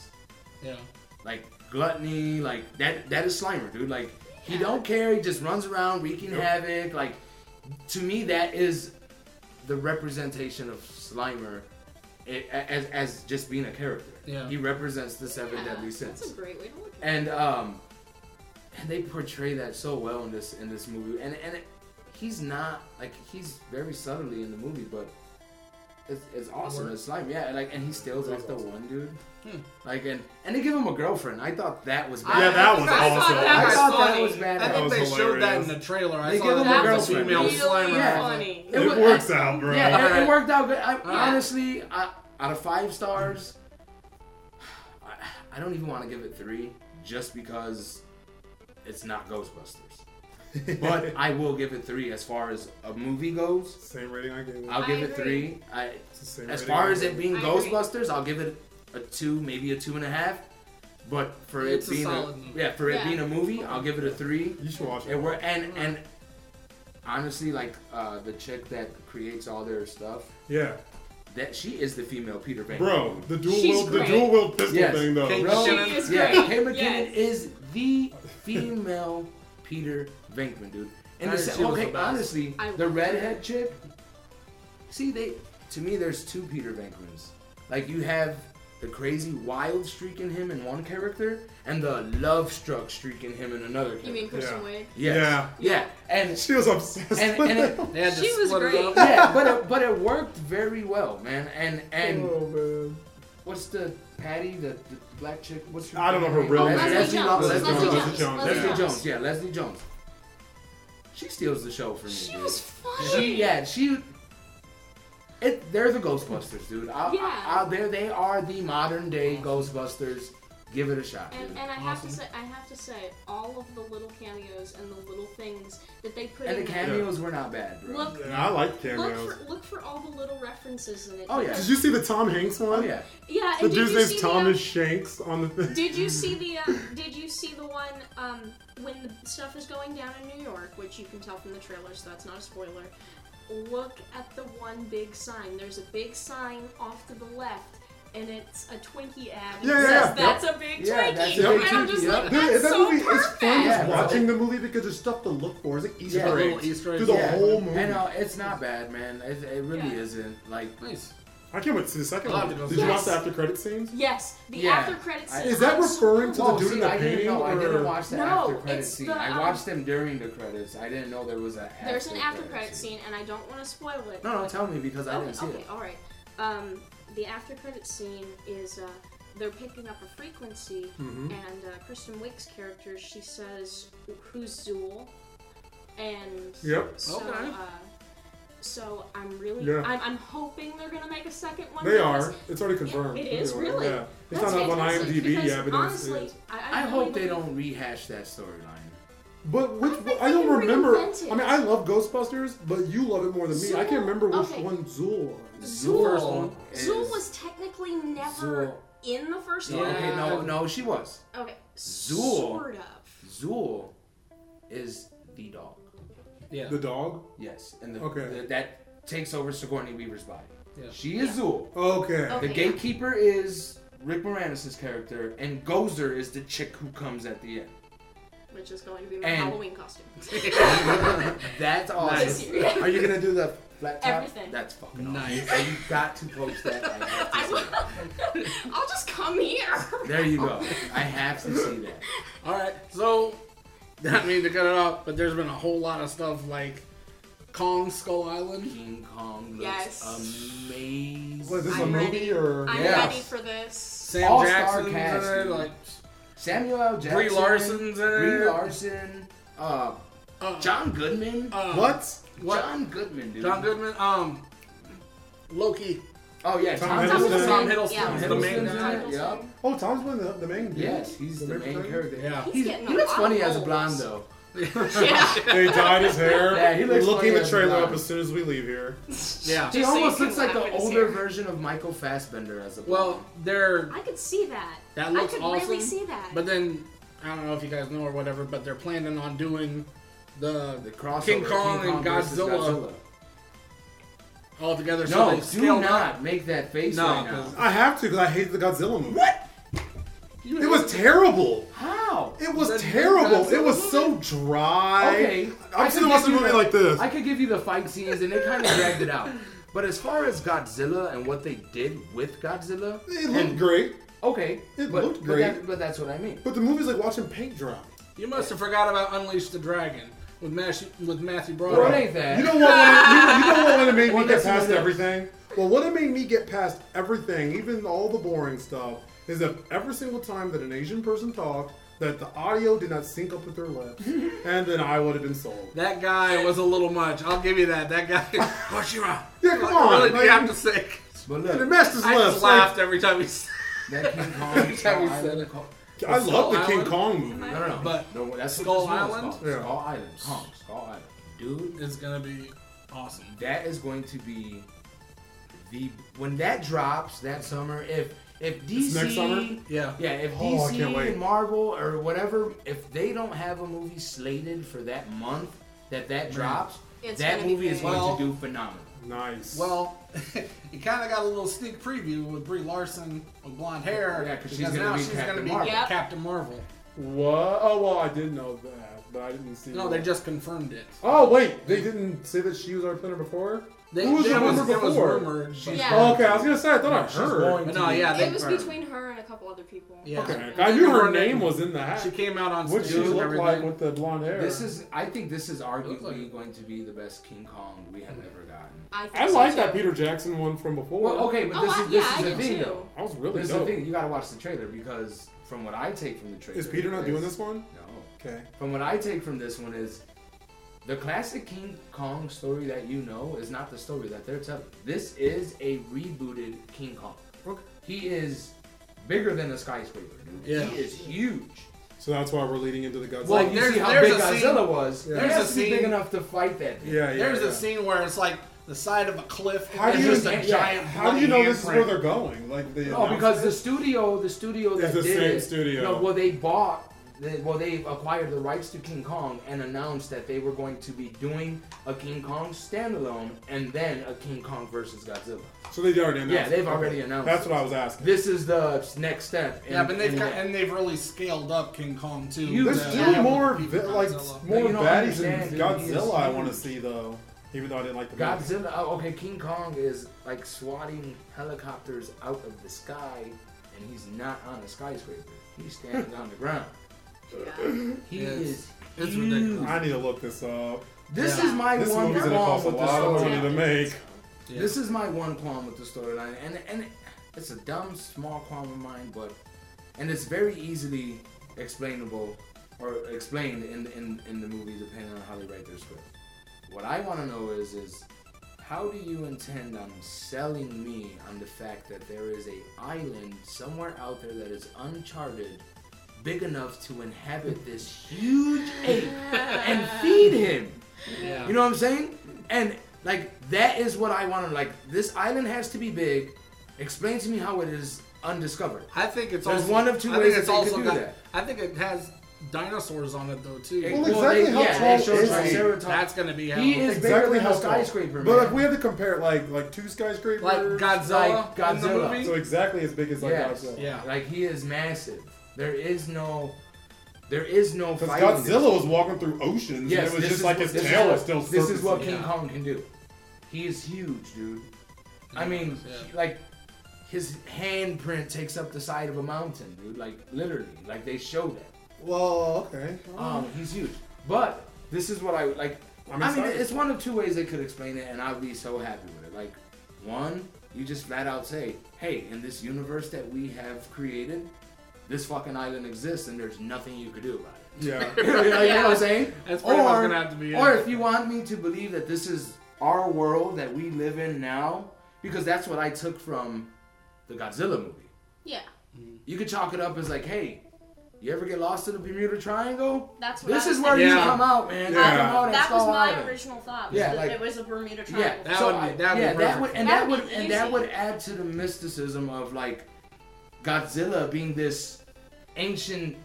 Speaker 1: yeah.
Speaker 3: Like gluttony. Like that. That is Slimer, dude. Like he don't care. He just runs around wreaking havoc. Like to me, that is the representation of Slimer. i- a- As, as just being a character,
Speaker 1: Yeah.
Speaker 3: he represents the seven
Speaker 5: Yeah,
Speaker 3: deadly sins
Speaker 5: That's a great way to look at it.
Speaker 3: and um, and they portray that so well in this in this movie. And and it, he's not like he's very subtly in the movie, but it's, it's awesome. It's slime, yeah. Like and he steals off the one dude. Like and and they give him a girlfriend. I thought that was bad.
Speaker 6: Hmm. Yeah, that
Speaker 1: I-
Speaker 6: was
Speaker 1: I thought
Speaker 6: awesome.
Speaker 5: that
Speaker 1: was
Speaker 3: I thought that
Speaker 1: funny.
Speaker 3: was bad.
Speaker 1: I
Speaker 6: That
Speaker 1: think
Speaker 6: was
Speaker 1: they showed that
Speaker 6: hilarious.
Speaker 1: in the trailer. I
Speaker 3: They give
Speaker 1: saw
Speaker 3: him
Speaker 1: that
Speaker 3: a
Speaker 1: was a
Speaker 3: girlfriend.
Speaker 1: female
Speaker 5: really
Speaker 1: Slimer.
Speaker 3: Yeah.
Speaker 5: funny.
Speaker 3: It
Speaker 6: It,
Speaker 3: was-
Speaker 6: works out, bro.
Speaker 3: Yeah, it, it
Speaker 1: Alright.
Speaker 3: worked out good. I,
Speaker 5: Yeah.
Speaker 3: Honestly, I, out of five stars, I, I don't even want to give it three just because it's not Ghostbusters. but I will give it three as far as a movie goes.
Speaker 6: Same rating I gave. it.
Speaker 3: I'll
Speaker 5: I
Speaker 3: give it
Speaker 5: agree.
Speaker 3: three. I,
Speaker 6: It's the same
Speaker 3: as
Speaker 6: rating
Speaker 3: far
Speaker 6: I
Speaker 3: as
Speaker 6: gave
Speaker 3: it being
Speaker 5: I agree.
Speaker 3: Ghostbusters, I'll give it a two, maybe a two and a half. But for it
Speaker 1: It's a
Speaker 3: being
Speaker 1: solid movie.
Speaker 3: yeah, for it
Speaker 5: Yeah.
Speaker 3: being a movie, I'll give it a three.
Speaker 6: You should watch it.
Speaker 3: And we're and
Speaker 1: Mm-hmm.
Speaker 3: and honestly, like uh, the chick that creates all their stuff,
Speaker 6: Yeah,
Speaker 3: that she is the female Peter Pan.
Speaker 6: bro. The dual
Speaker 5: She's
Speaker 6: wheel, the
Speaker 5: great.
Speaker 6: dual wheel pistol
Speaker 3: Yes.
Speaker 6: thing though.
Speaker 1: Kate
Speaker 3: Bro.
Speaker 5: She
Speaker 1: McKinnon.
Speaker 5: is
Speaker 3: Yeah,
Speaker 5: great.
Speaker 3: Kate McKinnon
Speaker 5: Yes.
Speaker 3: is the female Peter Venkman, dude.
Speaker 1: I
Speaker 3: And the
Speaker 1: heard
Speaker 3: se-
Speaker 1: she was
Speaker 3: okay,
Speaker 1: the best.
Speaker 3: honestly,
Speaker 5: I-
Speaker 3: the redhead chick. See, they to me, there's two Peter Venkmans. Like you have the crazy wild streak in him in one character, and the love struck streak in him in another. Character.
Speaker 5: You mean Kristen
Speaker 6: Yeah.
Speaker 5: Wiig?
Speaker 3: Yes.
Speaker 6: Yeah.
Speaker 3: Yeah, and
Speaker 6: She was obsessed
Speaker 3: and
Speaker 6: with
Speaker 3: and
Speaker 6: it.
Speaker 3: it,
Speaker 1: They had to
Speaker 5: She was
Speaker 1: split it
Speaker 5: great.
Speaker 1: up.
Speaker 3: yeah, but it, but it worked very well, man. And and
Speaker 6: oh man.
Speaker 3: What's the Patty, the, the black chick? What's her
Speaker 4: I don't know her
Speaker 3: name?
Speaker 4: real
Speaker 3: Oh,
Speaker 4: name.
Speaker 5: Leslie
Speaker 3: Lo-
Speaker 5: Jones. Leslie
Speaker 4: Jones.
Speaker 5: Jones.
Speaker 4: Jones.
Speaker 3: Leslie
Speaker 5: Leslie
Speaker 3: Jones. Yeah, Leslie Jones. She steals the show for me.
Speaker 5: She
Speaker 3: dude.
Speaker 5: was funny.
Speaker 3: She yeah she. It, they're the Ghostbusters, dude. I,
Speaker 5: Yeah.
Speaker 3: I, I, they're, they are the modern day Ghostbusters. Give it a shot, dude.
Speaker 5: And, and I have to
Speaker 4: Awesome.
Speaker 5: say, I have to say, all of the little cameos and the little things that they put
Speaker 3: And
Speaker 5: in
Speaker 3: the
Speaker 5: there.
Speaker 3: cameos were not bad, bro.
Speaker 5: Look,
Speaker 4: And I like
Speaker 5: look
Speaker 4: cameos.
Speaker 5: for look for all the little references in it.
Speaker 3: Oh, yeah.
Speaker 6: Did you see the Tom Hanks one?
Speaker 3: oh yeah.
Speaker 5: yeah.
Speaker 6: The
Speaker 5: and did
Speaker 6: dude's
Speaker 5: you see
Speaker 6: name's
Speaker 5: the, uh,
Speaker 6: Thomas Shanks on the thing.
Speaker 5: Did you see the? Uh, did you see the one um, when the stuff is going down in New York, which you can tell from the trailer, so that's not a spoiler. Look at the one big sign. There's a big sign off to the left, and it's a Twinkie ad.
Speaker 6: Yeah,
Speaker 5: and it
Speaker 6: yeah,
Speaker 5: says,
Speaker 6: yeah.
Speaker 5: That's a big
Speaker 3: Yeah,
Speaker 5: Twinkie.
Speaker 3: that's
Speaker 6: a big
Speaker 5: and I'm just
Speaker 3: Twinkie,
Speaker 5: like,
Speaker 3: yeah.
Speaker 6: Dude,
Speaker 5: that's
Speaker 6: that
Speaker 5: so
Speaker 6: movie is
Speaker 5: perfect.
Speaker 6: fun just
Speaker 3: Yeah.
Speaker 6: watching the movie because there's stuff to look for. It's like Easter
Speaker 3: Yeah,
Speaker 1: little
Speaker 6: eggs
Speaker 1: Easter
Speaker 6: through
Speaker 1: eggs.
Speaker 6: the
Speaker 1: Yeah.
Speaker 6: whole movie.
Speaker 3: And uh, it's not bad, man. It, it really
Speaker 5: Yeah.
Speaker 3: isn't. Like,
Speaker 1: Nice.
Speaker 6: I can't wait to see the second
Speaker 1: I'll
Speaker 6: one.
Speaker 1: have to go
Speaker 6: Did
Speaker 1: see
Speaker 6: you
Speaker 5: it.
Speaker 6: watch the after credit scenes?
Speaker 5: Yes, the
Speaker 3: Yeah.
Speaker 5: after credits.
Speaker 3: I-
Speaker 5: scene.
Speaker 6: Is that
Speaker 5: I'm so-
Speaker 6: referring to the
Speaker 3: oh,
Speaker 6: dude in
Speaker 3: see,
Speaker 6: the
Speaker 3: I didn't
Speaker 6: painting?
Speaker 3: know. I
Speaker 6: or-
Speaker 3: didn't watch the
Speaker 5: No,
Speaker 3: after credit
Speaker 5: it's
Speaker 3: scene.
Speaker 5: the,
Speaker 3: I
Speaker 5: um,
Speaker 3: watched them during the credits. I didn't know there was a.
Speaker 5: There's an after credit scene, and I don't want to spoil it.
Speaker 3: No, no, tell me because I
Speaker 5: okay,
Speaker 3: didn't see
Speaker 5: Oh, okay,
Speaker 3: it.
Speaker 5: all right. Um, the after credit scene is uh, they're picking up a frequency, and uh, Kristen Wiig's character she says, "Who's Zool?" And
Speaker 6: Yep.
Speaker 5: so,
Speaker 1: Okay.
Speaker 5: uh, so I'm really,
Speaker 6: Yeah.
Speaker 5: I'm, I'm hoping they're gonna make a second one.
Speaker 6: They
Speaker 5: because-
Speaker 6: are. It's already confirmed.
Speaker 5: Oh, it is,
Speaker 6: Yeah,
Speaker 5: really?
Speaker 6: Yeah. It's
Speaker 5: That's
Speaker 6: not up on
Speaker 5: fantastic,
Speaker 6: IMDb
Speaker 5: because
Speaker 6: yet, but it's-
Speaker 5: honestly,
Speaker 6: it's.
Speaker 5: I, I
Speaker 3: I
Speaker 5: really
Speaker 3: hope they
Speaker 5: believe-
Speaker 3: don't rehash that storyline.
Speaker 6: But which
Speaker 5: I think
Speaker 6: I, don't
Speaker 5: they can
Speaker 6: remember.
Speaker 5: reinvent it.
Speaker 6: I mean, I love Ghostbusters, but you love it more than me. I can't
Speaker 5: Zool-
Speaker 6: remember which
Speaker 5: okay.
Speaker 6: one Zool was.
Speaker 5: Zool.
Speaker 3: The first one is-
Speaker 5: Zool was technically never
Speaker 3: Zool.
Speaker 5: in the first
Speaker 3: No,
Speaker 5: one.
Speaker 3: okay, no, no, she was.
Speaker 5: Okay.
Speaker 3: Zool.
Speaker 5: Sort of.
Speaker 3: Zool is the dog.
Speaker 1: Yeah.
Speaker 6: The dog.
Speaker 3: Yes, and the,
Speaker 6: Okay.
Speaker 3: the- that takes over Sigourney Weaver's body.
Speaker 1: Yeah.
Speaker 3: She is Zool.
Speaker 6: Okay.
Speaker 5: Okay.
Speaker 3: The gatekeeper is Rick Moranis' character, and Gozer is the chick who comes at the end.
Speaker 5: Which is going to be my
Speaker 3: And-
Speaker 5: Halloween costume.
Speaker 3: That's awesome.
Speaker 5: Nice. Nice.
Speaker 3: Are you gonna do the flat top?
Speaker 5: Everything.
Speaker 3: That's fucking
Speaker 1: Nice.
Speaker 3: awesome. And you got to post that. I have to
Speaker 5: I
Speaker 3: see it.
Speaker 5: will. I'll just come here.
Speaker 3: There you go. I have to see that.
Speaker 1: All right, so I mean to cut it off, but there's been a whole lot of stuff like Kong Skull Island.
Speaker 3: King Kong looks
Speaker 5: Yes.
Speaker 3: amazing.
Speaker 6: Was this a
Speaker 5: I'm
Speaker 6: movie
Speaker 5: ready.
Speaker 6: or?
Speaker 5: I'm
Speaker 3: Yes.
Speaker 5: ready for this.
Speaker 1: Sam
Speaker 3: All-star
Speaker 1: Jackson's
Speaker 3: cast,
Speaker 1: in it,
Speaker 3: dude.
Speaker 1: like
Speaker 3: Samuel L. Jackson.
Speaker 1: Brie Larson's in
Speaker 3: Brie
Speaker 1: it.
Speaker 3: Larson. Uh,
Speaker 1: Uh,
Speaker 3: John Goodman.
Speaker 1: uh,
Speaker 6: What?
Speaker 1: What?
Speaker 3: John Goodman, dude.
Speaker 1: John Goodman. Um, Loki.
Speaker 3: Oh yeah,
Speaker 6: Tom
Speaker 3: Tom,
Speaker 6: Hiddleston.
Speaker 3: Hiddleston.
Speaker 1: Tom Hiddleston's
Speaker 5: Yeah.
Speaker 1: the main
Speaker 3: Hiddleston's in
Speaker 1: guy.
Speaker 3: it,
Speaker 5: Hiddleston.
Speaker 3: yup.
Speaker 6: Oh, Tom's one of the, the main. dude.
Speaker 3: Yes, he's the main
Speaker 6: Remember
Speaker 3: character.
Speaker 1: Yeah.
Speaker 5: He's
Speaker 3: He's,
Speaker 5: getting
Speaker 3: he
Speaker 5: a
Speaker 3: looks
Speaker 5: lot
Speaker 3: funny
Speaker 5: of
Speaker 3: as a
Speaker 5: roles.
Speaker 3: blonde though.
Speaker 5: Yeah.
Speaker 6: They dyed his hair.
Speaker 3: Yeah, he looks
Speaker 6: We're looking
Speaker 3: funny
Speaker 6: the
Speaker 3: as
Speaker 6: trailer
Speaker 3: hell.
Speaker 6: up as soon as we leave here.
Speaker 1: Yeah.
Speaker 3: He
Speaker 5: Just so you
Speaker 3: almost
Speaker 5: can
Speaker 3: looks like
Speaker 5: laugh
Speaker 3: the
Speaker 5: at his
Speaker 3: older
Speaker 5: hair.
Speaker 3: version of Michael Fassbender as a blonde.
Speaker 1: Well, they're
Speaker 5: I could see that.
Speaker 1: that looks
Speaker 5: I could
Speaker 1: awesome.
Speaker 5: really see that.
Speaker 1: But then I don't know if you guys know or whatever, but they're planning on doing the,
Speaker 3: the crossover
Speaker 1: King Kong and
Speaker 3: versus
Speaker 1: Godzilla. all together. so
Speaker 3: No,
Speaker 1: they
Speaker 3: do
Speaker 1: scaled
Speaker 3: not
Speaker 1: up.
Speaker 3: make that face
Speaker 1: No,
Speaker 3: right now.
Speaker 1: 'cause-
Speaker 6: I have to because I hate the Godzilla movie.
Speaker 3: What?
Speaker 6: It was terrible.
Speaker 3: How?
Speaker 6: It was
Speaker 1: The
Speaker 6: terrible.
Speaker 1: Godzilla
Speaker 6: It was so dry.
Speaker 3: Okay. I
Speaker 6: I'm
Speaker 3: could
Speaker 6: sitting watching a
Speaker 3: give
Speaker 6: movie
Speaker 3: you
Speaker 6: like
Speaker 3: the-
Speaker 6: this.
Speaker 3: I could give you the fight scenes, and they kind of dragged it out. But as far as Godzilla and what they did with Godzilla,
Speaker 6: It
Speaker 3: and-
Speaker 6: looked great,
Speaker 3: Okay,
Speaker 6: It
Speaker 3: but,
Speaker 6: looked
Speaker 3: but
Speaker 6: great.
Speaker 3: that- but that's what I mean.
Speaker 6: but the movie's like watching paint dry.
Speaker 1: You must have forgot about Unleash the Dragon with Mash with Matthew
Speaker 3: Or it
Speaker 1: Broderick.
Speaker 3: ain't that.
Speaker 6: You know what? Would, you, you know what would have made
Speaker 3: Well,
Speaker 6: me get
Speaker 3: that's
Speaker 6: past
Speaker 3: another-
Speaker 6: everything? Well, what have made me get past everything, even all the boring stuff, is that every single time that an Asian person talked, that the audio did not sync up with their lips, and then I would have been sold.
Speaker 1: That guy was a little much. I'll give you that. That guy, Koshira.
Speaker 6: Yeah, come on.
Speaker 1: Really, you
Speaker 6: like,
Speaker 1: have to say.
Speaker 3: but
Speaker 6: and it
Speaker 3: look,
Speaker 6: messed his
Speaker 1: I
Speaker 6: lips.
Speaker 1: just laughed every time he said.
Speaker 3: that King Kong.
Speaker 1: That's how we
Speaker 3: Skull
Speaker 1: said
Speaker 3: Island
Speaker 1: it.
Speaker 3: Kong-
Speaker 6: Like, I love the
Speaker 1: Skull
Speaker 6: King
Speaker 1: Island?
Speaker 6: Kong movie.
Speaker 3: No, no, no.
Speaker 1: But
Speaker 3: no, that's what
Speaker 1: Skull
Speaker 3: this one's
Speaker 1: Island?
Speaker 3: called.
Speaker 6: Yeah.
Speaker 3: Skull Island, Kong, Skull Island, dude.
Speaker 1: It's gonna be awesome.
Speaker 3: That is going to be the when that drops that summer. If if DC,
Speaker 6: next summer?
Speaker 1: Yeah.
Speaker 3: yeah, if
Speaker 6: Oh, I
Speaker 3: DC
Speaker 6: can't wait.
Speaker 3: and Marvel or whatever, if they don't have a movie slated for that month that that drops,
Speaker 5: It's
Speaker 3: that
Speaker 5: gonna be
Speaker 3: movie is
Speaker 5: big.
Speaker 3: going
Speaker 1: Well-
Speaker 3: to do phenomenal.
Speaker 6: Nice.
Speaker 1: Well, you kind of got a little sneak preview with Brie Larson with blonde hair.
Speaker 3: Yeah, 'cause she's
Speaker 1: because
Speaker 3: gonna
Speaker 1: now
Speaker 3: be
Speaker 1: she's
Speaker 3: Captain
Speaker 1: gonna be
Speaker 3: Marvel.
Speaker 5: Yep.
Speaker 1: Captain Marvel.
Speaker 6: what? Oh well, I did know that, but I didn't see.
Speaker 1: No,
Speaker 6: what-
Speaker 1: they just confirmed it.
Speaker 6: Oh wait, they didn't say that she was our planner before.
Speaker 1: They,
Speaker 6: Who was
Speaker 1: there
Speaker 6: the
Speaker 1: was,
Speaker 6: rumor
Speaker 1: there was
Speaker 6: before?
Speaker 1: rumored, but-
Speaker 5: Yeah.
Speaker 6: Oh, okay, I was gonna say I thought I
Speaker 3: She's
Speaker 6: heard.
Speaker 3: going
Speaker 1: But
Speaker 3: to
Speaker 1: no,
Speaker 3: be-
Speaker 1: yeah, they
Speaker 5: it was
Speaker 1: confirmed.
Speaker 5: between her and a couple other people.
Speaker 1: Yeah.
Speaker 6: Okay, I knew her name was in the
Speaker 1: She
Speaker 6: hat.
Speaker 1: came out on
Speaker 6: What
Speaker 1: stage
Speaker 6: she
Speaker 1: and
Speaker 6: look
Speaker 1: everything.
Speaker 6: like with the blonde hair?
Speaker 3: This is, I think, this
Speaker 1: Looks
Speaker 3: is
Speaker 1: like
Speaker 3: arguably
Speaker 1: it.
Speaker 6: Mm.
Speaker 3: going to be the best King Kong we have ever gotten.
Speaker 5: I, think
Speaker 4: I
Speaker 5: so
Speaker 4: like that
Speaker 5: too.
Speaker 4: Peter Jackson one from before.
Speaker 3: Well, okay, but
Speaker 5: Oh,
Speaker 3: this
Speaker 5: I-
Speaker 3: is
Speaker 5: yeah,
Speaker 3: this
Speaker 5: I
Speaker 3: is the
Speaker 5: did
Speaker 3: thing
Speaker 5: too.
Speaker 3: though.
Speaker 4: That was really
Speaker 3: This is the
Speaker 4: dope.
Speaker 3: thing. You gotta watch the trailer because from what I take from the trailer,
Speaker 6: Is Peter not doing this one?
Speaker 3: No.
Speaker 6: Okay.
Speaker 3: From what I take from this one is the classic King Kong story that you know is not the story that they're telling. This is a rebooted King Kong.
Speaker 6: Okay.
Speaker 3: He is bigger than a skyscraper, dude.
Speaker 1: Yeah.
Speaker 3: He is huge.
Speaker 6: So that's why we're leading into the Godzilla.
Speaker 3: Well, you
Speaker 1: there's-
Speaker 3: see how
Speaker 1: there's
Speaker 3: big
Speaker 1: a
Speaker 3: Godzilla
Speaker 1: scene-
Speaker 3: was.
Speaker 6: Yeah.
Speaker 3: He
Speaker 1: there's
Speaker 3: has
Speaker 1: a
Speaker 3: to be big
Speaker 1: scene-
Speaker 3: enough to fight that. dude.
Speaker 6: yeah, yeah.
Speaker 1: There's
Speaker 6: yeah.
Speaker 1: a scene where it's like the side of a cliff.
Speaker 6: How do
Speaker 1: and
Speaker 6: you-
Speaker 1: there's just a
Speaker 3: yeah,
Speaker 1: giant?
Speaker 6: How do you know
Speaker 1: bloody
Speaker 6: this is where
Speaker 1: handprint.
Speaker 6: they're going? Like the
Speaker 3: No, Oh, because the studio, the studio that
Speaker 6: the
Speaker 3: did
Speaker 6: same
Speaker 3: it-
Speaker 6: studio.
Speaker 3: No, well, they bought. They, well, they acquired the rights to King Kong and announced that they were going to be doing a King Kong standalone and then a King Kong versus Godzilla.
Speaker 6: so they already announced.
Speaker 3: Yeah, they've
Speaker 6: it.
Speaker 3: already announced
Speaker 6: That's
Speaker 3: it.
Speaker 6: what I was asking.
Speaker 3: This is the next step. in-
Speaker 1: Yeah, but they've
Speaker 3: in
Speaker 1: got,
Speaker 3: that.
Speaker 1: and they've really scaled up King Kong too.
Speaker 3: You-
Speaker 6: There's
Speaker 3: Yeah.
Speaker 6: still
Speaker 3: Yeah.
Speaker 6: more
Speaker 1: People
Speaker 6: vi-
Speaker 1: from
Speaker 6: like
Speaker 1: Godzilla.
Speaker 6: more
Speaker 3: But you don't
Speaker 6: baddies than
Speaker 3: understand, dude. He is
Speaker 6: Godzilla. I want to
Speaker 3: huge.
Speaker 6: see though, even though I didn't like the movie.
Speaker 3: Godzilla. Oh, okay, King Kong is like swatting helicopters out of the sky, and he's not on a skyscraper. He's standing on the ground.
Speaker 5: Yeah.
Speaker 3: He
Speaker 1: Yes.
Speaker 3: is.
Speaker 1: It's
Speaker 3: huge.
Speaker 1: ridiculous.
Speaker 6: I need to look this up.
Speaker 3: This
Speaker 1: Yeah.
Speaker 3: is my
Speaker 6: This
Speaker 3: one
Speaker 6: movie's gonna
Speaker 3: qualm
Speaker 6: cost a
Speaker 3: with the
Speaker 6: lot of
Speaker 3: story.
Speaker 6: money to make.
Speaker 1: Yeah.
Speaker 3: This is my one qualm with the storyline, and and it's a dumb small qualm of mine, but and it's very easily explainable or explained in in, in the movie depending on how they write their script. What I want to know is is how do you intend on selling me on the fact that there is a island somewhere out there that is uncharted, big enough to inhabit this huge ape and feed him?
Speaker 1: yeah.
Speaker 3: You know what I'm saying? And like that is what I want to like. This island has to be big. Explain to me how it is undiscovered.
Speaker 1: I think it's
Speaker 3: There's
Speaker 1: also,
Speaker 3: one of two
Speaker 1: I think
Speaker 3: ways
Speaker 1: it's
Speaker 3: that they could
Speaker 1: also
Speaker 3: do
Speaker 1: got-
Speaker 3: that.
Speaker 1: I think it has dinosaurs on it though too.
Speaker 6: Well, exactly how
Speaker 3: they
Speaker 6: tall
Speaker 3: showed
Speaker 6: is he?
Speaker 3: Triceratops.
Speaker 1: That's gonna be how
Speaker 3: He is bigger
Speaker 6: Exactly
Speaker 3: than
Speaker 6: how
Speaker 3: a
Speaker 6: tall.
Speaker 3: skyscraper,
Speaker 6: But
Speaker 3: man.
Speaker 6: like we have to compare like like two skyscrapers.
Speaker 1: like Godzilla,
Speaker 3: Like
Speaker 1: in the
Speaker 3: Godzilla.
Speaker 1: movie.
Speaker 6: So exactly as big as like
Speaker 3: Yes.
Speaker 6: Godzilla.
Speaker 1: Yeah.
Speaker 3: Like he is massive. There is no, there is no
Speaker 6: Because
Speaker 3: fighting. this.
Speaker 6: Godzilla was walking through oceans,
Speaker 3: Yes,
Speaker 6: and it was
Speaker 3: this
Speaker 6: just
Speaker 3: is
Speaker 6: like
Speaker 3: what-
Speaker 6: his
Speaker 3: this is
Speaker 6: tail
Speaker 3: what-
Speaker 6: was still
Speaker 3: This is what
Speaker 1: surfacing.
Speaker 3: King
Speaker 1: Yeah.
Speaker 3: Kong can do. He is huge, dude. I mean,
Speaker 1: Yeah.
Speaker 3: he- like his handprint takes up the side of a mountain, dude. Like literally, like they show that.
Speaker 6: Well, okay.
Speaker 3: Um, he's huge. But this is what I like.
Speaker 6: I'm
Speaker 3: I mean,
Speaker 6: excited.
Speaker 3: it's one of two ways they could explain it, and I'd be so happy with it. Like, one, you just flat out say, "Hey, in this universe that we have created, this fucking island exists, and there's nothing you could do about it."
Speaker 6: Yeah.
Speaker 3: you know, you know what
Speaker 5: Yeah.
Speaker 3: I'm saying?
Speaker 1: That's pretty much gonna have to be it.
Speaker 3: Or if you want me to believe that this is our world that we live in now, because that's what I took from the Godzilla movie.
Speaker 5: yeah.
Speaker 3: You could chalk it up as like, hey, you ever get lost in the Bermuda Triangle?
Speaker 5: That's what
Speaker 3: This
Speaker 5: I was
Speaker 3: is where
Speaker 5: thinking.
Speaker 3: you
Speaker 1: Yeah.
Speaker 3: come out, man. You
Speaker 6: Yeah.
Speaker 3: come out at
Speaker 5: That was
Speaker 3: Skull
Speaker 5: my
Speaker 3: Island.
Speaker 5: original thought. Was
Speaker 3: Yeah,
Speaker 5: yeah,
Speaker 3: like-
Speaker 5: it was a Bermuda
Speaker 3: Yeah,
Speaker 5: Triangle.
Speaker 1: That
Speaker 3: so
Speaker 1: would be-
Speaker 3: I-
Speaker 1: that would be
Speaker 3: yeah, that
Speaker 1: perfect.
Speaker 3: would and
Speaker 5: That
Speaker 3: that
Speaker 5: would
Speaker 3: would
Speaker 5: be
Speaker 3: and that
Speaker 5: easy.
Speaker 3: would add to the mysticism of like Godzilla being this ancient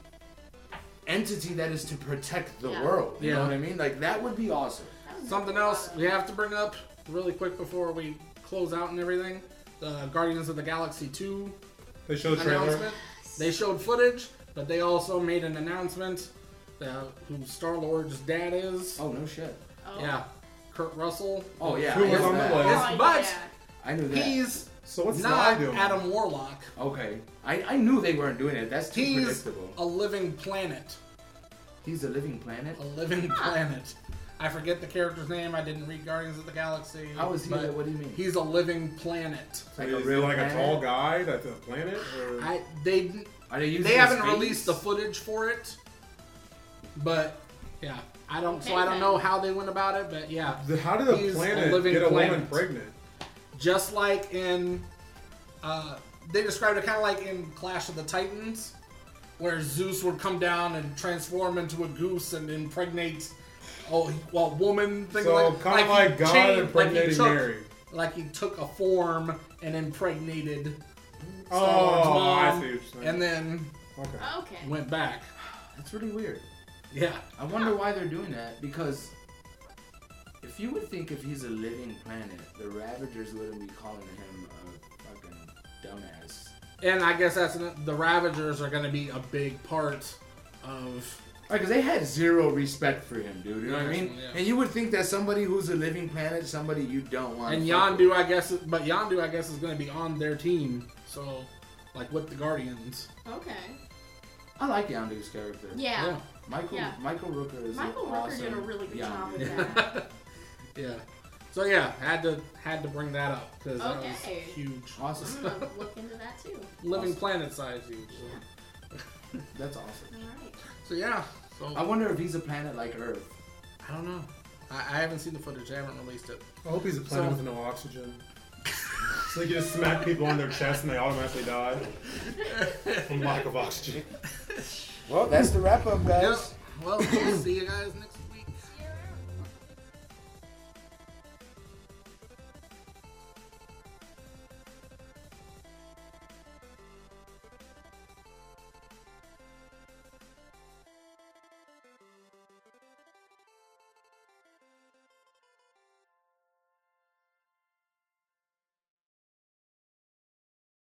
Speaker 3: entity that is to protect the
Speaker 5: Yeah.
Speaker 3: world. You know
Speaker 1: Yeah.
Speaker 3: what I mean? Like that would be awesome.
Speaker 5: That was-
Speaker 1: Something else we have to bring up really quick before we close out and everything. The Guardians of the Galaxy 2
Speaker 6: They showed the trailer.
Speaker 1: announcement. They showed footage, but they also made an announcement that who Star Lord's dad is.
Speaker 3: Oh no shit.
Speaker 5: Oh.
Speaker 1: Yeah, Kurt Russell.
Speaker 3: Oh yeah.
Speaker 6: Who
Speaker 3: I
Speaker 6: was
Speaker 3: knew
Speaker 6: on the
Speaker 3: that.
Speaker 6: list?
Speaker 5: Oh,
Speaker 1: But-
Speaker 5: yeah.
Speaker 3: I knew that.
Speaker 1: He's
Speaker 6: So what's Sly
Speaker 1: not
Speaker 6: doing?
Speaker 1: Adam Warlock.
Speaker 3: okay. I, I knew they weren't doing it. That's too
Speaker 1: He's
Speaker 3: predictable.
Speaker 1: a living planet.
Speaker 3: He's a living planet.
Speaker 1: A living planet. I forget the character's name. I didn't read Guardians of the Galaxy.
Speaker 3: How is he
Speaker 1: but
Speaker 3: li- what do you mean?
Speaker 1: He's a living planet.
Speaker 6: So
Speaker 3: Like
Speaker 6: is
Speaker 3: a
Speaker 6: he
Speaker 3: real
Speaker 6: like
Speaker 3: planet?
Speaker 6: a tall guy that's a planet? Or...
Speaker 1: I they didn't-
Speaker 3: Are they using
Speaker 1: they haven't
Speaker 3: space?
Speaker 1: released the footage for it, but yeah, I don't. So I
Speaker 5: Okay.
Speaker 1: don't know how they went about it, but yeah,
Speaker 6: The- How did a
Speaker 1: He's a
Speaker 6: planet
Speaker 1: living
Speaker 6: get a woman
Speaker 1: planet.
Speaker 6: pregnant?
Speaker 1: just like in, uh, they described it kind of like in Clash of the Titans, where Zeus would come down and transform into a goose and impregnate. Oh, well, woman thing
Speaker 6: So
Speaker 1: like
Speaker 6: kind
Speaker 1: like
Speaker 6: of like
Speaker 1: he
Speaker 6: God
Speaker 1: changed-
Speaker 6: impregnating
Speaker 1: like he took,
Speaker 6: Mary.
Speaker 1: Like he took a form and impregnated Star Lord's
Speaker 6: Oh, I
Speaker 1: mom,
Speaker 6: see what you're saying.
Speaker 1: and then
Speaker 6: okay.
Speaker 5: Okay.
Speaker 1: went back.
Speaker 3: That's really weird.
Speaker 1: Yeah,
Speaker 3: I wonder why they're doing that because if you would think if he's a living planet, the Ravagers wouldn't be calling him a fucking dumbass.
Speaker 1: and I guess that's an, the Ravagers are going to be a big part of.
Speaker 3: Right, because they had zero respect for him, dude. You know what I mean?
Speaker 1: Yeah.
Speaker 3: And you would think that somebody who's a living planet, somebody you don't want.
Speaker 1: And
Speaker 3: to fuck
Speaker 1: Yondu,
Speaker 3: with.
Speaker 1: I guess, but Yondu, I guess, is going to be on their team. So, like with the Guardians.
Speaker 5: Okay.
Speaker 3: I like Yondu's character.
Speaker 5: Yeah.
Speaker 1: Yeah.
Speaker 3: Michael
Speaker 5: Yeah.
Speaker 3: Michael Rooker is
Speaker 5: Michael
Speaker 3: an
Speaker 5: Rooker
Speaker 3: awesome
Speaker 5: did a really good
Speaker 3: Yondu.
Speaker 5: job with that.
Speaker 1: Yeah. So yeah, had to had to bring that up because that was
Speaker 5: Okay.
Speaker 1: huge.
Speaker 5: I'm
Speaker 3: Awesome.
Speaker 5: gonna look into that too.
Speaker 1: Living planet size huge.
Speaker 3: That's awesome.
Speaker 5: Alright.
Speaker 1: So yeah. So
Speaker 3: I wonder if he's a planet like Earth.
Speaker 1: I don't know. I, I haven't seen the footage. They haven't released it.
Speaker 6: I hope he's a planet
Speaker 1: So-
Speaker 6: with no oxygen.
Speaker 4: So you just smack people on their chest and they automatically die from lack of oxygen.
Speaker 3: Well, that's the wrap up, guys.
Speaker 1: Well, we'll see you guys next.